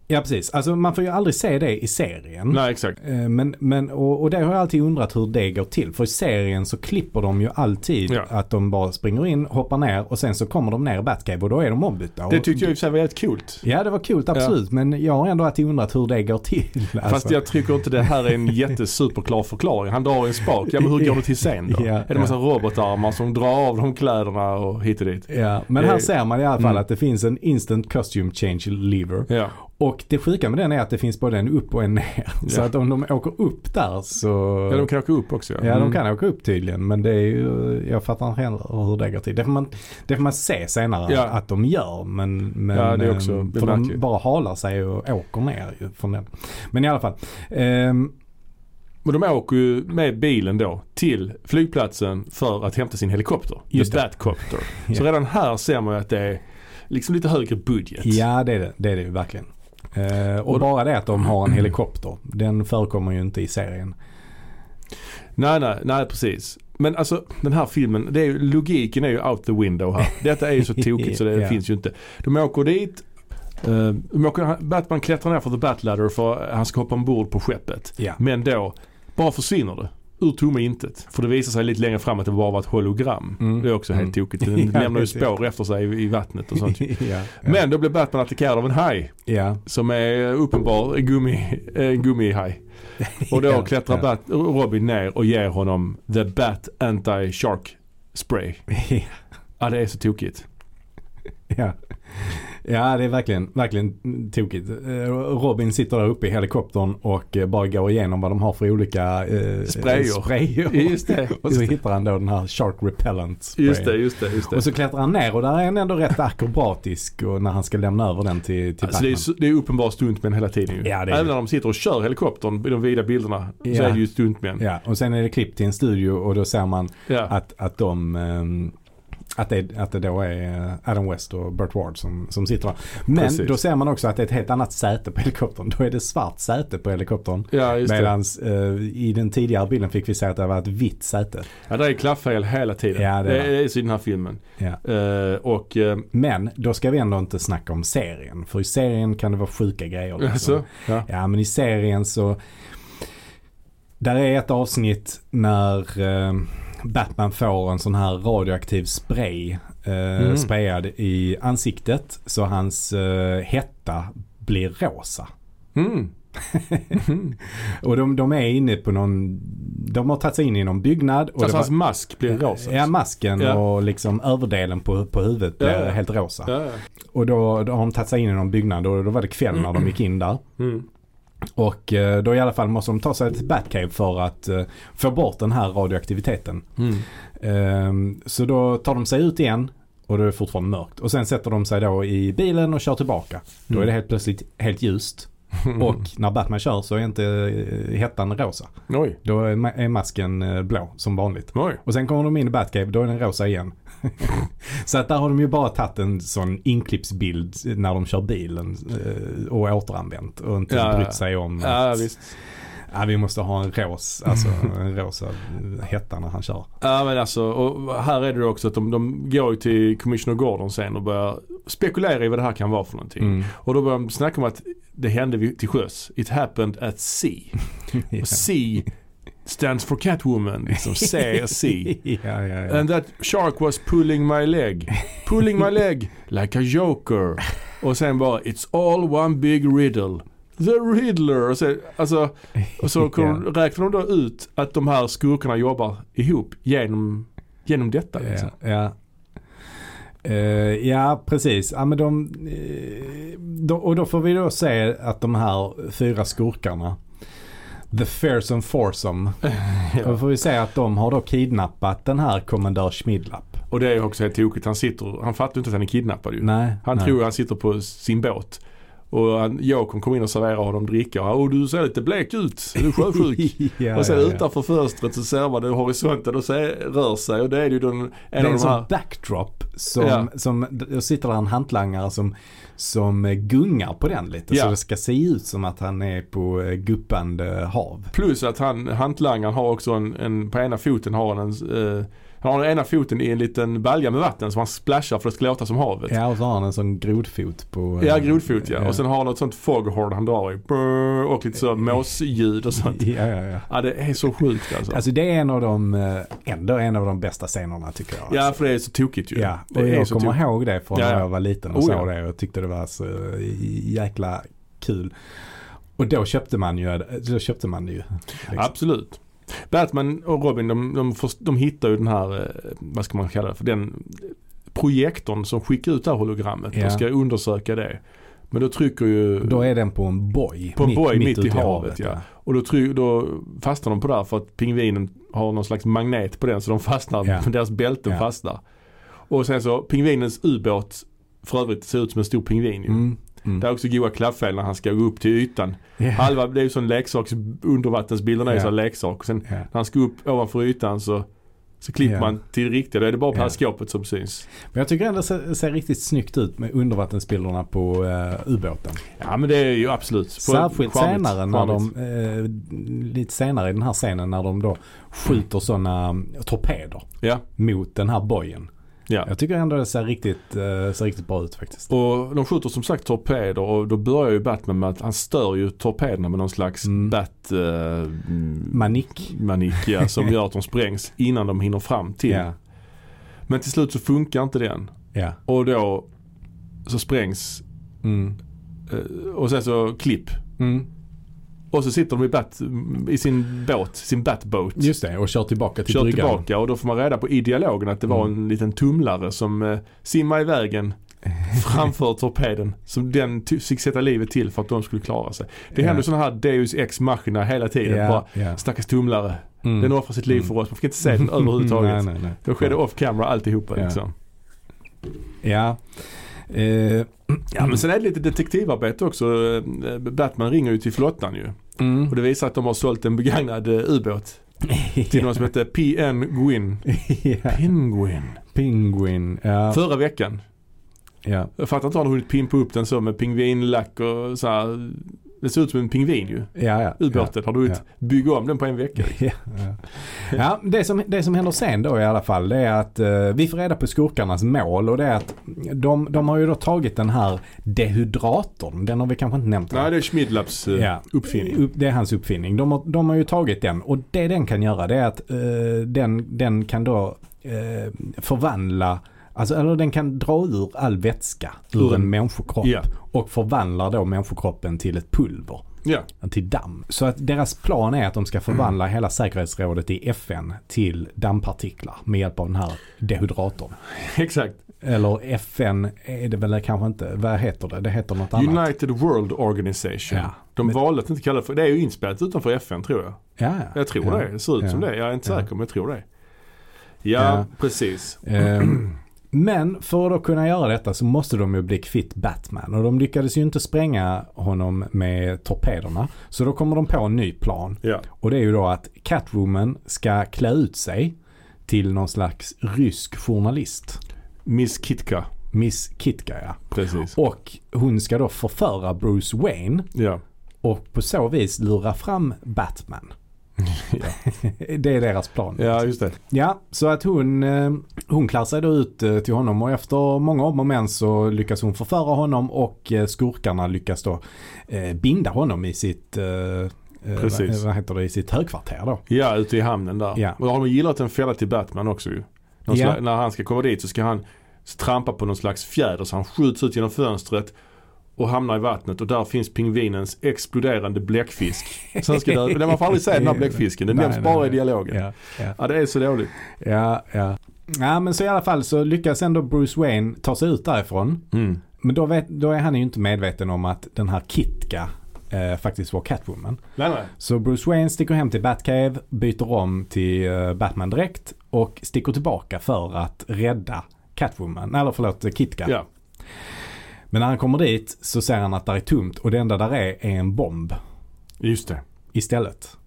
[SPEAKER 1] Ja precis, alltså man får ju aldrig se det i serien.
[SPEAKER 2] Nej exakt.
[SPEAKER 1] Eh, Men, men, och, och det har jag alltid undrat hur det går till. För i serien så klipper de ju alltid
[SPEAKER 2] Ja.
[SPEAKER 1] att de bara springer in, hoppar ner och sen så kommer de ner i Batcave och då är de ombytta.
[SPEAKER 2] Det
[SPEAKER 1] Och-
[SPEAKER 2] tyckte jag i och för sig var helt coolt.
[SPEAKER 1] Ja det var coolt absolut men jag har ändå alltid undrat hur det går till. alltså.
[SPEAKER 2] Fast jag tycker inte det här är en jättesuperklar förklaring. Han drar i en spak. Ja men hur går det till sen då?
[SPEAKER 1] Ja,
[SPEAKER 2] är det massa robotarmar som drar av de kläderna och hit och dit?
[SPEAKER 1] Ja, men
[SPEAKER 2] Det-
[SPEAKER 1] här ser man i alla fall
[SPEAKER 2] Mm.
[SPEAKER 1] att det finns en instant costume change lever.
[SPEAKER 2] Ja.
[SPEAKER 1] Och det sjuka med den är att det finns både en upp och en ner. Så
[SPEAKER 2] Ja.
[SPEAKER 1] att om de åker upp där så...
[SPEAKER 2] ja, de kan åka upp också.
[SPEAKER 1] Ja, de
[SPEAKER 2] Mm.
[SPEAKER 1] kan åka upp tydligen. Men det är ju... Jag fattar inte heller hur det går till. Det får man, det får man se senare
[SPEAKER 2] Ja.
[SPEAKER 1] att de gör. Men, men
[SPEAKER 2] Ja, det är
[SPEAKER 1] eh,
[SPEAKER 2] också
[SPEAKER 1] För de
[SPEAKER 2] märkligt.
[SPEAKER 1] bara halar sig och åker ner ju från den. Men i alla fall. ehm,
[SPEAKER 2] Men de åker ju med bilen då till flygplatsen för att hämta sin helikopter.
[SPEAKER 1] Just
[SPEAKER 2] Just
[SPEAKER 1] det.
[SPEAKER 2] Batcopter.
[SPEAKER 1] Ja.
[SPEAKER 2] Så redan här ser man ju att det är liksom lite högre budget.
[SPEAKER 1] ja, det är det. Det är det ju verkligen. Eh, och,
[SPEAKER 2] Och-
[SPEAKER 1] bara det att de har en helikopter. Den förekommer ju inte i serien.
[SPEAKER 2] Nej, nej, nej precis. Men alltså den här filmen, det är ju, logiken är ju out the window här. Detta är ju så tokigt så det
[SPEAKER 1] Ja.
[SPEAKER 2] finns ju inte. De åker dit. eh, de åker, Batman klättrar ner för the Batladder för han ska hoppa ombord på skeppet.
[SPEAKER 1] Ja.
[SPEAKER 2] Men då bara försvinner det. Ur tomma intet. För det visar sig lite längre fram att det bara var ett hologram.
[SPEAKER 1] Mm.
[SPEAKER 2] Det är också helt
[SPEAKER 1] Mm.
[SPEAKER 2] tokigt. Den
[SPEAKER 1] Ja,
[SPEAKER 2] lämnar ju
[SPEAKER 1] precis.
[SPEAKER 2] spår efter sig i, i vattnet och sånt.
[SPEAKER 1] ja,
[SPEAKER 2] Men då blir Batman attackerad av en haj.
[SPEAKER 1] ja.
[SPEAKER 2] Som är uppenbar en gummi, en gummihaj. Och då
[SPEAKER 1] Ja,
[SPEAKER 2] klättrar
[SPEAKER 1] ja.
[SPEAKER 2] Bat, Robin ner och ger honom The Bat Anti-Shark Spray. Ja det är så tokigt.
[SPEAKER 1] ja. ja, det är verkligen, verkligen tokigt. Eh, Robin sitter där uppe i helikoptern och eh, bara går igenom vad de har för olika eh,
[SPEAKER 2] Sprayor.
[SPEAKER 1] sprayor.
[SPEAKER 2] Just det.
[SPEAKER 1] Och så hittar han då den här Shark Repellent sprayen.
[SPEAKER 2] Just det, just det, just det.
[SPEAKER 1] Och så klättrar han ner och där är han ändå rätt akrobatisk och när han ska lämna över den till, till
[SPEAKER 2] Alltså det, är,
[SPEAKER 1] Batman.
[SPEAKER 2] ju- det är uppenbar stuntmän hela tiden ju.
[SPEAKER 1] Ja, det är
[SPEAKER 2] Även
[SPEAKER 1] det.
[SPEAKER 2] när de sitter och kör helikoptern i de vida bilderna
[SPEAKER 1] Ja.
[SPEAKER 2] så är det ju stuntmän.
[SPEAKER 1] Ja, och sen är det klipp till en studio och då ser man
[SPEAKER 2] Ja.
[SPEAKER 1] att, att de ehm, att det, att det då är eh, Adam West och Burt Ward som, som sitter där. Men
[SPEAKER 2] Precis.
[SPEAKER 1] då ser man också att det är ett helt annat säte på helikoptern. Då är det svart säte på helikoptern.
[SPEAKER 2] Ja, just det.
[SPEAKER 1] Medan i den tidigare bilden fick vi se att det var ett vitt säte.
[SPEAKER 2] Ja, det är klaffel hela tiden.
[SPEAKER 1] Ja, det
[SPEAKER 2] det,
[SPEAKER 1] är
[SPEAKER 2] är, så i den här filmen.
[SPEAKER 1] Ja.
[SPEAKER 2] Eh, och eh,
[SPEAKER 1] Men då ska vi ändå inte snacka om serien. För i serien kan det vara sjuka grejer. liksom.
[SPEAKER 2] alltså, ja.
[SPEAKER 1] Ja men i serien så där är ett avsnitt när eh, Batman får en sån här radioaktiv spray eh,
[SPEAKER 2] Mm.
[SPEAKER 1] sprayad i ansiktet så hans eh, hetta blir rosa.
[SPEAKER 2] Mm.
[SPEAKER 1] och de, de är inne på någon, de har tagit sig in i någon byggnad. Och
[SPEAKER 2] Alltså
[SPEAKER 1] det
[SPEAKER 2] hans mask blir alltså. rosa.
[SPEAKER 1] Ja, masken
[SPEAKER 2] Ja.
[SPEAKER 1] och liksom överdelen på, på huvudet
[SPEAKER 2] Ja,
[SPEAKER 1] blev
[SPEAKER 2] ja.
[SPEAKER 1] helt rosa.
[SPEAKER 2] Ja, ja.
[SPEAKER 1] Och då, då har de tagit sig in i någon byggnad och då var det kväll när de gick in där.
[SPEAKER 2] Mm.
[SPEAKER 1] Och eh, då i alla fall måste de ta sig till Batcave för att eh, få bort den här radioaktiviteten.
[SPEAKER 2] Mm.
[SPEAKER 1] Ehm, Så då tar de sig ut igen och då är det fortfarande mörkt. Och sen sätter de sig då i bilen och kör tillbaka. Då är det helt plötsligt helt ljust. Och när Batman kör så är inte eh, hettan rosa.
[SPEAKER 2] Oj.
[SPEAKER 1] Då är ma- är masken eh, blå som vanligt.
[SPEAKER 2] Oj.
[SPEAKER 1] Och sen kommer de in i Batcave, då är den rosa igen. så att där har de ju bara tagit en sån inklippsbild när de kör bilen eh, och återanvänt och inte
[SPEAKER 2] Ja, ja.
[SPEAKER 1] brytt sig om
[SPEAKER 2] Ja,
[SPEAKER 1] att
[SPEAKER 2] visst.
[SPEAKER 1] ja, vi måste ha en ros, alltså en rosa hetta när han kör.
[SPEAKER 2] Ja men alltså, och här är det också att de, de går ju till Commissioner Gordon sen och börjar spekulera i vad det här kan vara för någonting. Och då börjar de snacka om att det hände vid- till sjöss. It happened at sea.
[SPEAKER 1] ja.
[SPEAKER 2] Och sea stands for Catwoman. Liksom C och sea.
[SPEAKER 1] ja, ja, ja.
[SPEAKER 2] And that shark was pulling my leg. Pulling my leg like a joker. Och sen bara It's all one big riddle. The Riddler. Och, sen, alltså, och så kom, räknar de då ut att de här skurkarna jobbar ihop genom, genom detta. Liksom.
[SPEAKER 1] Ja, ja. Eh, ja precis. Ja, men de, eh, då, och då får vi då se att de här fyra skurkarna, The Fearsome Foursome, då får vi se att de har då kidnappat den här kommendör Schmidlapp.
[SPEAKER 2] Och det är ju också helt tokigt. Han, sitter, han fattar ju inte att han är kidnappad ju.
[SPEAKER 1] Nej,
[SPEAKER 2] Han
[SPEAKER 1] nej.
[SPEAKER 2] tror att han sitter på sin båt. Och han- Jokern kommer in och serverar honom dricka. Och du ser lite blek ut. Är Du är sjösjuk.
[SPEAKER 1] ja,
[SPEAKER 2] och sen
[SPEAKER 1] ja, ja.
[SPEAKER 2] utanför fönstret så ser man det horisonten och ser, rör sig. Och det är ju den,
[SPEAKER 1] Det är
[SPEAKER 2] en
[SPEAKER 1] en
[SPEAKER 2] av de här.
[SPEAKER 1] sån backdrop som,
[SPEAKER 2] Ja.
[SPEAKER 1] som, då sitter där en hantlangare som, som gungar på den lite.
[SPEAKER 2] Ja.
[SPEAKER 1] Så det ska se ut som att han är på eh, guppande hav.
[SPEAKER 2] Plus att han, hantlangaren har också en, en, på ena foten har han en, eh, han har den ena foten i en liten balja med vatten som han splashar för att det ska låta som havet.
[SPEAKER 1] Ja, och så har han en sån grodfot på... eh,
[SPEAKER 2] Ja, grodfot ja. Och sen har han något sånt foghorn han drar i. Brrr, Och lite så måsljud och sånt.
[SPEAKER 1] Ja, ja, ja.
[SPEAKER 2] Ja, det är så sjukt alltså.
[SPEAKER 1] Alltså det är en av de, eh, ändå en av de bästa scenerna tycker jag. Alltså.
[SPEAKER 2] Ja, för det är så tokigt ju.
[SPEAKER 1] Ja,
[SPEAKER 2] det
[SPEAKER 1] och
[SPEAKER 2] är
[SPEAKER 1] jag
[SPEAKER 2] så
[SPEAKER 1] kommer
[SPEAKER 2] tokigt.
[SPEAKER 1] ihåg det från
[SPEAKER 2] Ja, ja.
[SPEAKER 1] när jag var liten och
[SPEAKER 2] Oh,
[SPEAKER 1] såg
[SPEAKER 2] ja.
[SPEAKER 1] det och tyckte det var så jäkla kul. Och då köpte man ju, då köpte man det ju. liksom.
[SPEAKER 2] Absolut. Batman och Robin de, de, först- de hittar ju den här, eh, vad ska man kalla det för, den projektorn som skickar ut det här hologrammet.
[SPEAKER 1] Ja.
[SPEAKER 2] De ska undersöka det. Men då trycker ju...
[SPEAKER 1] Då är den på en boj.
[SPEAKER 2] På en boj mitt,
[SPEAKER 1] ute
[SPEAKER 2] i havet, ja. Och då, try- då fastnar de på det här för att pingvinen har någon slags magnet på den så de fastnar,
[SPEAKER 1] Ja.
[SPEAKER 2] deras bälten
[SPEAKER 1] Ja.
[SPEAKER 2] fastnar. Och sen så pingvinens ubåt för övrigt ser ut som en stor pingvin ju.
[SPEAKER 1] Mm. Mm.
[SPEAKER 2] Det är också goa klaffel när han ska gå upp till ytan.
[SPEAKER 1] Ja.
[SPEAKER 2] Halva, det är ju sån leksaks, undervattensbilderna är ju
[SPEAKER 1] Ja.
[SPEAKER 2] sån här leksak. Och sen
[SPEAKER 1] Ja.
[SPEAKER 2] när han ska upp ovanför ytan så, så klipper
[SPEAKER 1] Ja.
[SPEAKER 2] man till det riktiga. Då är det bara
[SPEAKER 1] Ja.
[SPEAKER 2] periskopet som syns.
[SPEAKER 1] Men jag tycker ändå det ser, ser riktigt snyggt ut med undervattensbilderna på eh, ubåten.
[SPEAKER 2] Ja men det är ju absolut. På-
[SPEAKER 1] Särskilt
[SPEAKER 2] charmigt,
[SPEAKER 1] senare när
[SPEAKER 2] charmigt.
[SPEAKER 1] de, eh, lite senare i den här scenen när de då skjuter sådana torpeder
[SPEAKER 2] Ja,
[SPEAKER 1] mot den här bojen.
[SPEAKER 2] ja.
[SPEAKER 1] Jag tycker ändå det ser riktigt, eh, ser riktigt bra ut faktiskt.
[SPEAKER 2] Och de skjuter som sagt torpeder och då börjar ju Batman med att han stör ju torpederna med någon slags
[SPEAKER 1] Mm.
[SPEAKER 2] bat... Eh, Mm.
[SPEAKER 1] Manick.
[SPEAKER 2] manik, ja, som gör att de sprängs innan de hinner fram till.
[SPEAKER 1] Ja.
[SPEAKER 2] Men till slut så funkar inte den.
[SPEAKER 1] Ja.
[SPEAKER 2] Och då så sprängs
[SPEAKER 1] Mm.
[SPEAKER 2] eh, och sen så klipp.
[SPEAKER 1] Mm.
[SPEAKER 2] Och så sitter de i, bat, i sin båt, sin batboat.
[SPEAKER 1] Just det, typ och kör tillbaka till
[SPEAKER 2] Kör
[SPEAKER 1] bryggan.
[SPEAKER 2] tillbaka och då får man reda på i dialogen att det var
[SPEAKER 1] Mm.
[SPEAKER 2] en liten tumlare som eh, simmade i vägen framför torpeden. Som den ty- fick sätta livet till för att de skulle klara sig. Det
[SPEAKER 1] Ja.
[SPEAKER 2] händer sådana här Deus ex machina hela tiden.
[SPEAKER 1] Ja,
[SPEAKER 2] Bara,
[SPEAKER 1] ja.
[SPEAKER 2] Stackars tumlare.
[SPEAKER 1] Mm.
[SPEAKER 2] Den offrar sitt liv för oss. Man fick inte se den överhuvudtaget.
[SPEAKER 1] Mm, nej, nej, nej.
[SPEAKER 2] Då skedde off camera alltihopa
[SPEAKER 1] Ja.
[SPEAKER 2] liksom.
[SPEAKER 1] Ja. Eh,
[SPEAKER 2] Ja men sen är det lite detektivarbete också. Eh, Batman ringer ju till flottan ju.
[SPEAKER 1] mm.
[SPEAKER 2] Och det visar att de har sålt en begagnad eh, ubåt. Till någon som heter PN Gwyn.
[SPEAKER 1] ja.
[SPEAKER 2] Penguin.
[SPEAKER 1] Penguin. Ja.
[SPEAKER 2] Förra veckan
[SPEAKER 1] ja.
[SPEAKER 2] Jag fattar inte hur han har hunnit pimpa upp den så med pingvinlack och så här. Det ser ut som en pingvin ju.
[SPEAKER 1] Ja, ja.
[SPEAKER 2] Ubåten har du hunnit bygga om den på en vecka.
[SPEAKER 1] Ja. ja. ja det, som, det som händer sen då i alla fall det är att eh, vi får reda på skurkarnas mål och det är att de, de har ju då tagit den här dehydratorn. Den har vi kanske inte nämnt.
[SPEAKER 2] Nej det är Schmidlaps eh,
[SPEAKER 1] Ja.
[SPEAKER 2] uppfinning.
[SPEAKER 1] Upp- Det är hans uppfinning. De har, de har ju tagit den och det den kan göra det är att eh, den, den kan då eh, förvandla Alltså, eller den kan dra ur all vätska
[SPEAKER 2] Ur
[SPEAKER 1] ur
[SPEAKER 2] en-
[SPEAKER 1] en människokropp
[SPEAKER 2] Mm. Ja.
[SPEAKER 1] och förvandlar då människokroppen till ett pulver,
[SPEAKER 2] Ja.
[SPEAKER 1] till damm. Så att deras plan är att de ska förvandla
[SPEAKER 2] Mm.
[SPEAKER 1] hela säkerhetsrådet i FN till dammpartiklar med hjälp av den här dehydratorn.
[SPEAKER 2] Exakt.
[SPEAKER 1] Eller FN är det väl kanske inte, vad heter det? Det heter något annat.
[SPEAKER 2] United World Organization.
[SPEAKER 1] Ja.
[SPEAKER 2] De
[SPEAKER 1] Men-
[SPEAKER 2] valde att inte kalla det för, det är ju inspelat utanför FN tror jag.
[SPEAKER 1] Ja,
[SPEAKER 2] Jag tror
[SPEAKER 1] ja.
[SPEAKER 2] det, det ser ut
[SPEAKER 1] Ja.
[SPEAKER 2] som det. Jag är inte
[SPEAKER 1] Ja.
[SPEAKER 2] säker men jag tror det. Ja,
[SPEAKER 1] Ja.
[SPEAKER 2] precis.
[SPEAKER 1] Ehm, Men för att då kunna göra detta så måste de ju bli kvitt Batman. Och de lyckades ju inte spränga honom med torpederna. Så då kommer de på en ny plan.
[SPEAKER 2] Ja.
[SPEAKER 1] Och det är ju då att Catwoman ska klä ut sig till någon slags rysk journalist.
[SPEAKER 2] Miss Kitka.
[SPEAKER 1] Miss Kitka ja.
[SPEAKER 2] Precis.
[SPEAKER 1] Och hon ska då förföra Bruce Wayne
[SPEAKER 2] Ja.
[SPEAKER 1] och på så vis lura fram Batman. det är deras plan.
[SPEAKER 2] ja, just det.
[SPEAKER 1] Ja, så att hon, eh, hon klär sig då ut eh, till honom och efter många om och men så lyckas hon förföra honom och eh, skurkarna lyckas då eh, binda honom i sitt, eh, eh,
[SPEAKER 2] Precis.
[SPEAKER 1] vad- vad heter det, i sitt högkvarter då.
[SPEAKER 2] Ja, ute i hamnen där.
[SPEAKER 1] Ja.
[SPEAKER 2] Och då har de gillat en fälla till Batman också ju. Någon
[SPEAKER 1] Ja.
[SPEAKER 2] sla- när han ska komma dit så ska han trampa på någon slags fjäder så han skjuts ut genom fönstret och hamnar i vattnet och där finns pingvinens exploderande bläckfisk. Så han ska dö. Men Man får aldrig säga den här bläckfisken. Den
[SPEAKER 1] Nej,
[SPEAKER 2] nämns
[SPEAKER 1] nej,
[SPEAKER 2] bara
[SPEAKER 1] nej.
[SPEAKER 2] i dialogen. Ja.
[SPEAKER 1] Ja, ja.
[SPEAKER 2] det är så dåligt.
[SPEAKER 1] ja, ja. Ja, men så i alla fall så lyckas ändå Bruce Wayne ta sig ut därifrån. Men då, vet, då är han ju inte medveten om att den här Kitka eh, faktiskt var Catwoman.
[SPEAKER 2] Nej, nej.
[SPEAKER 1] Så Bruce Wayne sticker hem till Batcave, byter om till eh, Batman direkt och sticker tillbaka för att rädda Catwoman, eller förlåt eh, Kit-Kat.
[SPEAKER 2] Ja.
[SPEAKER 1] Men när han kommer dit så ser han att det är tomt och det enda där är, är en bomb
[SPEAKER 2] Just det.
[SPEAKER 1] istället.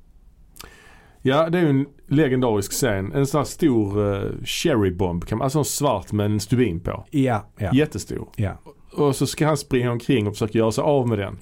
[SPEAKER 2] Ja, det är ju en legendarisk scen. En sån här stor uh, cherrybomb. kan man- Alltså en svart med en stubin på.
[SPEAKER 1] Ja, ja, ja.
[SPEAKER 2] Jättestor.
[SPEAKER 1] ja.
[SPEAKER 2] Och så ska han springa omkring och försöka göra sig av med den.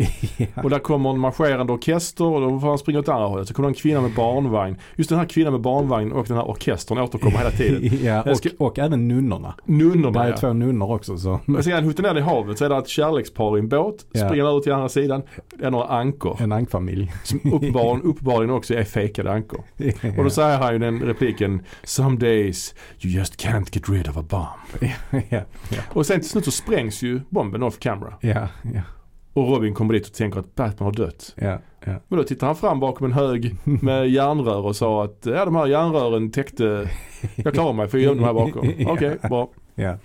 [SPEAKER 2] Och där kommer en marscherande orkester och då får han springa åt andra hållet. Så kommer en kvinna med barnvagn. Just den här kvinnan med barnvagn och den här orkestern återkommer hela tiden.
[SPEAKER 1] ja
[SPEAKER 2] Jag ska-
[SPEAKER 1] och, och även nunnorna. Det
[SPEAKER 2] Nunnorna
[SPEAKER 1] är
[SPEAKER 2] ja.
[SPEAKER 1] två nunnor också. Så.
[SPEAKER 2] Och Sen huttar ner i havet så är det ett kärlekspar i en båt.
[SPEAKER 1] Ja.
[SPEAKER 2] Springer ut till andra sidan. Det är några ankor.
[SPEAKER 1] En ankfamilj.
[SPEAKER 2] Som uppenbarligen, uppenbarligen också är fejkade ankor. Och då säger han ju den repliken Some days you just can't get rid of a bomb.
[SPEAKER 1] ja, ja,
[SPEAKER 2] Och sen till slut så sprängs ju bomben off camera.
[SPEAKER 1] ja, ja,
[SPEAKER 2] Och Robin kommer dit och tänker att Batman har dött.
[SPEAKER 1] ja, ja.
[SPEAKER 2] Men då tittar han fram bakom en hög med järnrör och sa att ja de här järnrören täckte, jag klarar mig för jag gömde mig här bakom. Okej, bra.
[SPEAKER 1] ja.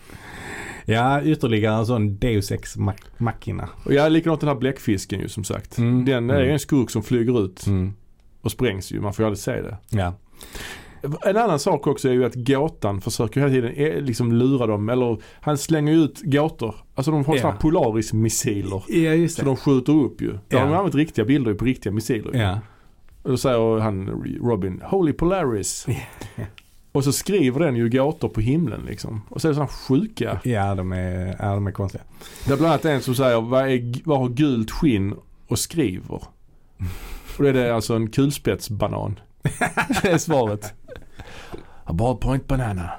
[SPEAKER 1] ja ytterligare en sån Deus Ex Mach- Machina.
[SPEAKER 2] Och jag likadant den här bläckfisken ju som sagt.
[SPEAKER 1] Mm.
[SPEAKER 2] Den är ju
[SPEAKER 1] Mm.
[SPEAKER 2] en skurk som flyger ut
[SPEAKER 1] Mm.
[SPEAKER 2] och sprängs ju, man får ju aldrig se det.
[SPEAKER 1] Ja.
[SPEAKER 2] En annan sak också är ju att gåtan försöker hela tiden eh, liksom lura dem. Eller han slänger ju ut gåtor. Alltså de har
[SPEAKER 1] Ja.
[SPEAKER 2] sådana här Polaris-missiler.
[SPEAKER 1] ja, just
[SPEAKER 2] Så de skjuter upp ju. Där har de
[SPEAKER 1] Ja.
[SPEAKER 2] använt riktiga bilder på riktiga missiler. ju.
[SPEAKER 1] Ja.
[SPEAKER 2] Och då säger han Robin, Holy Polaris. Och så skriver den ju gåtor på himlen liksom. Och så är det sådana sjuka.
[SPEAKER 1] Ja, de är, ja, de är konstiga.
[SPEAKER 2] Det är bland annat en som säger, vad, är, vad har gult skinn och skriver? Och då är det alltså en kulspetsbanan. Det är svaret. A ballpoint banana.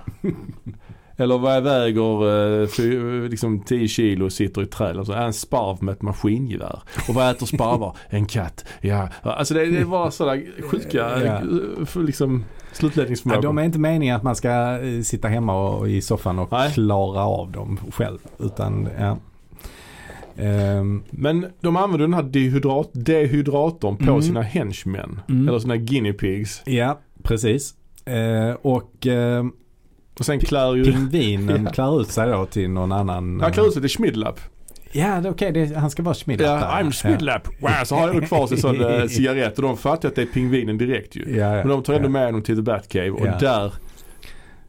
[SPEAKER 2] Eller vad väger eh, fy- liksom 10 kilo och sitter i ett träd? Alltså, en sparv med ett maskingevär. Och vad äter sparvar? En katt. Ja. Alltså det, det var sådana sjuka
[SPEAKER 1] Ja.
[SPEAKER 2] eh, för liksom,
[SPEAKER 1] Ja,
[SPEAKER 2] slutledningsförmågor.
[SPEAKER 1] de är inte meningen att man ska eh, sitta hemma och, i soffan och
[SPEAKER 2] Nej.
[SPEAKER 1] klara av dem själv. Utan, ja. Ehm,
[SPEAKER 2] Men de använder den här dehydrat, dehydratorn på
[SPEAKER 1] Mm.
[SPEAKER 2] sina henchmen.
[SPEAKER 1] Mm.
[SPEAKER 2] Eller sina guinea pigs.
[SPEAKER 1] ja, precis. Eh, och eh,
[SPEAKER 2] Och sen klär ju...
[SPEAKER 1] pingvinen
[SPEAKER 2] Ja.
[SPEAKER 1] klär ut sig då till någon annan.
[SPEAKER 2] Han
[SPEAKER 1] eh,
[SPEAKER 2] klär ut sig till Schmidlap.
[SPEAKER 1] Ja, det är okej. Det- Han ska vara Schmidt.
[SPEAKER 2] Ja, I'm Schmidlap. Wow, så har han ändå kvar sin sån eh, cigarett och de fattar att det är pingvinen direkt ju.
[SPEAKER 1] Ja, ja,
[SPEAKER 2] Men de tar ändå
[SPEAKER 1] ja.
[SPEAKER 2] med honom till The Batcave och
[SPEAKER 1] Ja.
[SPEAKER 2] där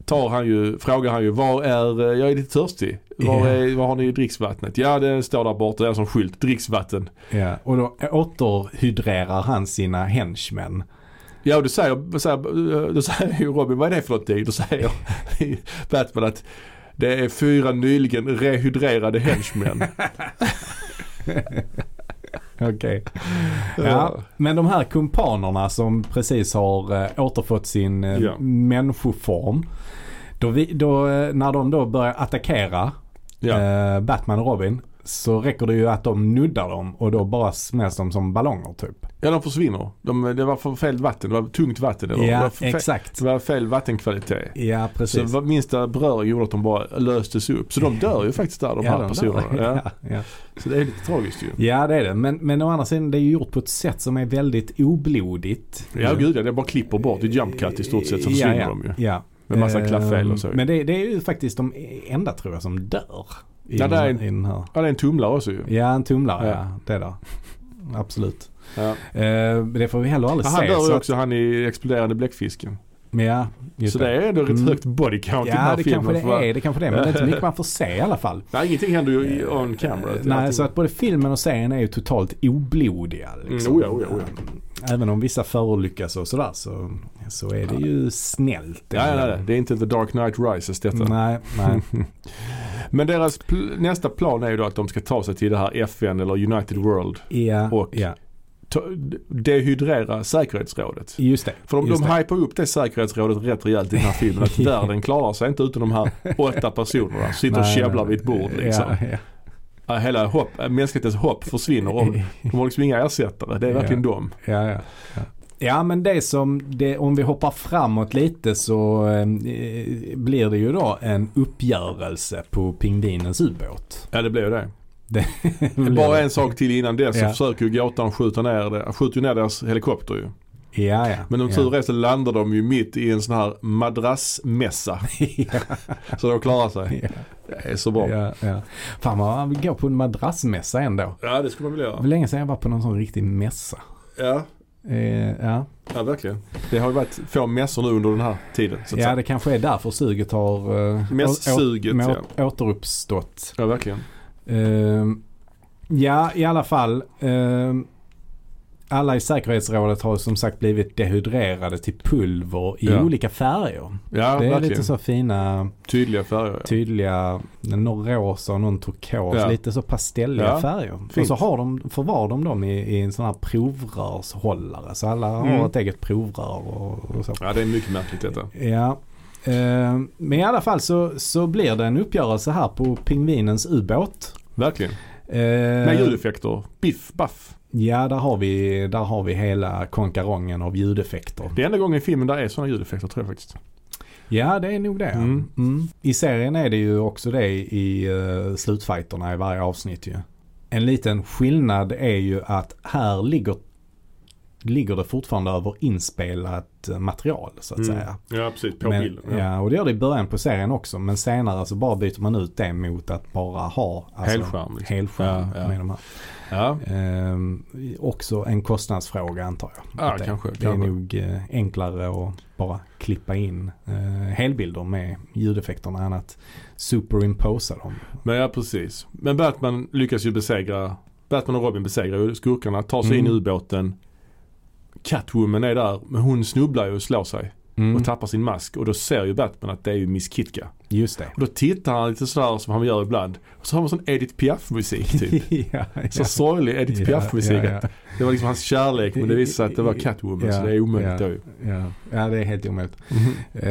[SPEAKER 2] tar han ju, frågar han ju var är, eh, jag är lite törstig. Var,
[SPEAKER 1] Ja.
[SPEAKER 2] är, var har ni dricksvattnet? Ja det står där borta, det är som skylt, dricksvatten.
[SPEAKER 1] Ja, och då återhydrerar han sina henchmen.
[SPEAKER 2] Ja och då säger, då säger, då säger ju Robin, vad är det för någonting? Då säger Batman att det är fyra nyligen rehydrerade henchmen.
[SPEAKER 1] Okej. Ja, men de här kumpanerna som precis har eh, återfått sin eh,
[SPEAKER 2] Ja.
[SPEAKER 1] människoform. Då vi, då, eh, när de då börjar attackera
[SPEAKER 2] ja.
[SPEAKER 1] eh, Batman och Robin så räcker det ju att de nuddar dem och då bara smälls de som ballonger typ.
[SPEAKER 2] Ja, de försvinner. De, det var för fel vatten. Det var tungt vatten. Eller? det var
[SPEAKER 1] ja,
[SPEAKER 2] för fel,
[SPEAKER 1] exakt.
[SPEAKER 2] Det var fel vattenkvalitet.
[SPEAKER 1] Ja,
[SPEAKER 2] Så
[SPEAKER 1] precis.
[SPEAKER 2] vad minsta beröring gjorde att de bara löstes upp. Så de dör ju faktiskt där de
[SPEAKER 1] ja,
[SPEAKER 2] här personerna.
[SPEAKER 1] där.
[SPEAKER 2] Ja.
[SPEAKER 1] Ja, Mm. ja.
[SPEAKER 2] Så det är lite tragiskt ju.
[SPEAKER 1] ja, det är det. Men, men å andra sidan, det är ju gjort på ett sätt som är väldigt oblodigt.
[SPEAKER 2] Ja gud ja, det bara klipper bort i jump cut i stort sett så försvinner
[SPEAKER 1] ja, ja.
[SPEAKER 2] de ju.
[SPEAKER 1] Ja.
[SPEAKER 2] Med massa
[SPEAKER 1] Ehm,
[SPEAKER 2] klaffel och så.
[SPEAKER 1] Men det, det är ju faktiskt de enda tror jag som dör. I,
[SPEAKER 2] Ja,
[SPEAKER 1] den,
[SPEAKER 2] det är-
[SPEAKER 1] i den här.
[SPEAKER 2] Ja det är en tumlare också ju.
[SPEAKER 1] Ja, en tumlare.
[SPEAKER 2] Ja.
[SPEAKER 1] Ja. det där. Absolut.
[SPEAKER 2] Ja.
[SPEAKER 1] Eh, det får vi heller aldrig
[SPEAKER 2] Han
[SPEAKER 1] se.
[SPEAKER 2] dör
[SPEAKER 1] så
[SPEAKER 2] ju
[SPEAKER 1] att-
[SPEAKER 2] också, han i exploderande bläckfisken.
[SPEAKER 1] Men ja, just
[SPEAKER 2] Så det är ändå rätt
[SPEAKER 1] Mm.
[SPEAKER 2] högt body count i den
[SPEAKER 1] Ja,
[SPEAKER 2] här
[SPEAKER 1] det
[SPEAKER 2] filmen.
[SPEAKER 1] kanske det
[SPEAKER 2] för vad-
[SPEAKER 1] är. Det kanske det är. Men det är inte mycket man får se i alla fall.
[SPEAKER 2] Nej, ingenting händer ju i- on camera.
[SPEAKER 1] Eh, Nej, så att både filmen och serien är ju totalt oblodiga. Liksom. Eh,
[SPEAKER 2] Mm, oja, oja, oja.
[SPEAKER 1] Även om vissa förolyckas och sådär så, så är det ju snällt.
[SPEAKER 2] Ja, ja, nej, det är inte The Dark Knight Rises detta.
[SPEAKER 1] Nej, nej.
[SPEAKER 2] Men deras pl- nästa plan är ju då att de ska ta sig till det här FN eller United World.
[SPEAKER 1] Ja,
[SPEAKER 2] Och-
[SPEAKER 1] ja.
[SPEAKER 2] Ta- dehydrera säkerhetsrådet.
[SPEAKER 1] Just det.
[SPEAKER 2] För de,
[SPEAKER 1] just
[SPEAKER 2] de
[SPEAKER 1] det.
[SPEAKER 2] hypar upp det säkerhetsrådet rätt rejält i den här filmen. Att världen klarar sig inte utan de här åtta personerna. Sitter och
[SPEAKER 1] Nej,
[SPEAKER 2] käbblar
[SPEAKER 1] nej,
[SPEAKER 2] vid ett bord
[SPEAKER 1] nej.
[SPEAKER 2] liksom.
[SPEAKER 1] Ja, ja.
[SPEAKER 2] Ja, Hela hopp, mänsklighetens hopp försvinner. Om, de har liksom inga ersättare. Det är verkligen dem.
[SPEAKER 1] Ja, ja. Ja men det som, det, om vi hoppar framåt lite så eh, blir det ju då en uppgörelse på pingvinens ubåt.
[SPEAKER 2] Ja det blev det.
[SPEAKER 1] Det
[SPEAKER 2] Bara en sak till innan det så
[SPEAKER 1] Ja.
[SPEAKER 2] försöker ju gåtan skjuta ner, det, skjuter ju ner deras helikopter ju.
[SPEAKER 1] Ja, ja.
[SPEAKER 2] Men om
[SPEAKER 1] ja.
[SPEAKER 2] tur är så landar de ju mitt i en sån här madrassmässa. Så de klarar sig.
[SPEAKER 1] Ja.
[SPEAKER 2] Det är så bra.
[SPEAKER 1] Ja, ja. Fan vad man vill gå på en madrassmässa ändå.
[SPEAKER 2] Ja det skulle man vilja
[SPEAKER 1] Det
[SPEAKER 2] göra.
[SPEAKER 1] var länge sedan jag var på någon sån riktig mässa.
[SPEAKER 2] Ja,
[SPEAKER 1] Eh, ja.
[SPEAKER 2] ja verkligen. Det har ju varit få mässor nu under den här tiden. Så att
[SPEAKER 1] ja,
[SPEAKER 2] säga.
[SPEAKER 1] det kanske är därför suget har eh,
[SPEAKER 2] Mässuget,
[SPEAKER 1] å- å- återuppstått.
[SPEAKER 2] Ja verkligen.
[SPEAKER 1] Eh, ja, i alla fall. Eh, alla i säkerhetsrådet har som sagt blivit dehydrerade till pulver i
[SPEAKER 2] Ja.
[SPEAKER 1] olika färger.
[SPEAKER 2] Ja
[SPEAKER 1] det är
[SPEAKER 2] verkligen.
[SPEAKER 1] lite så fina,
[SPEAKER 2] Tydliga färger. Ja.
[SPEAKER 1] tydliga, någon rosa och någon turkos.
[SPEAKER 2] Ja.
[SPEAKER 1] Lite så pastelliga
[SPEAKER 2] Ja,
[SPEAKER 1] färger.
[SPEAKER 2] fint.
[SPEAKER 1] Och så har de, förvar de dem i, i en sån här provrörshållare. Så alla
[SPEAKER 2] Mm.
[SPEAKER 1] har ett eget provrör och, och så.
[SPEAKER 2] ja det är mycket märkligt detta.
[SPEAKER 1] Ja. Eh, men i alla fall så, så blir det en uppgörelse här på pingvinens ubåt.
[SPEAKER 2] Verkligen.
[SPEAKER 1] Eh,
[SPEAKER 2] Med ljudeffekter. Biff, baff.
[SPEAKER 1] Ja, där har vi, där har vi hela konkarongen av ljudeffekter.
[SPEAKER 2] Det är enda gången i filmen där är sådana ljudeffekter tror jag faktiskt.
[SPEAKER 1] Ja, det är nog det.
[SPEAKER 2] Mm.
[SPEAKER 1] Mm. I serien är det ju också det i uh, slutfighterna i varje avsnitt ju. En liten skillnad är ju att här ligger, ligger det fortfarande över inspelat eh, material så att säga.
[SPEAKER 2] Ja precis, Mm. på
[SPEAKER 1] Men,
[SPEAKER 2] bilden.
[SPEAKER 1] ja. och det gör det i början på serien också. Men senare så bara byter man ut det mot att bara ha alltså,
[SPEAKER 2] Helskärm, liksom.
[SPEAKER 1] helskärm
[SPEAKER 2] Ja, ja.
[SPEAKER 1] med de här.
[SPEAKER 2] ja.
[SPEAKER 1] Ehm, också en kostnadsfråga antar jag.
[SPEAKER 2] Ja,
[SPEAKER 1] Att det,
[SPEAKER 2] kanske,
[SPEAKER 1] Det
[SPEAKER 2] kanske.
[SPEAKER 1] är nog eh, enklare att bara klippa in eh, helbilder med ljudeffekterna än att superimposa dem.
[SPEAKER 2] Men ja, precis. Men Batman lyckas ju besegra, Batman och Robin besegrar ju skurkarna, tar sig
[SPEAKER 1] Mm.
[SPEAKER 2] in i ubåten. Catwoman är där, men hon snubblar ju och slår sig
[SPEAKER 1] Mm.
[SPEAKER 2] och tappar sin mask och då ser ju Batman att det är ju Miss Kitka.
[SPEAKER 1] Just det.
[SPEAKER 2] Och då tittar han lite sådär som han gör ibland. Och så har man sån Edith Piaf-musik typ.
[SPEAKER 1] ja,
[SPEAKER 2] Så sorglig Edith Piaf-musik.
[SPEAKER 1] Ja, ja,
[SPEAKER 2] Det var liksom hans kärlek men det visade sig att det var Catwoman så
[SPEAKER 1] Ja,
[SPEAKER 2] det är omöjligt
[SPEAKER 1] ja.
[SPEAKER 2] då ju. Mm-hmm.
[SPEAKER 1] ja. ja, det är helt omöjligt. Eh,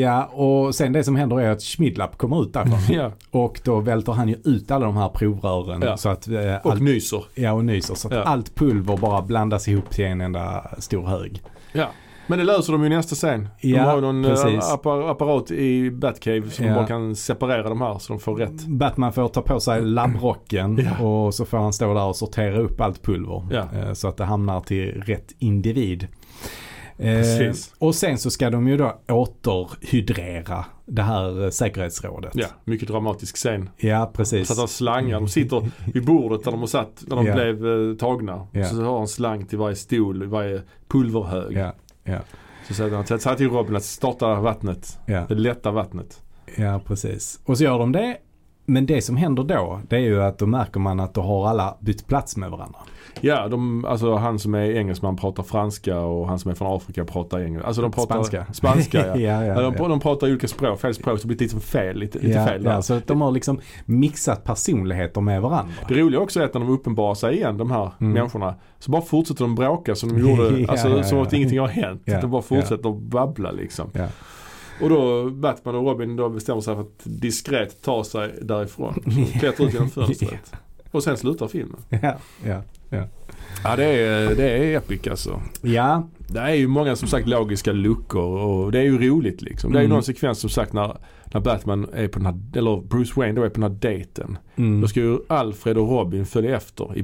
[SPEAKER 1] ja, och sen det som händer är att Schmidlapp kommer ut därifrån.
[SPEAKER 2] Ja.
[SPEAKER 1] och då välter han ju ut alla de här provrören.
[SPEAKER 2] Ja.
[SPEAKER 1] Så att, eh,
[SPEAKER 2] Och
[SPEAKER 1] allt,
[SPEAKER 2] nyser.
[SPEAKER 1] ja, och nyser. Så att
[SPEAKER 2] Ja.
[SPEAKER 1] allt pulver bara blandas ihop till en enda stor hög.
[SPEAKER 2] Ja. Men det löser de ju i nästa scen. De
[SPEAKER 1] Ja,
[SPEAKER 2] har ju någon eh,
[SPEAKER 1] precis.
[SPEAKER 2] appar- apparat i Batcave som
[SPEAKER 1] Ja.
[SPEAKER 2] bara kan separera de här så de får rätt.
[SPEAKER 1] Batman får ta på sig labbrocken
[SPEAKER 2] Ja.
[SPEAKER 1] och så får han stå där och sortera upp allt pulver.
[SPEAKER 2] Ja.
[SPEAKER 1] eh, Så att det hamnar till rätt individ. Eh,
[SPEAKER 2] Precis.
[SPEAKER 1] och sen så ska de ju då återhydrera det här eh, säkerhetsrådet.
[SPEAKER 2] Ja, mycket dramatisk scen.
[SPEAKER 1] Ja,
[SPEAKER 2] De
[SPEAKER 1] precis.
[SPEAKER 2] satt av slangar. De sitter vid bordet där de har satt när de
[SPEAKER 1] Ja.
[SPEAKER 2] blev eh, tagna.
[SPEAKER 1] Ja.
[SPEAKER 2] Så har han slang till varje stol, varje pulverhög.
[SPEAKER 1] Ja, ja,
[SPEAKER 2] Så säger han så här till Robin att starta vattnet.
[SPEAKER 1] ja,
[SPEAKER 2] Det lätta vattnet.
[SPEAKER 1] ja, precis. Och så gör de det. Men det som händer då, det är ju att då märker man att då har alla bytt plats med varandra.
[SPEAKER 2] Ja, de, alltså han som är engelsman pratar franska och han som är från Afrika pratar engelska. Alltså de pratar
[SPEAKER 1] Spanska.
[SPEAKER 2] Spanska ja.
[SPEAKER 1] Ja, ja,
[SPEAKER 2] Ja, de,
[SPEAKER 1] ja.
[SPEAKER 2] de pratar olika språk, fel språk så det blir lite fel. Lite, lite
[SPEAKER 1] ja,
[SPEAKER 2] fel där.
[SPEAKER 1] ja, så att de har liksom mixat personligheter med varandra.
[SPEAKER 2] Det roliga också är att när de uppenbarar sig igen de här människorna så bara fortsätter de bråka som de gjorde,
[SPEAKER 1] Mm. Ja,
[SPEAKER 2] alltså
[SPEAKER 1] ja,
[SPEAKER 2] som
[SPEAKER 1] ja.
[SPEAKER 2] att ingenting har hänt.
[SPEAKER 1] Ja,
[SPEAKER 2] de bara fortsätter att babbla liksom.
[SPEAKER 1] Ja.
[SPEAKER 2] Och då Batman och Robin då bestämmer sig för att diskret ta sig därifrån. Och klättrar ut genom fönstret. Och sen slutar filmen.
[SPEAKER 1] Ja, ja, ja.
[SPEAKER 2] Ja det är, det är epic alltså.
[SPEAKER 1] ja,
[SPEAKER 2] Det är ju många som sagt logiska luckor och det är ju roligt liksom. Det är ju
[SPEAKER 1] Mm.
[SPEAKER 2] någon sekvens som sagt när, när Batman är på den här, eller Bruce Wayne då är på den här dejten.
[SPEAKER 1] mm,
[SPEAKER 2] Då ska ju Alfred och Robin följa efter i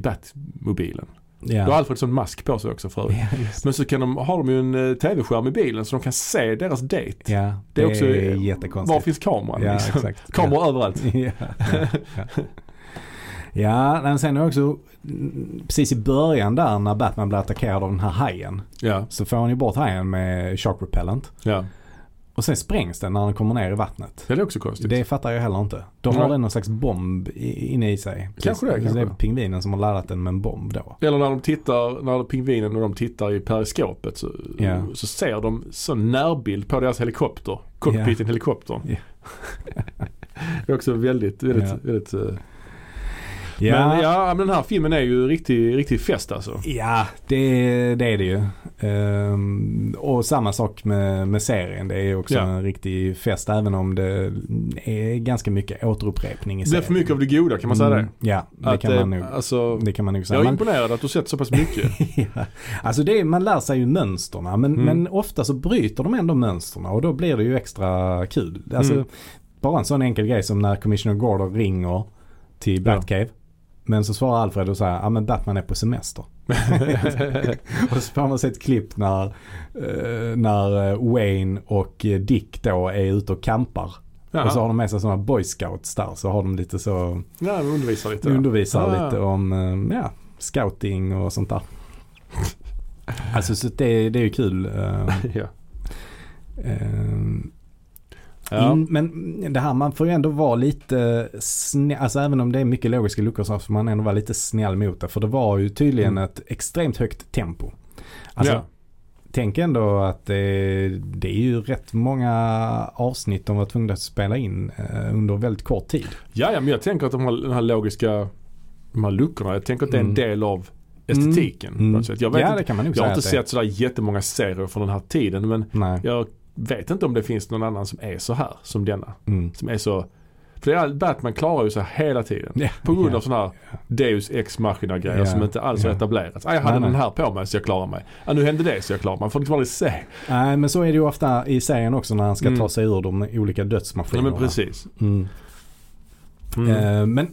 [SPEAKER 2] Batmobilen. Då har
[SPEAKER 1] ja.
[SPEAKER 2] Alfred sån mask på sig också för övrigt.
[SPEAKER 1] Ja, just det.
[SPEAKER 2] Men så kan de, har de ju en eh, tv-skärm i bilen så de kan se deras dejt.
[SPEAKER 1] ja,
[SPEAKER 2] Det
[SPEAKER 1] det
[SPEAKER 2] är
[SPEAKER 1] är
[SPEAKER 2] också- eh, Var
[SPEAKER 1] jättekonstigt.
[SPEAKER 2] finns kameran?
[SPEAKER 1] Ja,
[SPEAKER 2] liksom?
[SPEAKER 1] exakt.
[SPEAKER 2] Kameror överallt.
[SPEAKER 1] ja, ja, ja. ja men sen är också mm, precis i början där när Batman blir attackerad av den här hajen.
[SPEAKER 2] Ja,
[SPEAKER 1] Så får han ju bort hajen med shark repellent.
[SPEAKER 2] ja.
[SPEAKER 1] Och sen sprängs den när den kommer ner i vattnet.
[SPEAKER 2] Det är också konstigt.
[SPEAKER 1] Det fattar jag heller inte. Då
[SPEAKER 2] Nej.
[SPEAKER 1] har den någon slags bomb i- inne i sig.
[SPEAKER 2] Kanske det,
[SPEAKER 1] Så
[SPEAKER 2] kanske
[SPEAKER 1] Det är
[SPEAKER 2] det.
[SPEAKER 1] pingvinen som har laddat den med en bomb då.
[SPEAKER 2] Eller när de tittar, när pingvinen och de tittar i periskopet så,
[SPEAKER 1] Ja.
[SPEAKER 2] så ser de så närbild på deras helikopter. Cockpiten i helikoptern.
[SPEAKER 1] Ja.
[SPEAKER 2] det är också väldigt, väldigt,
[SPEAKER 1] Ja.
[SPEAKER 2] väldigt... eh,
[SPEAKER 1] Ja,
[SPEAKER 2] Men ja, men den här filmen är ju riktig, riktig fest alltså.
[SPEAKER 1] Ja, det, det är det ju. Ehm, och samma sak med, med serien. Det är också
[SPEAKER 2] Ja.
[SPEAKER 1] en riktig fest även om det är ganska mycket återupprepning i
[SPEAKER 2] Det är
[SPEAKER 1] serien.
[SPEAKER 2] för mycket av det goda, kan man säga
[SPEAKER 1] Mm,
[SPEAKER 2] det?
[SPEAKER 1] Ja, det
[SPEAKER 2] Att,
[SPEAKER 1] kan,
[SPEAKER 2] eh,
[SPEAKER 1] man nog,
[SPEAKER 2] Alltså,
[SPEAKER 1] det kan man nog säga.
[SPEAKER 2] jag är
[SPEAKER 1] Men-
[SPEAKER 2] imponerad att du sett så pass mycket.
[SPEAKER 1] ja. Alltså det, är- man lär sig ju mönstren men,
[SPEAKER 2] Mm.
[SPEAKER 1] men ofta så bryter de ändå mönstren och då blir det ju extra kul. Alltså,
[SPEAKER 2] Mm.
[SPEAKER 1] Bara en sån enkel grej som när Commissioner Gordon ringer till
[SPEAKER 2] Ja.
[SPEAKER 1] Batcave. Men så svarar Alfred och säger ja men Batman är på semester. och så får man se ett klipp när, eh, när eh, Wayne och eh, Dick då är ute och campar. Och så har
[SPEAKER 2] Jaha.
[SPEAKER 1] de med sig sådana boy scouts där. Så har de lite så,
[SPEAKER 2] Ja, Ah. vi undervisar lite.
[SPEAKER 1] undervisar
[SPEAKER 2] Ja, ja.
[SPEAKER 1] lite om eh, ja, scouting och sånt där. Alltså så det, det är ju kul. eh,
[SPEAKER 2] Ja.
[SPEAKER 1] eh,
[SPEAKER 2] Ja.
[SPEAKER 1] in, men det här man får ju ändå vara lite snäll, alltså även om det är mycket logiska luckor så får man ändå vara lite snäll mot det. För det var ju tydligen
[SPEAKER 2] Mm.
[SPEAKER 1] ett extremt högt tempo. Alltså,
[SPEAKER 2] ja.
[SPEAKER 1] Tänk ändå att det, det är ju rätt många avsnitt de var tvungna att spela in eh, under väldigt kort tid.
[SPEAKER 2] Ja, ja, men jag tänker att de här, de här logiska de här luckorna, jag tänker att det är en
[SPEAKER 1] Mm.
[SPEAKER 2] del av estetiken. På
[SPEAKER 1] Mm.
[SPEAKER 2] något sätt. Jag, vet
[SPEAKER 1] ja, det
[SPEAKER 2] inte,
[SPEAKER 1] kan man nog
[SPEAKER 2] jag har
[SPEAKER 1] säga
[SPEAKER 2] inte
[SPEAKER 1] att det är.
[SPEAKER 2] sett sådär jättemånga serier från den här tiden men
[SPEAKER 1] Nej.
[SPEAKER 2] jag vet inte om det finns någon annan som är så här som denna.
[SPEAKER 1] Mm.
[SPEAKER 2] Som är så... För det är, all- Batman klarar ju sig hela tiden.
[SPEAKER 1] Ja.
[SPEAKER 2] På grund
[SPEAKER 1] Ja.
[SPEAKER 2] av sådana här Deus ex machina grejer
[SPEAKER 1] Ja.
[SPEAKER 2] som inte alls har
[SPEAKER 1] Ja.
[SPEAKER 2] etablerats. Ah, jag hade
[SPEAKER 1] Nej, nej.
[SPEAKER 2] den här på mig så jag klarar mig. Ah, nu hände det så jag klarar mig. Man får liksom aldrig se.
[SPEAKER 1] Nej, men så är det ju ofta i serien också när han ska
[SPEAKER 2] Mm.
[SPEAKER 1] ta sig ur de olika
[SPEAKER 2] Nej,
[SPEAKER 1] dödsmaskinerna.
[SPEAKER 2] men precis.
[SPEAKER 1] Mm.
[SPEAKER 2] Mm.
[SPEAKER 1] Eh, men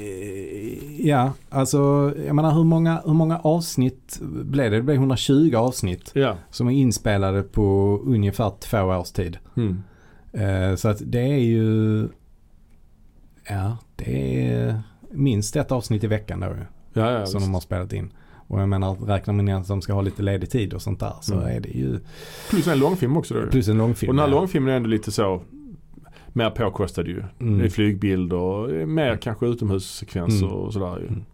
[SPEAKER 1] eh, ja, alltså jag menar hur många, hur många avsnitt blev det? Det blev 120 avsnitt
[SPEAKER 2] Ja.
[SPEAKER 1] som är inspelade på ungefär två års tid.
[SPEAKER 2] Mm.
[SPEAKER 1] Eh, Så att det är ju... Ja, det är minst ett avsnitt i veckan då ju.
[SPEAKER 2] Ja, ja,
[SPEAKER 1] som
[SPEAKER 2] visst.
[SPEAKER 1] de har spelat in. Och jag menar, räknar man in att de ska ha lite ledig tid och sånt där så
[SPEAKER 2] Mm.
[SPEAKER 1] är det ju...
[SPEAKER 2] Plus en långfilm också då. ju.
[SPEAKER 1] Plus en långfilm.
[SPEAKER 2] Och den här
[SPEAKER 1] ja.
[SPEAKER 2] långfilmen är ändå lite så mer påkostad ju.
[SPEAKER 1] Mm.
[SPEAKER 2] Det är flygbilder och mer kanske utomhussekvenser
[SPEAKER 1] Mm.
[SPEAKER 2] och sådär ju.
[SPEAKER 1] Mm.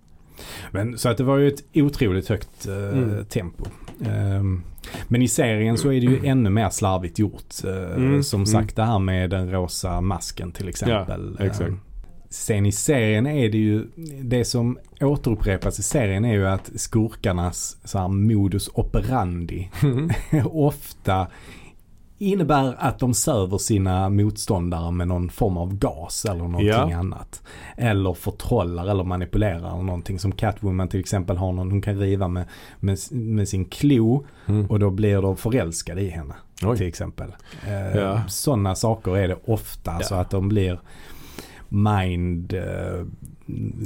[SPEAKER 1] Men, så att det var ju ett otroligt högt eh,
[SPEAKER 2] Mm.
[SPEAKER 1] tempo. Ehm, men i serien så är det ju ännu mer slarvigt gjort. Eh,
[SPEAKER 2] Mm.
[SPEAKER 1] Som sagt det här med den rosa masken till exempel.
[SPEAKER 2] Ja, exakt.
[SPEAKER 1] Ehm, sen i serien är det ju, det som återupprepas i serien är ju att skurkarnas så här, modus operandi
[SPEAKER 2] Mm.
[SPEAKER 1] ofta innebär att de söver sina motståndare med någon form av gas eller någonting
[SPEAKER 2] Ja.
[SPEAKER 1] annat. Eller förtrollar eller manipulerar eller någonting som Catwoman till exempel har någon hon kan riva med, med, med sin klo
[SPEAKER 2] Mm.
[SPEAKER 1] och då blir de förälskade i henne
[SPEAKER 2] Oj.
[SPEAKER 1] till exempel. Eh,
[SPEAKER 2] Ja.
[SPEAKER 1] Sådana saker är det ofta så att de blir mind eh,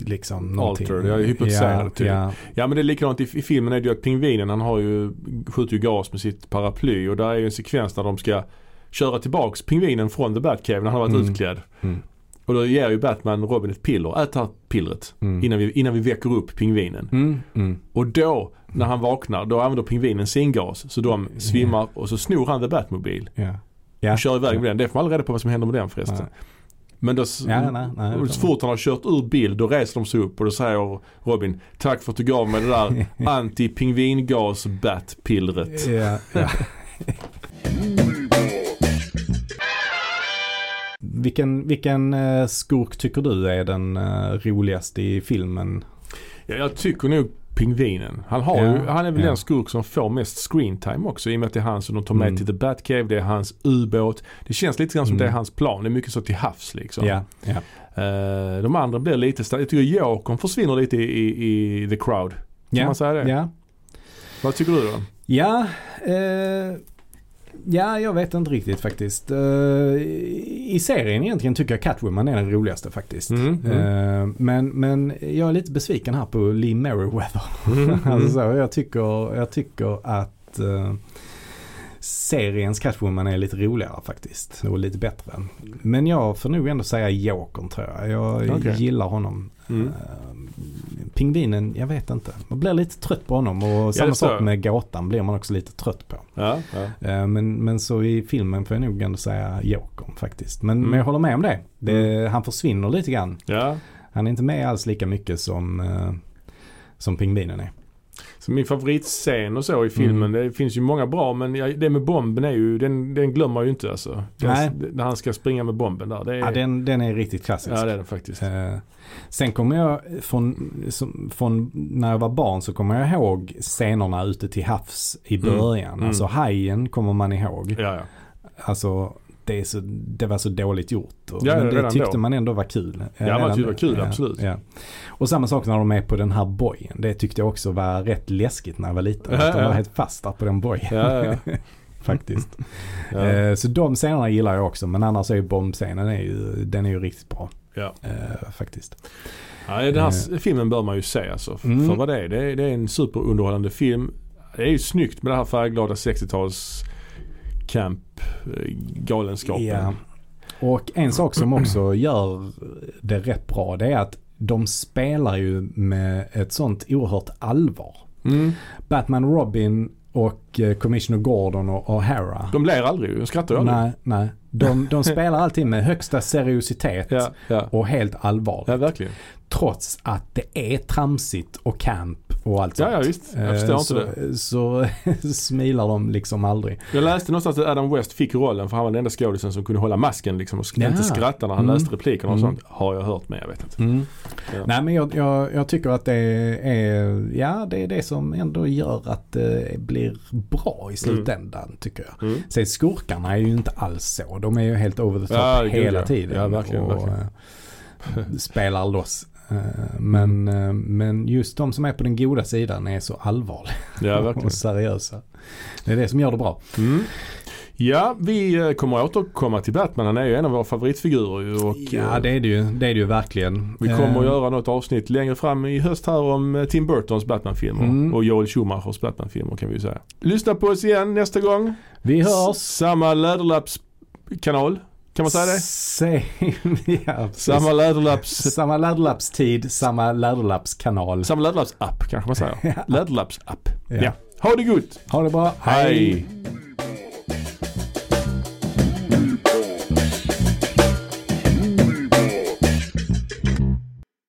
[SPEAKER 1] liksom någonting.
[SPEAKER 2] Altered, ja, hypnotiserade
[SPEAKER 1] ja,
[SPEAKER 2] typ.
[SPEAKER 1] ja,
[SPEAKER 2] Ja men det är likadant i, i filmen är det ju att pingvinen han har ju, skjuter ju gas med sitt paraply och där är ju en sekvens där de ska köra tillbaks pingvinen från The Batcave när han har varit
[SPEAKER 1] Mm.
[SPEAKER 2] utklädd.
[SPEAKER 1] Mm.
[SPEAKER 2] Och då ger ju Batman Robin ett piller, ät det här pillret
[SPEAKER 1] Mm.
[SPEAKER 2] innan, vi, innan vi väcker upp pingvinen.
[SPEAKER 1] Mm, mm.
[SPEAKER 2] Och då när han vaknar då använder pingvinen sin gas så de
[SPEAKER 1] Mm.
[SPEAKER 2] svimmar och så snor han The Batmobil.
[SPEAKER 1] Ja. Ja.
[SPEAKER 2] och kör iväg med den. Det får man aldrig reda på vad som händer med den förresten. Men då,
[SPEAKER 1] Ja, nej, nej,
[SPEAKER 2] och så fort han har kört ur bild då reser de sig upp och då säger Robin Tack för att du gav mig det där anti-pingvingas-bat-pillret.
[SPEAKER 1] Ja, ja. vilken, vilken eh, skurk tycker du är den eh, roligaste i filmen?
[SPEAKER 2] Ja, jag tycker nog pingvinen. Han, har
[SPEAKER 1] Ja.
[SPEAKER 2] ju, han är väl
[SPEAKER 1] Ja.
[SPEAKER 2] den skurk som får mest screen time också i och med att det är han som de tar med
[SPEAKER 1] Mm.
[SPEAKER 2] till The Batcave. Det är hans ubåt. Det känns lite grann som
[SPEAKER 1] Mm.
[SPEAKER 2] det är hans plan. Det är mycket så till havs liksom.
[SPEAKER 1] Ja, ja.
[SPEAKER 2] Eh, de andra blir lite starka. Jag tycker Jokern försvinner lite i, i, i the crowd.
[SPEAKER 1] ja.
[SPEAKER 2] man säga det?
[SPEAKER 1] Ja,
[SPEAKER 2] Vad tycker du då?
[SPEAKER 1] ja, eh, ja jag vet inte riktigt faktiskt. Eh, I serien egentligen tycker jag Catwoman är den roligaste faktiskt.
[SPEAKER 2] Mm, mm.
[SPEAKER 1] Eh, men, men jag är lite besviken här på Lee Merriweather.
[SPEAKER 2] Mm.
[SPEAKER 1] alltså, så, jag, tycker, jag tycker att eh, seriens Catwoman är lite roligare faktiskt. Och lite bättre. Men jag får nog ändå säga Jokern tror jag. Jag
[SPEAKER 2] Okej.
[SPEAKER 1] gillar honom.
[SPEAKER 2] Mm.
[SPEAKER 1] Eh, Pingvinen, jag vet inte. Man blir lite trött på honom och samma
[SPEAKER 2] det förstår
[SPEAKER 1] sak
[SPEAKER 2] jag.
[SPEAKER 1] med gåtan blir man också lite trött på.
[SPEAKER 2] Ja, ja.
[SPEAKER 1] Eh, Men, men så i filmen får jag nog ändå säga Jokern faktiskt. Men,
[SPEAKER 2] Mm.
[SPEAKER 1] men jag håller med om det. det Han försvinner lite grann.
[SPEAKER 2] ja.
[SPEAKER 1] Han är inte med alls lika mycket som, eh, som pingvinen är.
[SPEAKER 2] Så min favoritscen och så i
[SPEAKER 1] Mm.
[SPEAKER 2] filmen, det finns ju många bra men jag, det med bomben är ju, den, den glömmer jag ju inte alltså. Den,
[SPEAKER 1] Nej.
[SPEAKER 2] När han ska springa med bomben där. Det är,
[SPEAKER 1] Ja, den, den är riktigt klassisk.
[SPEAKER 2] ja, det är den faktiskt.
[SPEAKER 1] Eh, Sen kommer jag från, som, från när jag var barn så kommer jag ihåg scenerna ute till havs i
[SPEAKER 2] Mm.
[SPEAKER 1] början.
[SPEAKER 2] Mm.
[SPEAKER 1] Alltså hajen kommer man ihåg.
[SPEAKER 2] Ja, ja.
[SPEAKER 1] Alltså det, är så, det var så dåligt gjort. Och,
[SPEAKER 2] Ja,
[SPEAKER 1] men det
[SPEAKER 2] redan
[SPEAKER 1] tyckte
[SPEAKER 2] då.
[SPEAKER 1] man ändå var kul. Eh,
[SPEAKER 2] Ja, man
[SPEAKER 1] redan
[SPEAKER 2] tyckte det var
[SPEAKER 1] då.
[SPEAKER 2] kul, absolut.
[SPEAKER 1] Ja. Och samma sak när de är på den här bojen. Det tyckte jag också var rätt läskigt när jag var liten.
[SPEAKER 2] Ja,
[SPEAKER 1] att de
[SPEAKER 2] ja.
[SPEAKER 1] var helt fast där på den bojen.
[SPEAKER 2] Ja, ja, ja.
[SPEAKER 1] Faktiskt.
[SPEAKER 2] ja.
[SPEAKER 1] Eh, Så de scenerna gillar jag också. Men annars är ju bombscenen är ju, den är ju riktigt bra.
[SPEAKER 2] Ja.
[SPEAKER 1] eh, Faktiskt.
[SPEAKER 2] ja, den här s- filmen bör man ju se alltså.
[SPEAKER 1] Mm.
[SPEAKER 2] För vad det är. Det är, det är en superunderhållande film. Det är ju snyggt med det här färgglada 60-tals camp eh, galenskapen.
[SPEAKER 1] Ja. Och en sak som också gör det rätt bra det är att de spelar ju med ett sånt oerhört allvar.
[SPEAKER 2] Mm.
[SPEAKER 1] Batman och Robin och eh, Commissioner Gordon och O'Hara.
[SPEAKER 2] De ler aldrig ju. De skrattar ju aldrig.
[SPEAKER 1] Nej, nej. De, de spelar alltid med högsta seriositet
[SPEAKER 2] Ja, ja.
[SPEAKER 1] och helt allvar.
[SPEAKER 2] ja, verkligen.
[SPEAKER 1] Trots att det är tramsigt och camp och allt
[SPEAKER 2] Ja,
[SPEAKER 1] sånt.
[SPEAKER 2] ja, visst. Jag förstår
[SPEAKER 1] Eh,
[SPEAKER 2] inte
[SPEAKER 1] så, det. Så smilar de liksom aldrig.
[SPEAKER 2] Jag läste någonstans att Adam West fick rollen för han var den enda skådisen som kunde hålla masken liksom och sk-
[SPEAKER 1] Ja.
[SPEAKER 2] inte skratta när han
[SPEAKER 1] Mm.
[SPEAKER 2] läste replikerna och
[SPEAKER 1] Mm.
[SPEAKER 2] sånt. Har jag hört men jag vet inte. Ja.
[SPEAKER 1] Nej men jag, jag, jag tycker att det är, ja det är det som ändå gör att det blir bra i slutändan tycker jag.
[SPEAKER 2] Mm.
[SPEAKER 1] Sen skurkarna är ju inte alls så. De är ju helt over the top
[SPEAKER 2] Ja, gud,
[SPEAKER 1] hela
[SPEAKER 2] ja.
[SPEAKER 1] tiden.
[SPEAKER 2] Ja, verkligen,
[SPEAKER 1] och,
[SPEAKER 2] verkligen.
[SPEAKER 1] eh, spelar loss. Eh, Men, eh, men just de som är på den goda sidan är så allvarliga
[SPEAKER 2] Ja,
[SPEAKER 1] och
[SPEAKER 2] verkligen.
[SPEAKER 1] seriösa. Det är det som gör det bra.
[SPEAKER 2] Mm. Ja, vi eh, kommer att återkomma till Batman. Han är ju en av våra favoritfigurer ju och
[SPEAKER 1] ja
[SPEAKER 2] eh,
[SPEAKER 1] det är det ju, det är det ju verkligen.
[SPEAKER 2] vi kommer
[SPEAKER 1] Eh,
[SPEAKER 2] att göra något avsnitt längre fram i höst här om eh, Tim Burtons Batman-filmer
[SPEAKER 1] Mm.
[SPEAKER 2] och Joel Schumachers Batman-filmer kan vi ju säga. Lyssna på oss igen nästa gång.
[SPEAKER 1] Vi hörs.
[SPEAKER 2] Samma Läderlaps-kanal. Kan man säga det?
[SPEAKER 1] Same, ja, precis.
[SPEAKER 2] Samma Läderlaps...
[SPEAKER 1] Samma laddlappstid, samma laddlappskanal.
[SPEAKER 2] Samma Läderlaps-app kanske man säger. Läderlaps-app.
[SPEAKER 1] Ja.
[SPEAKER 2] Ja. Ha det gott!
[SPEAKER 1] Ha det bra.
[SPEAKER 2] Hej.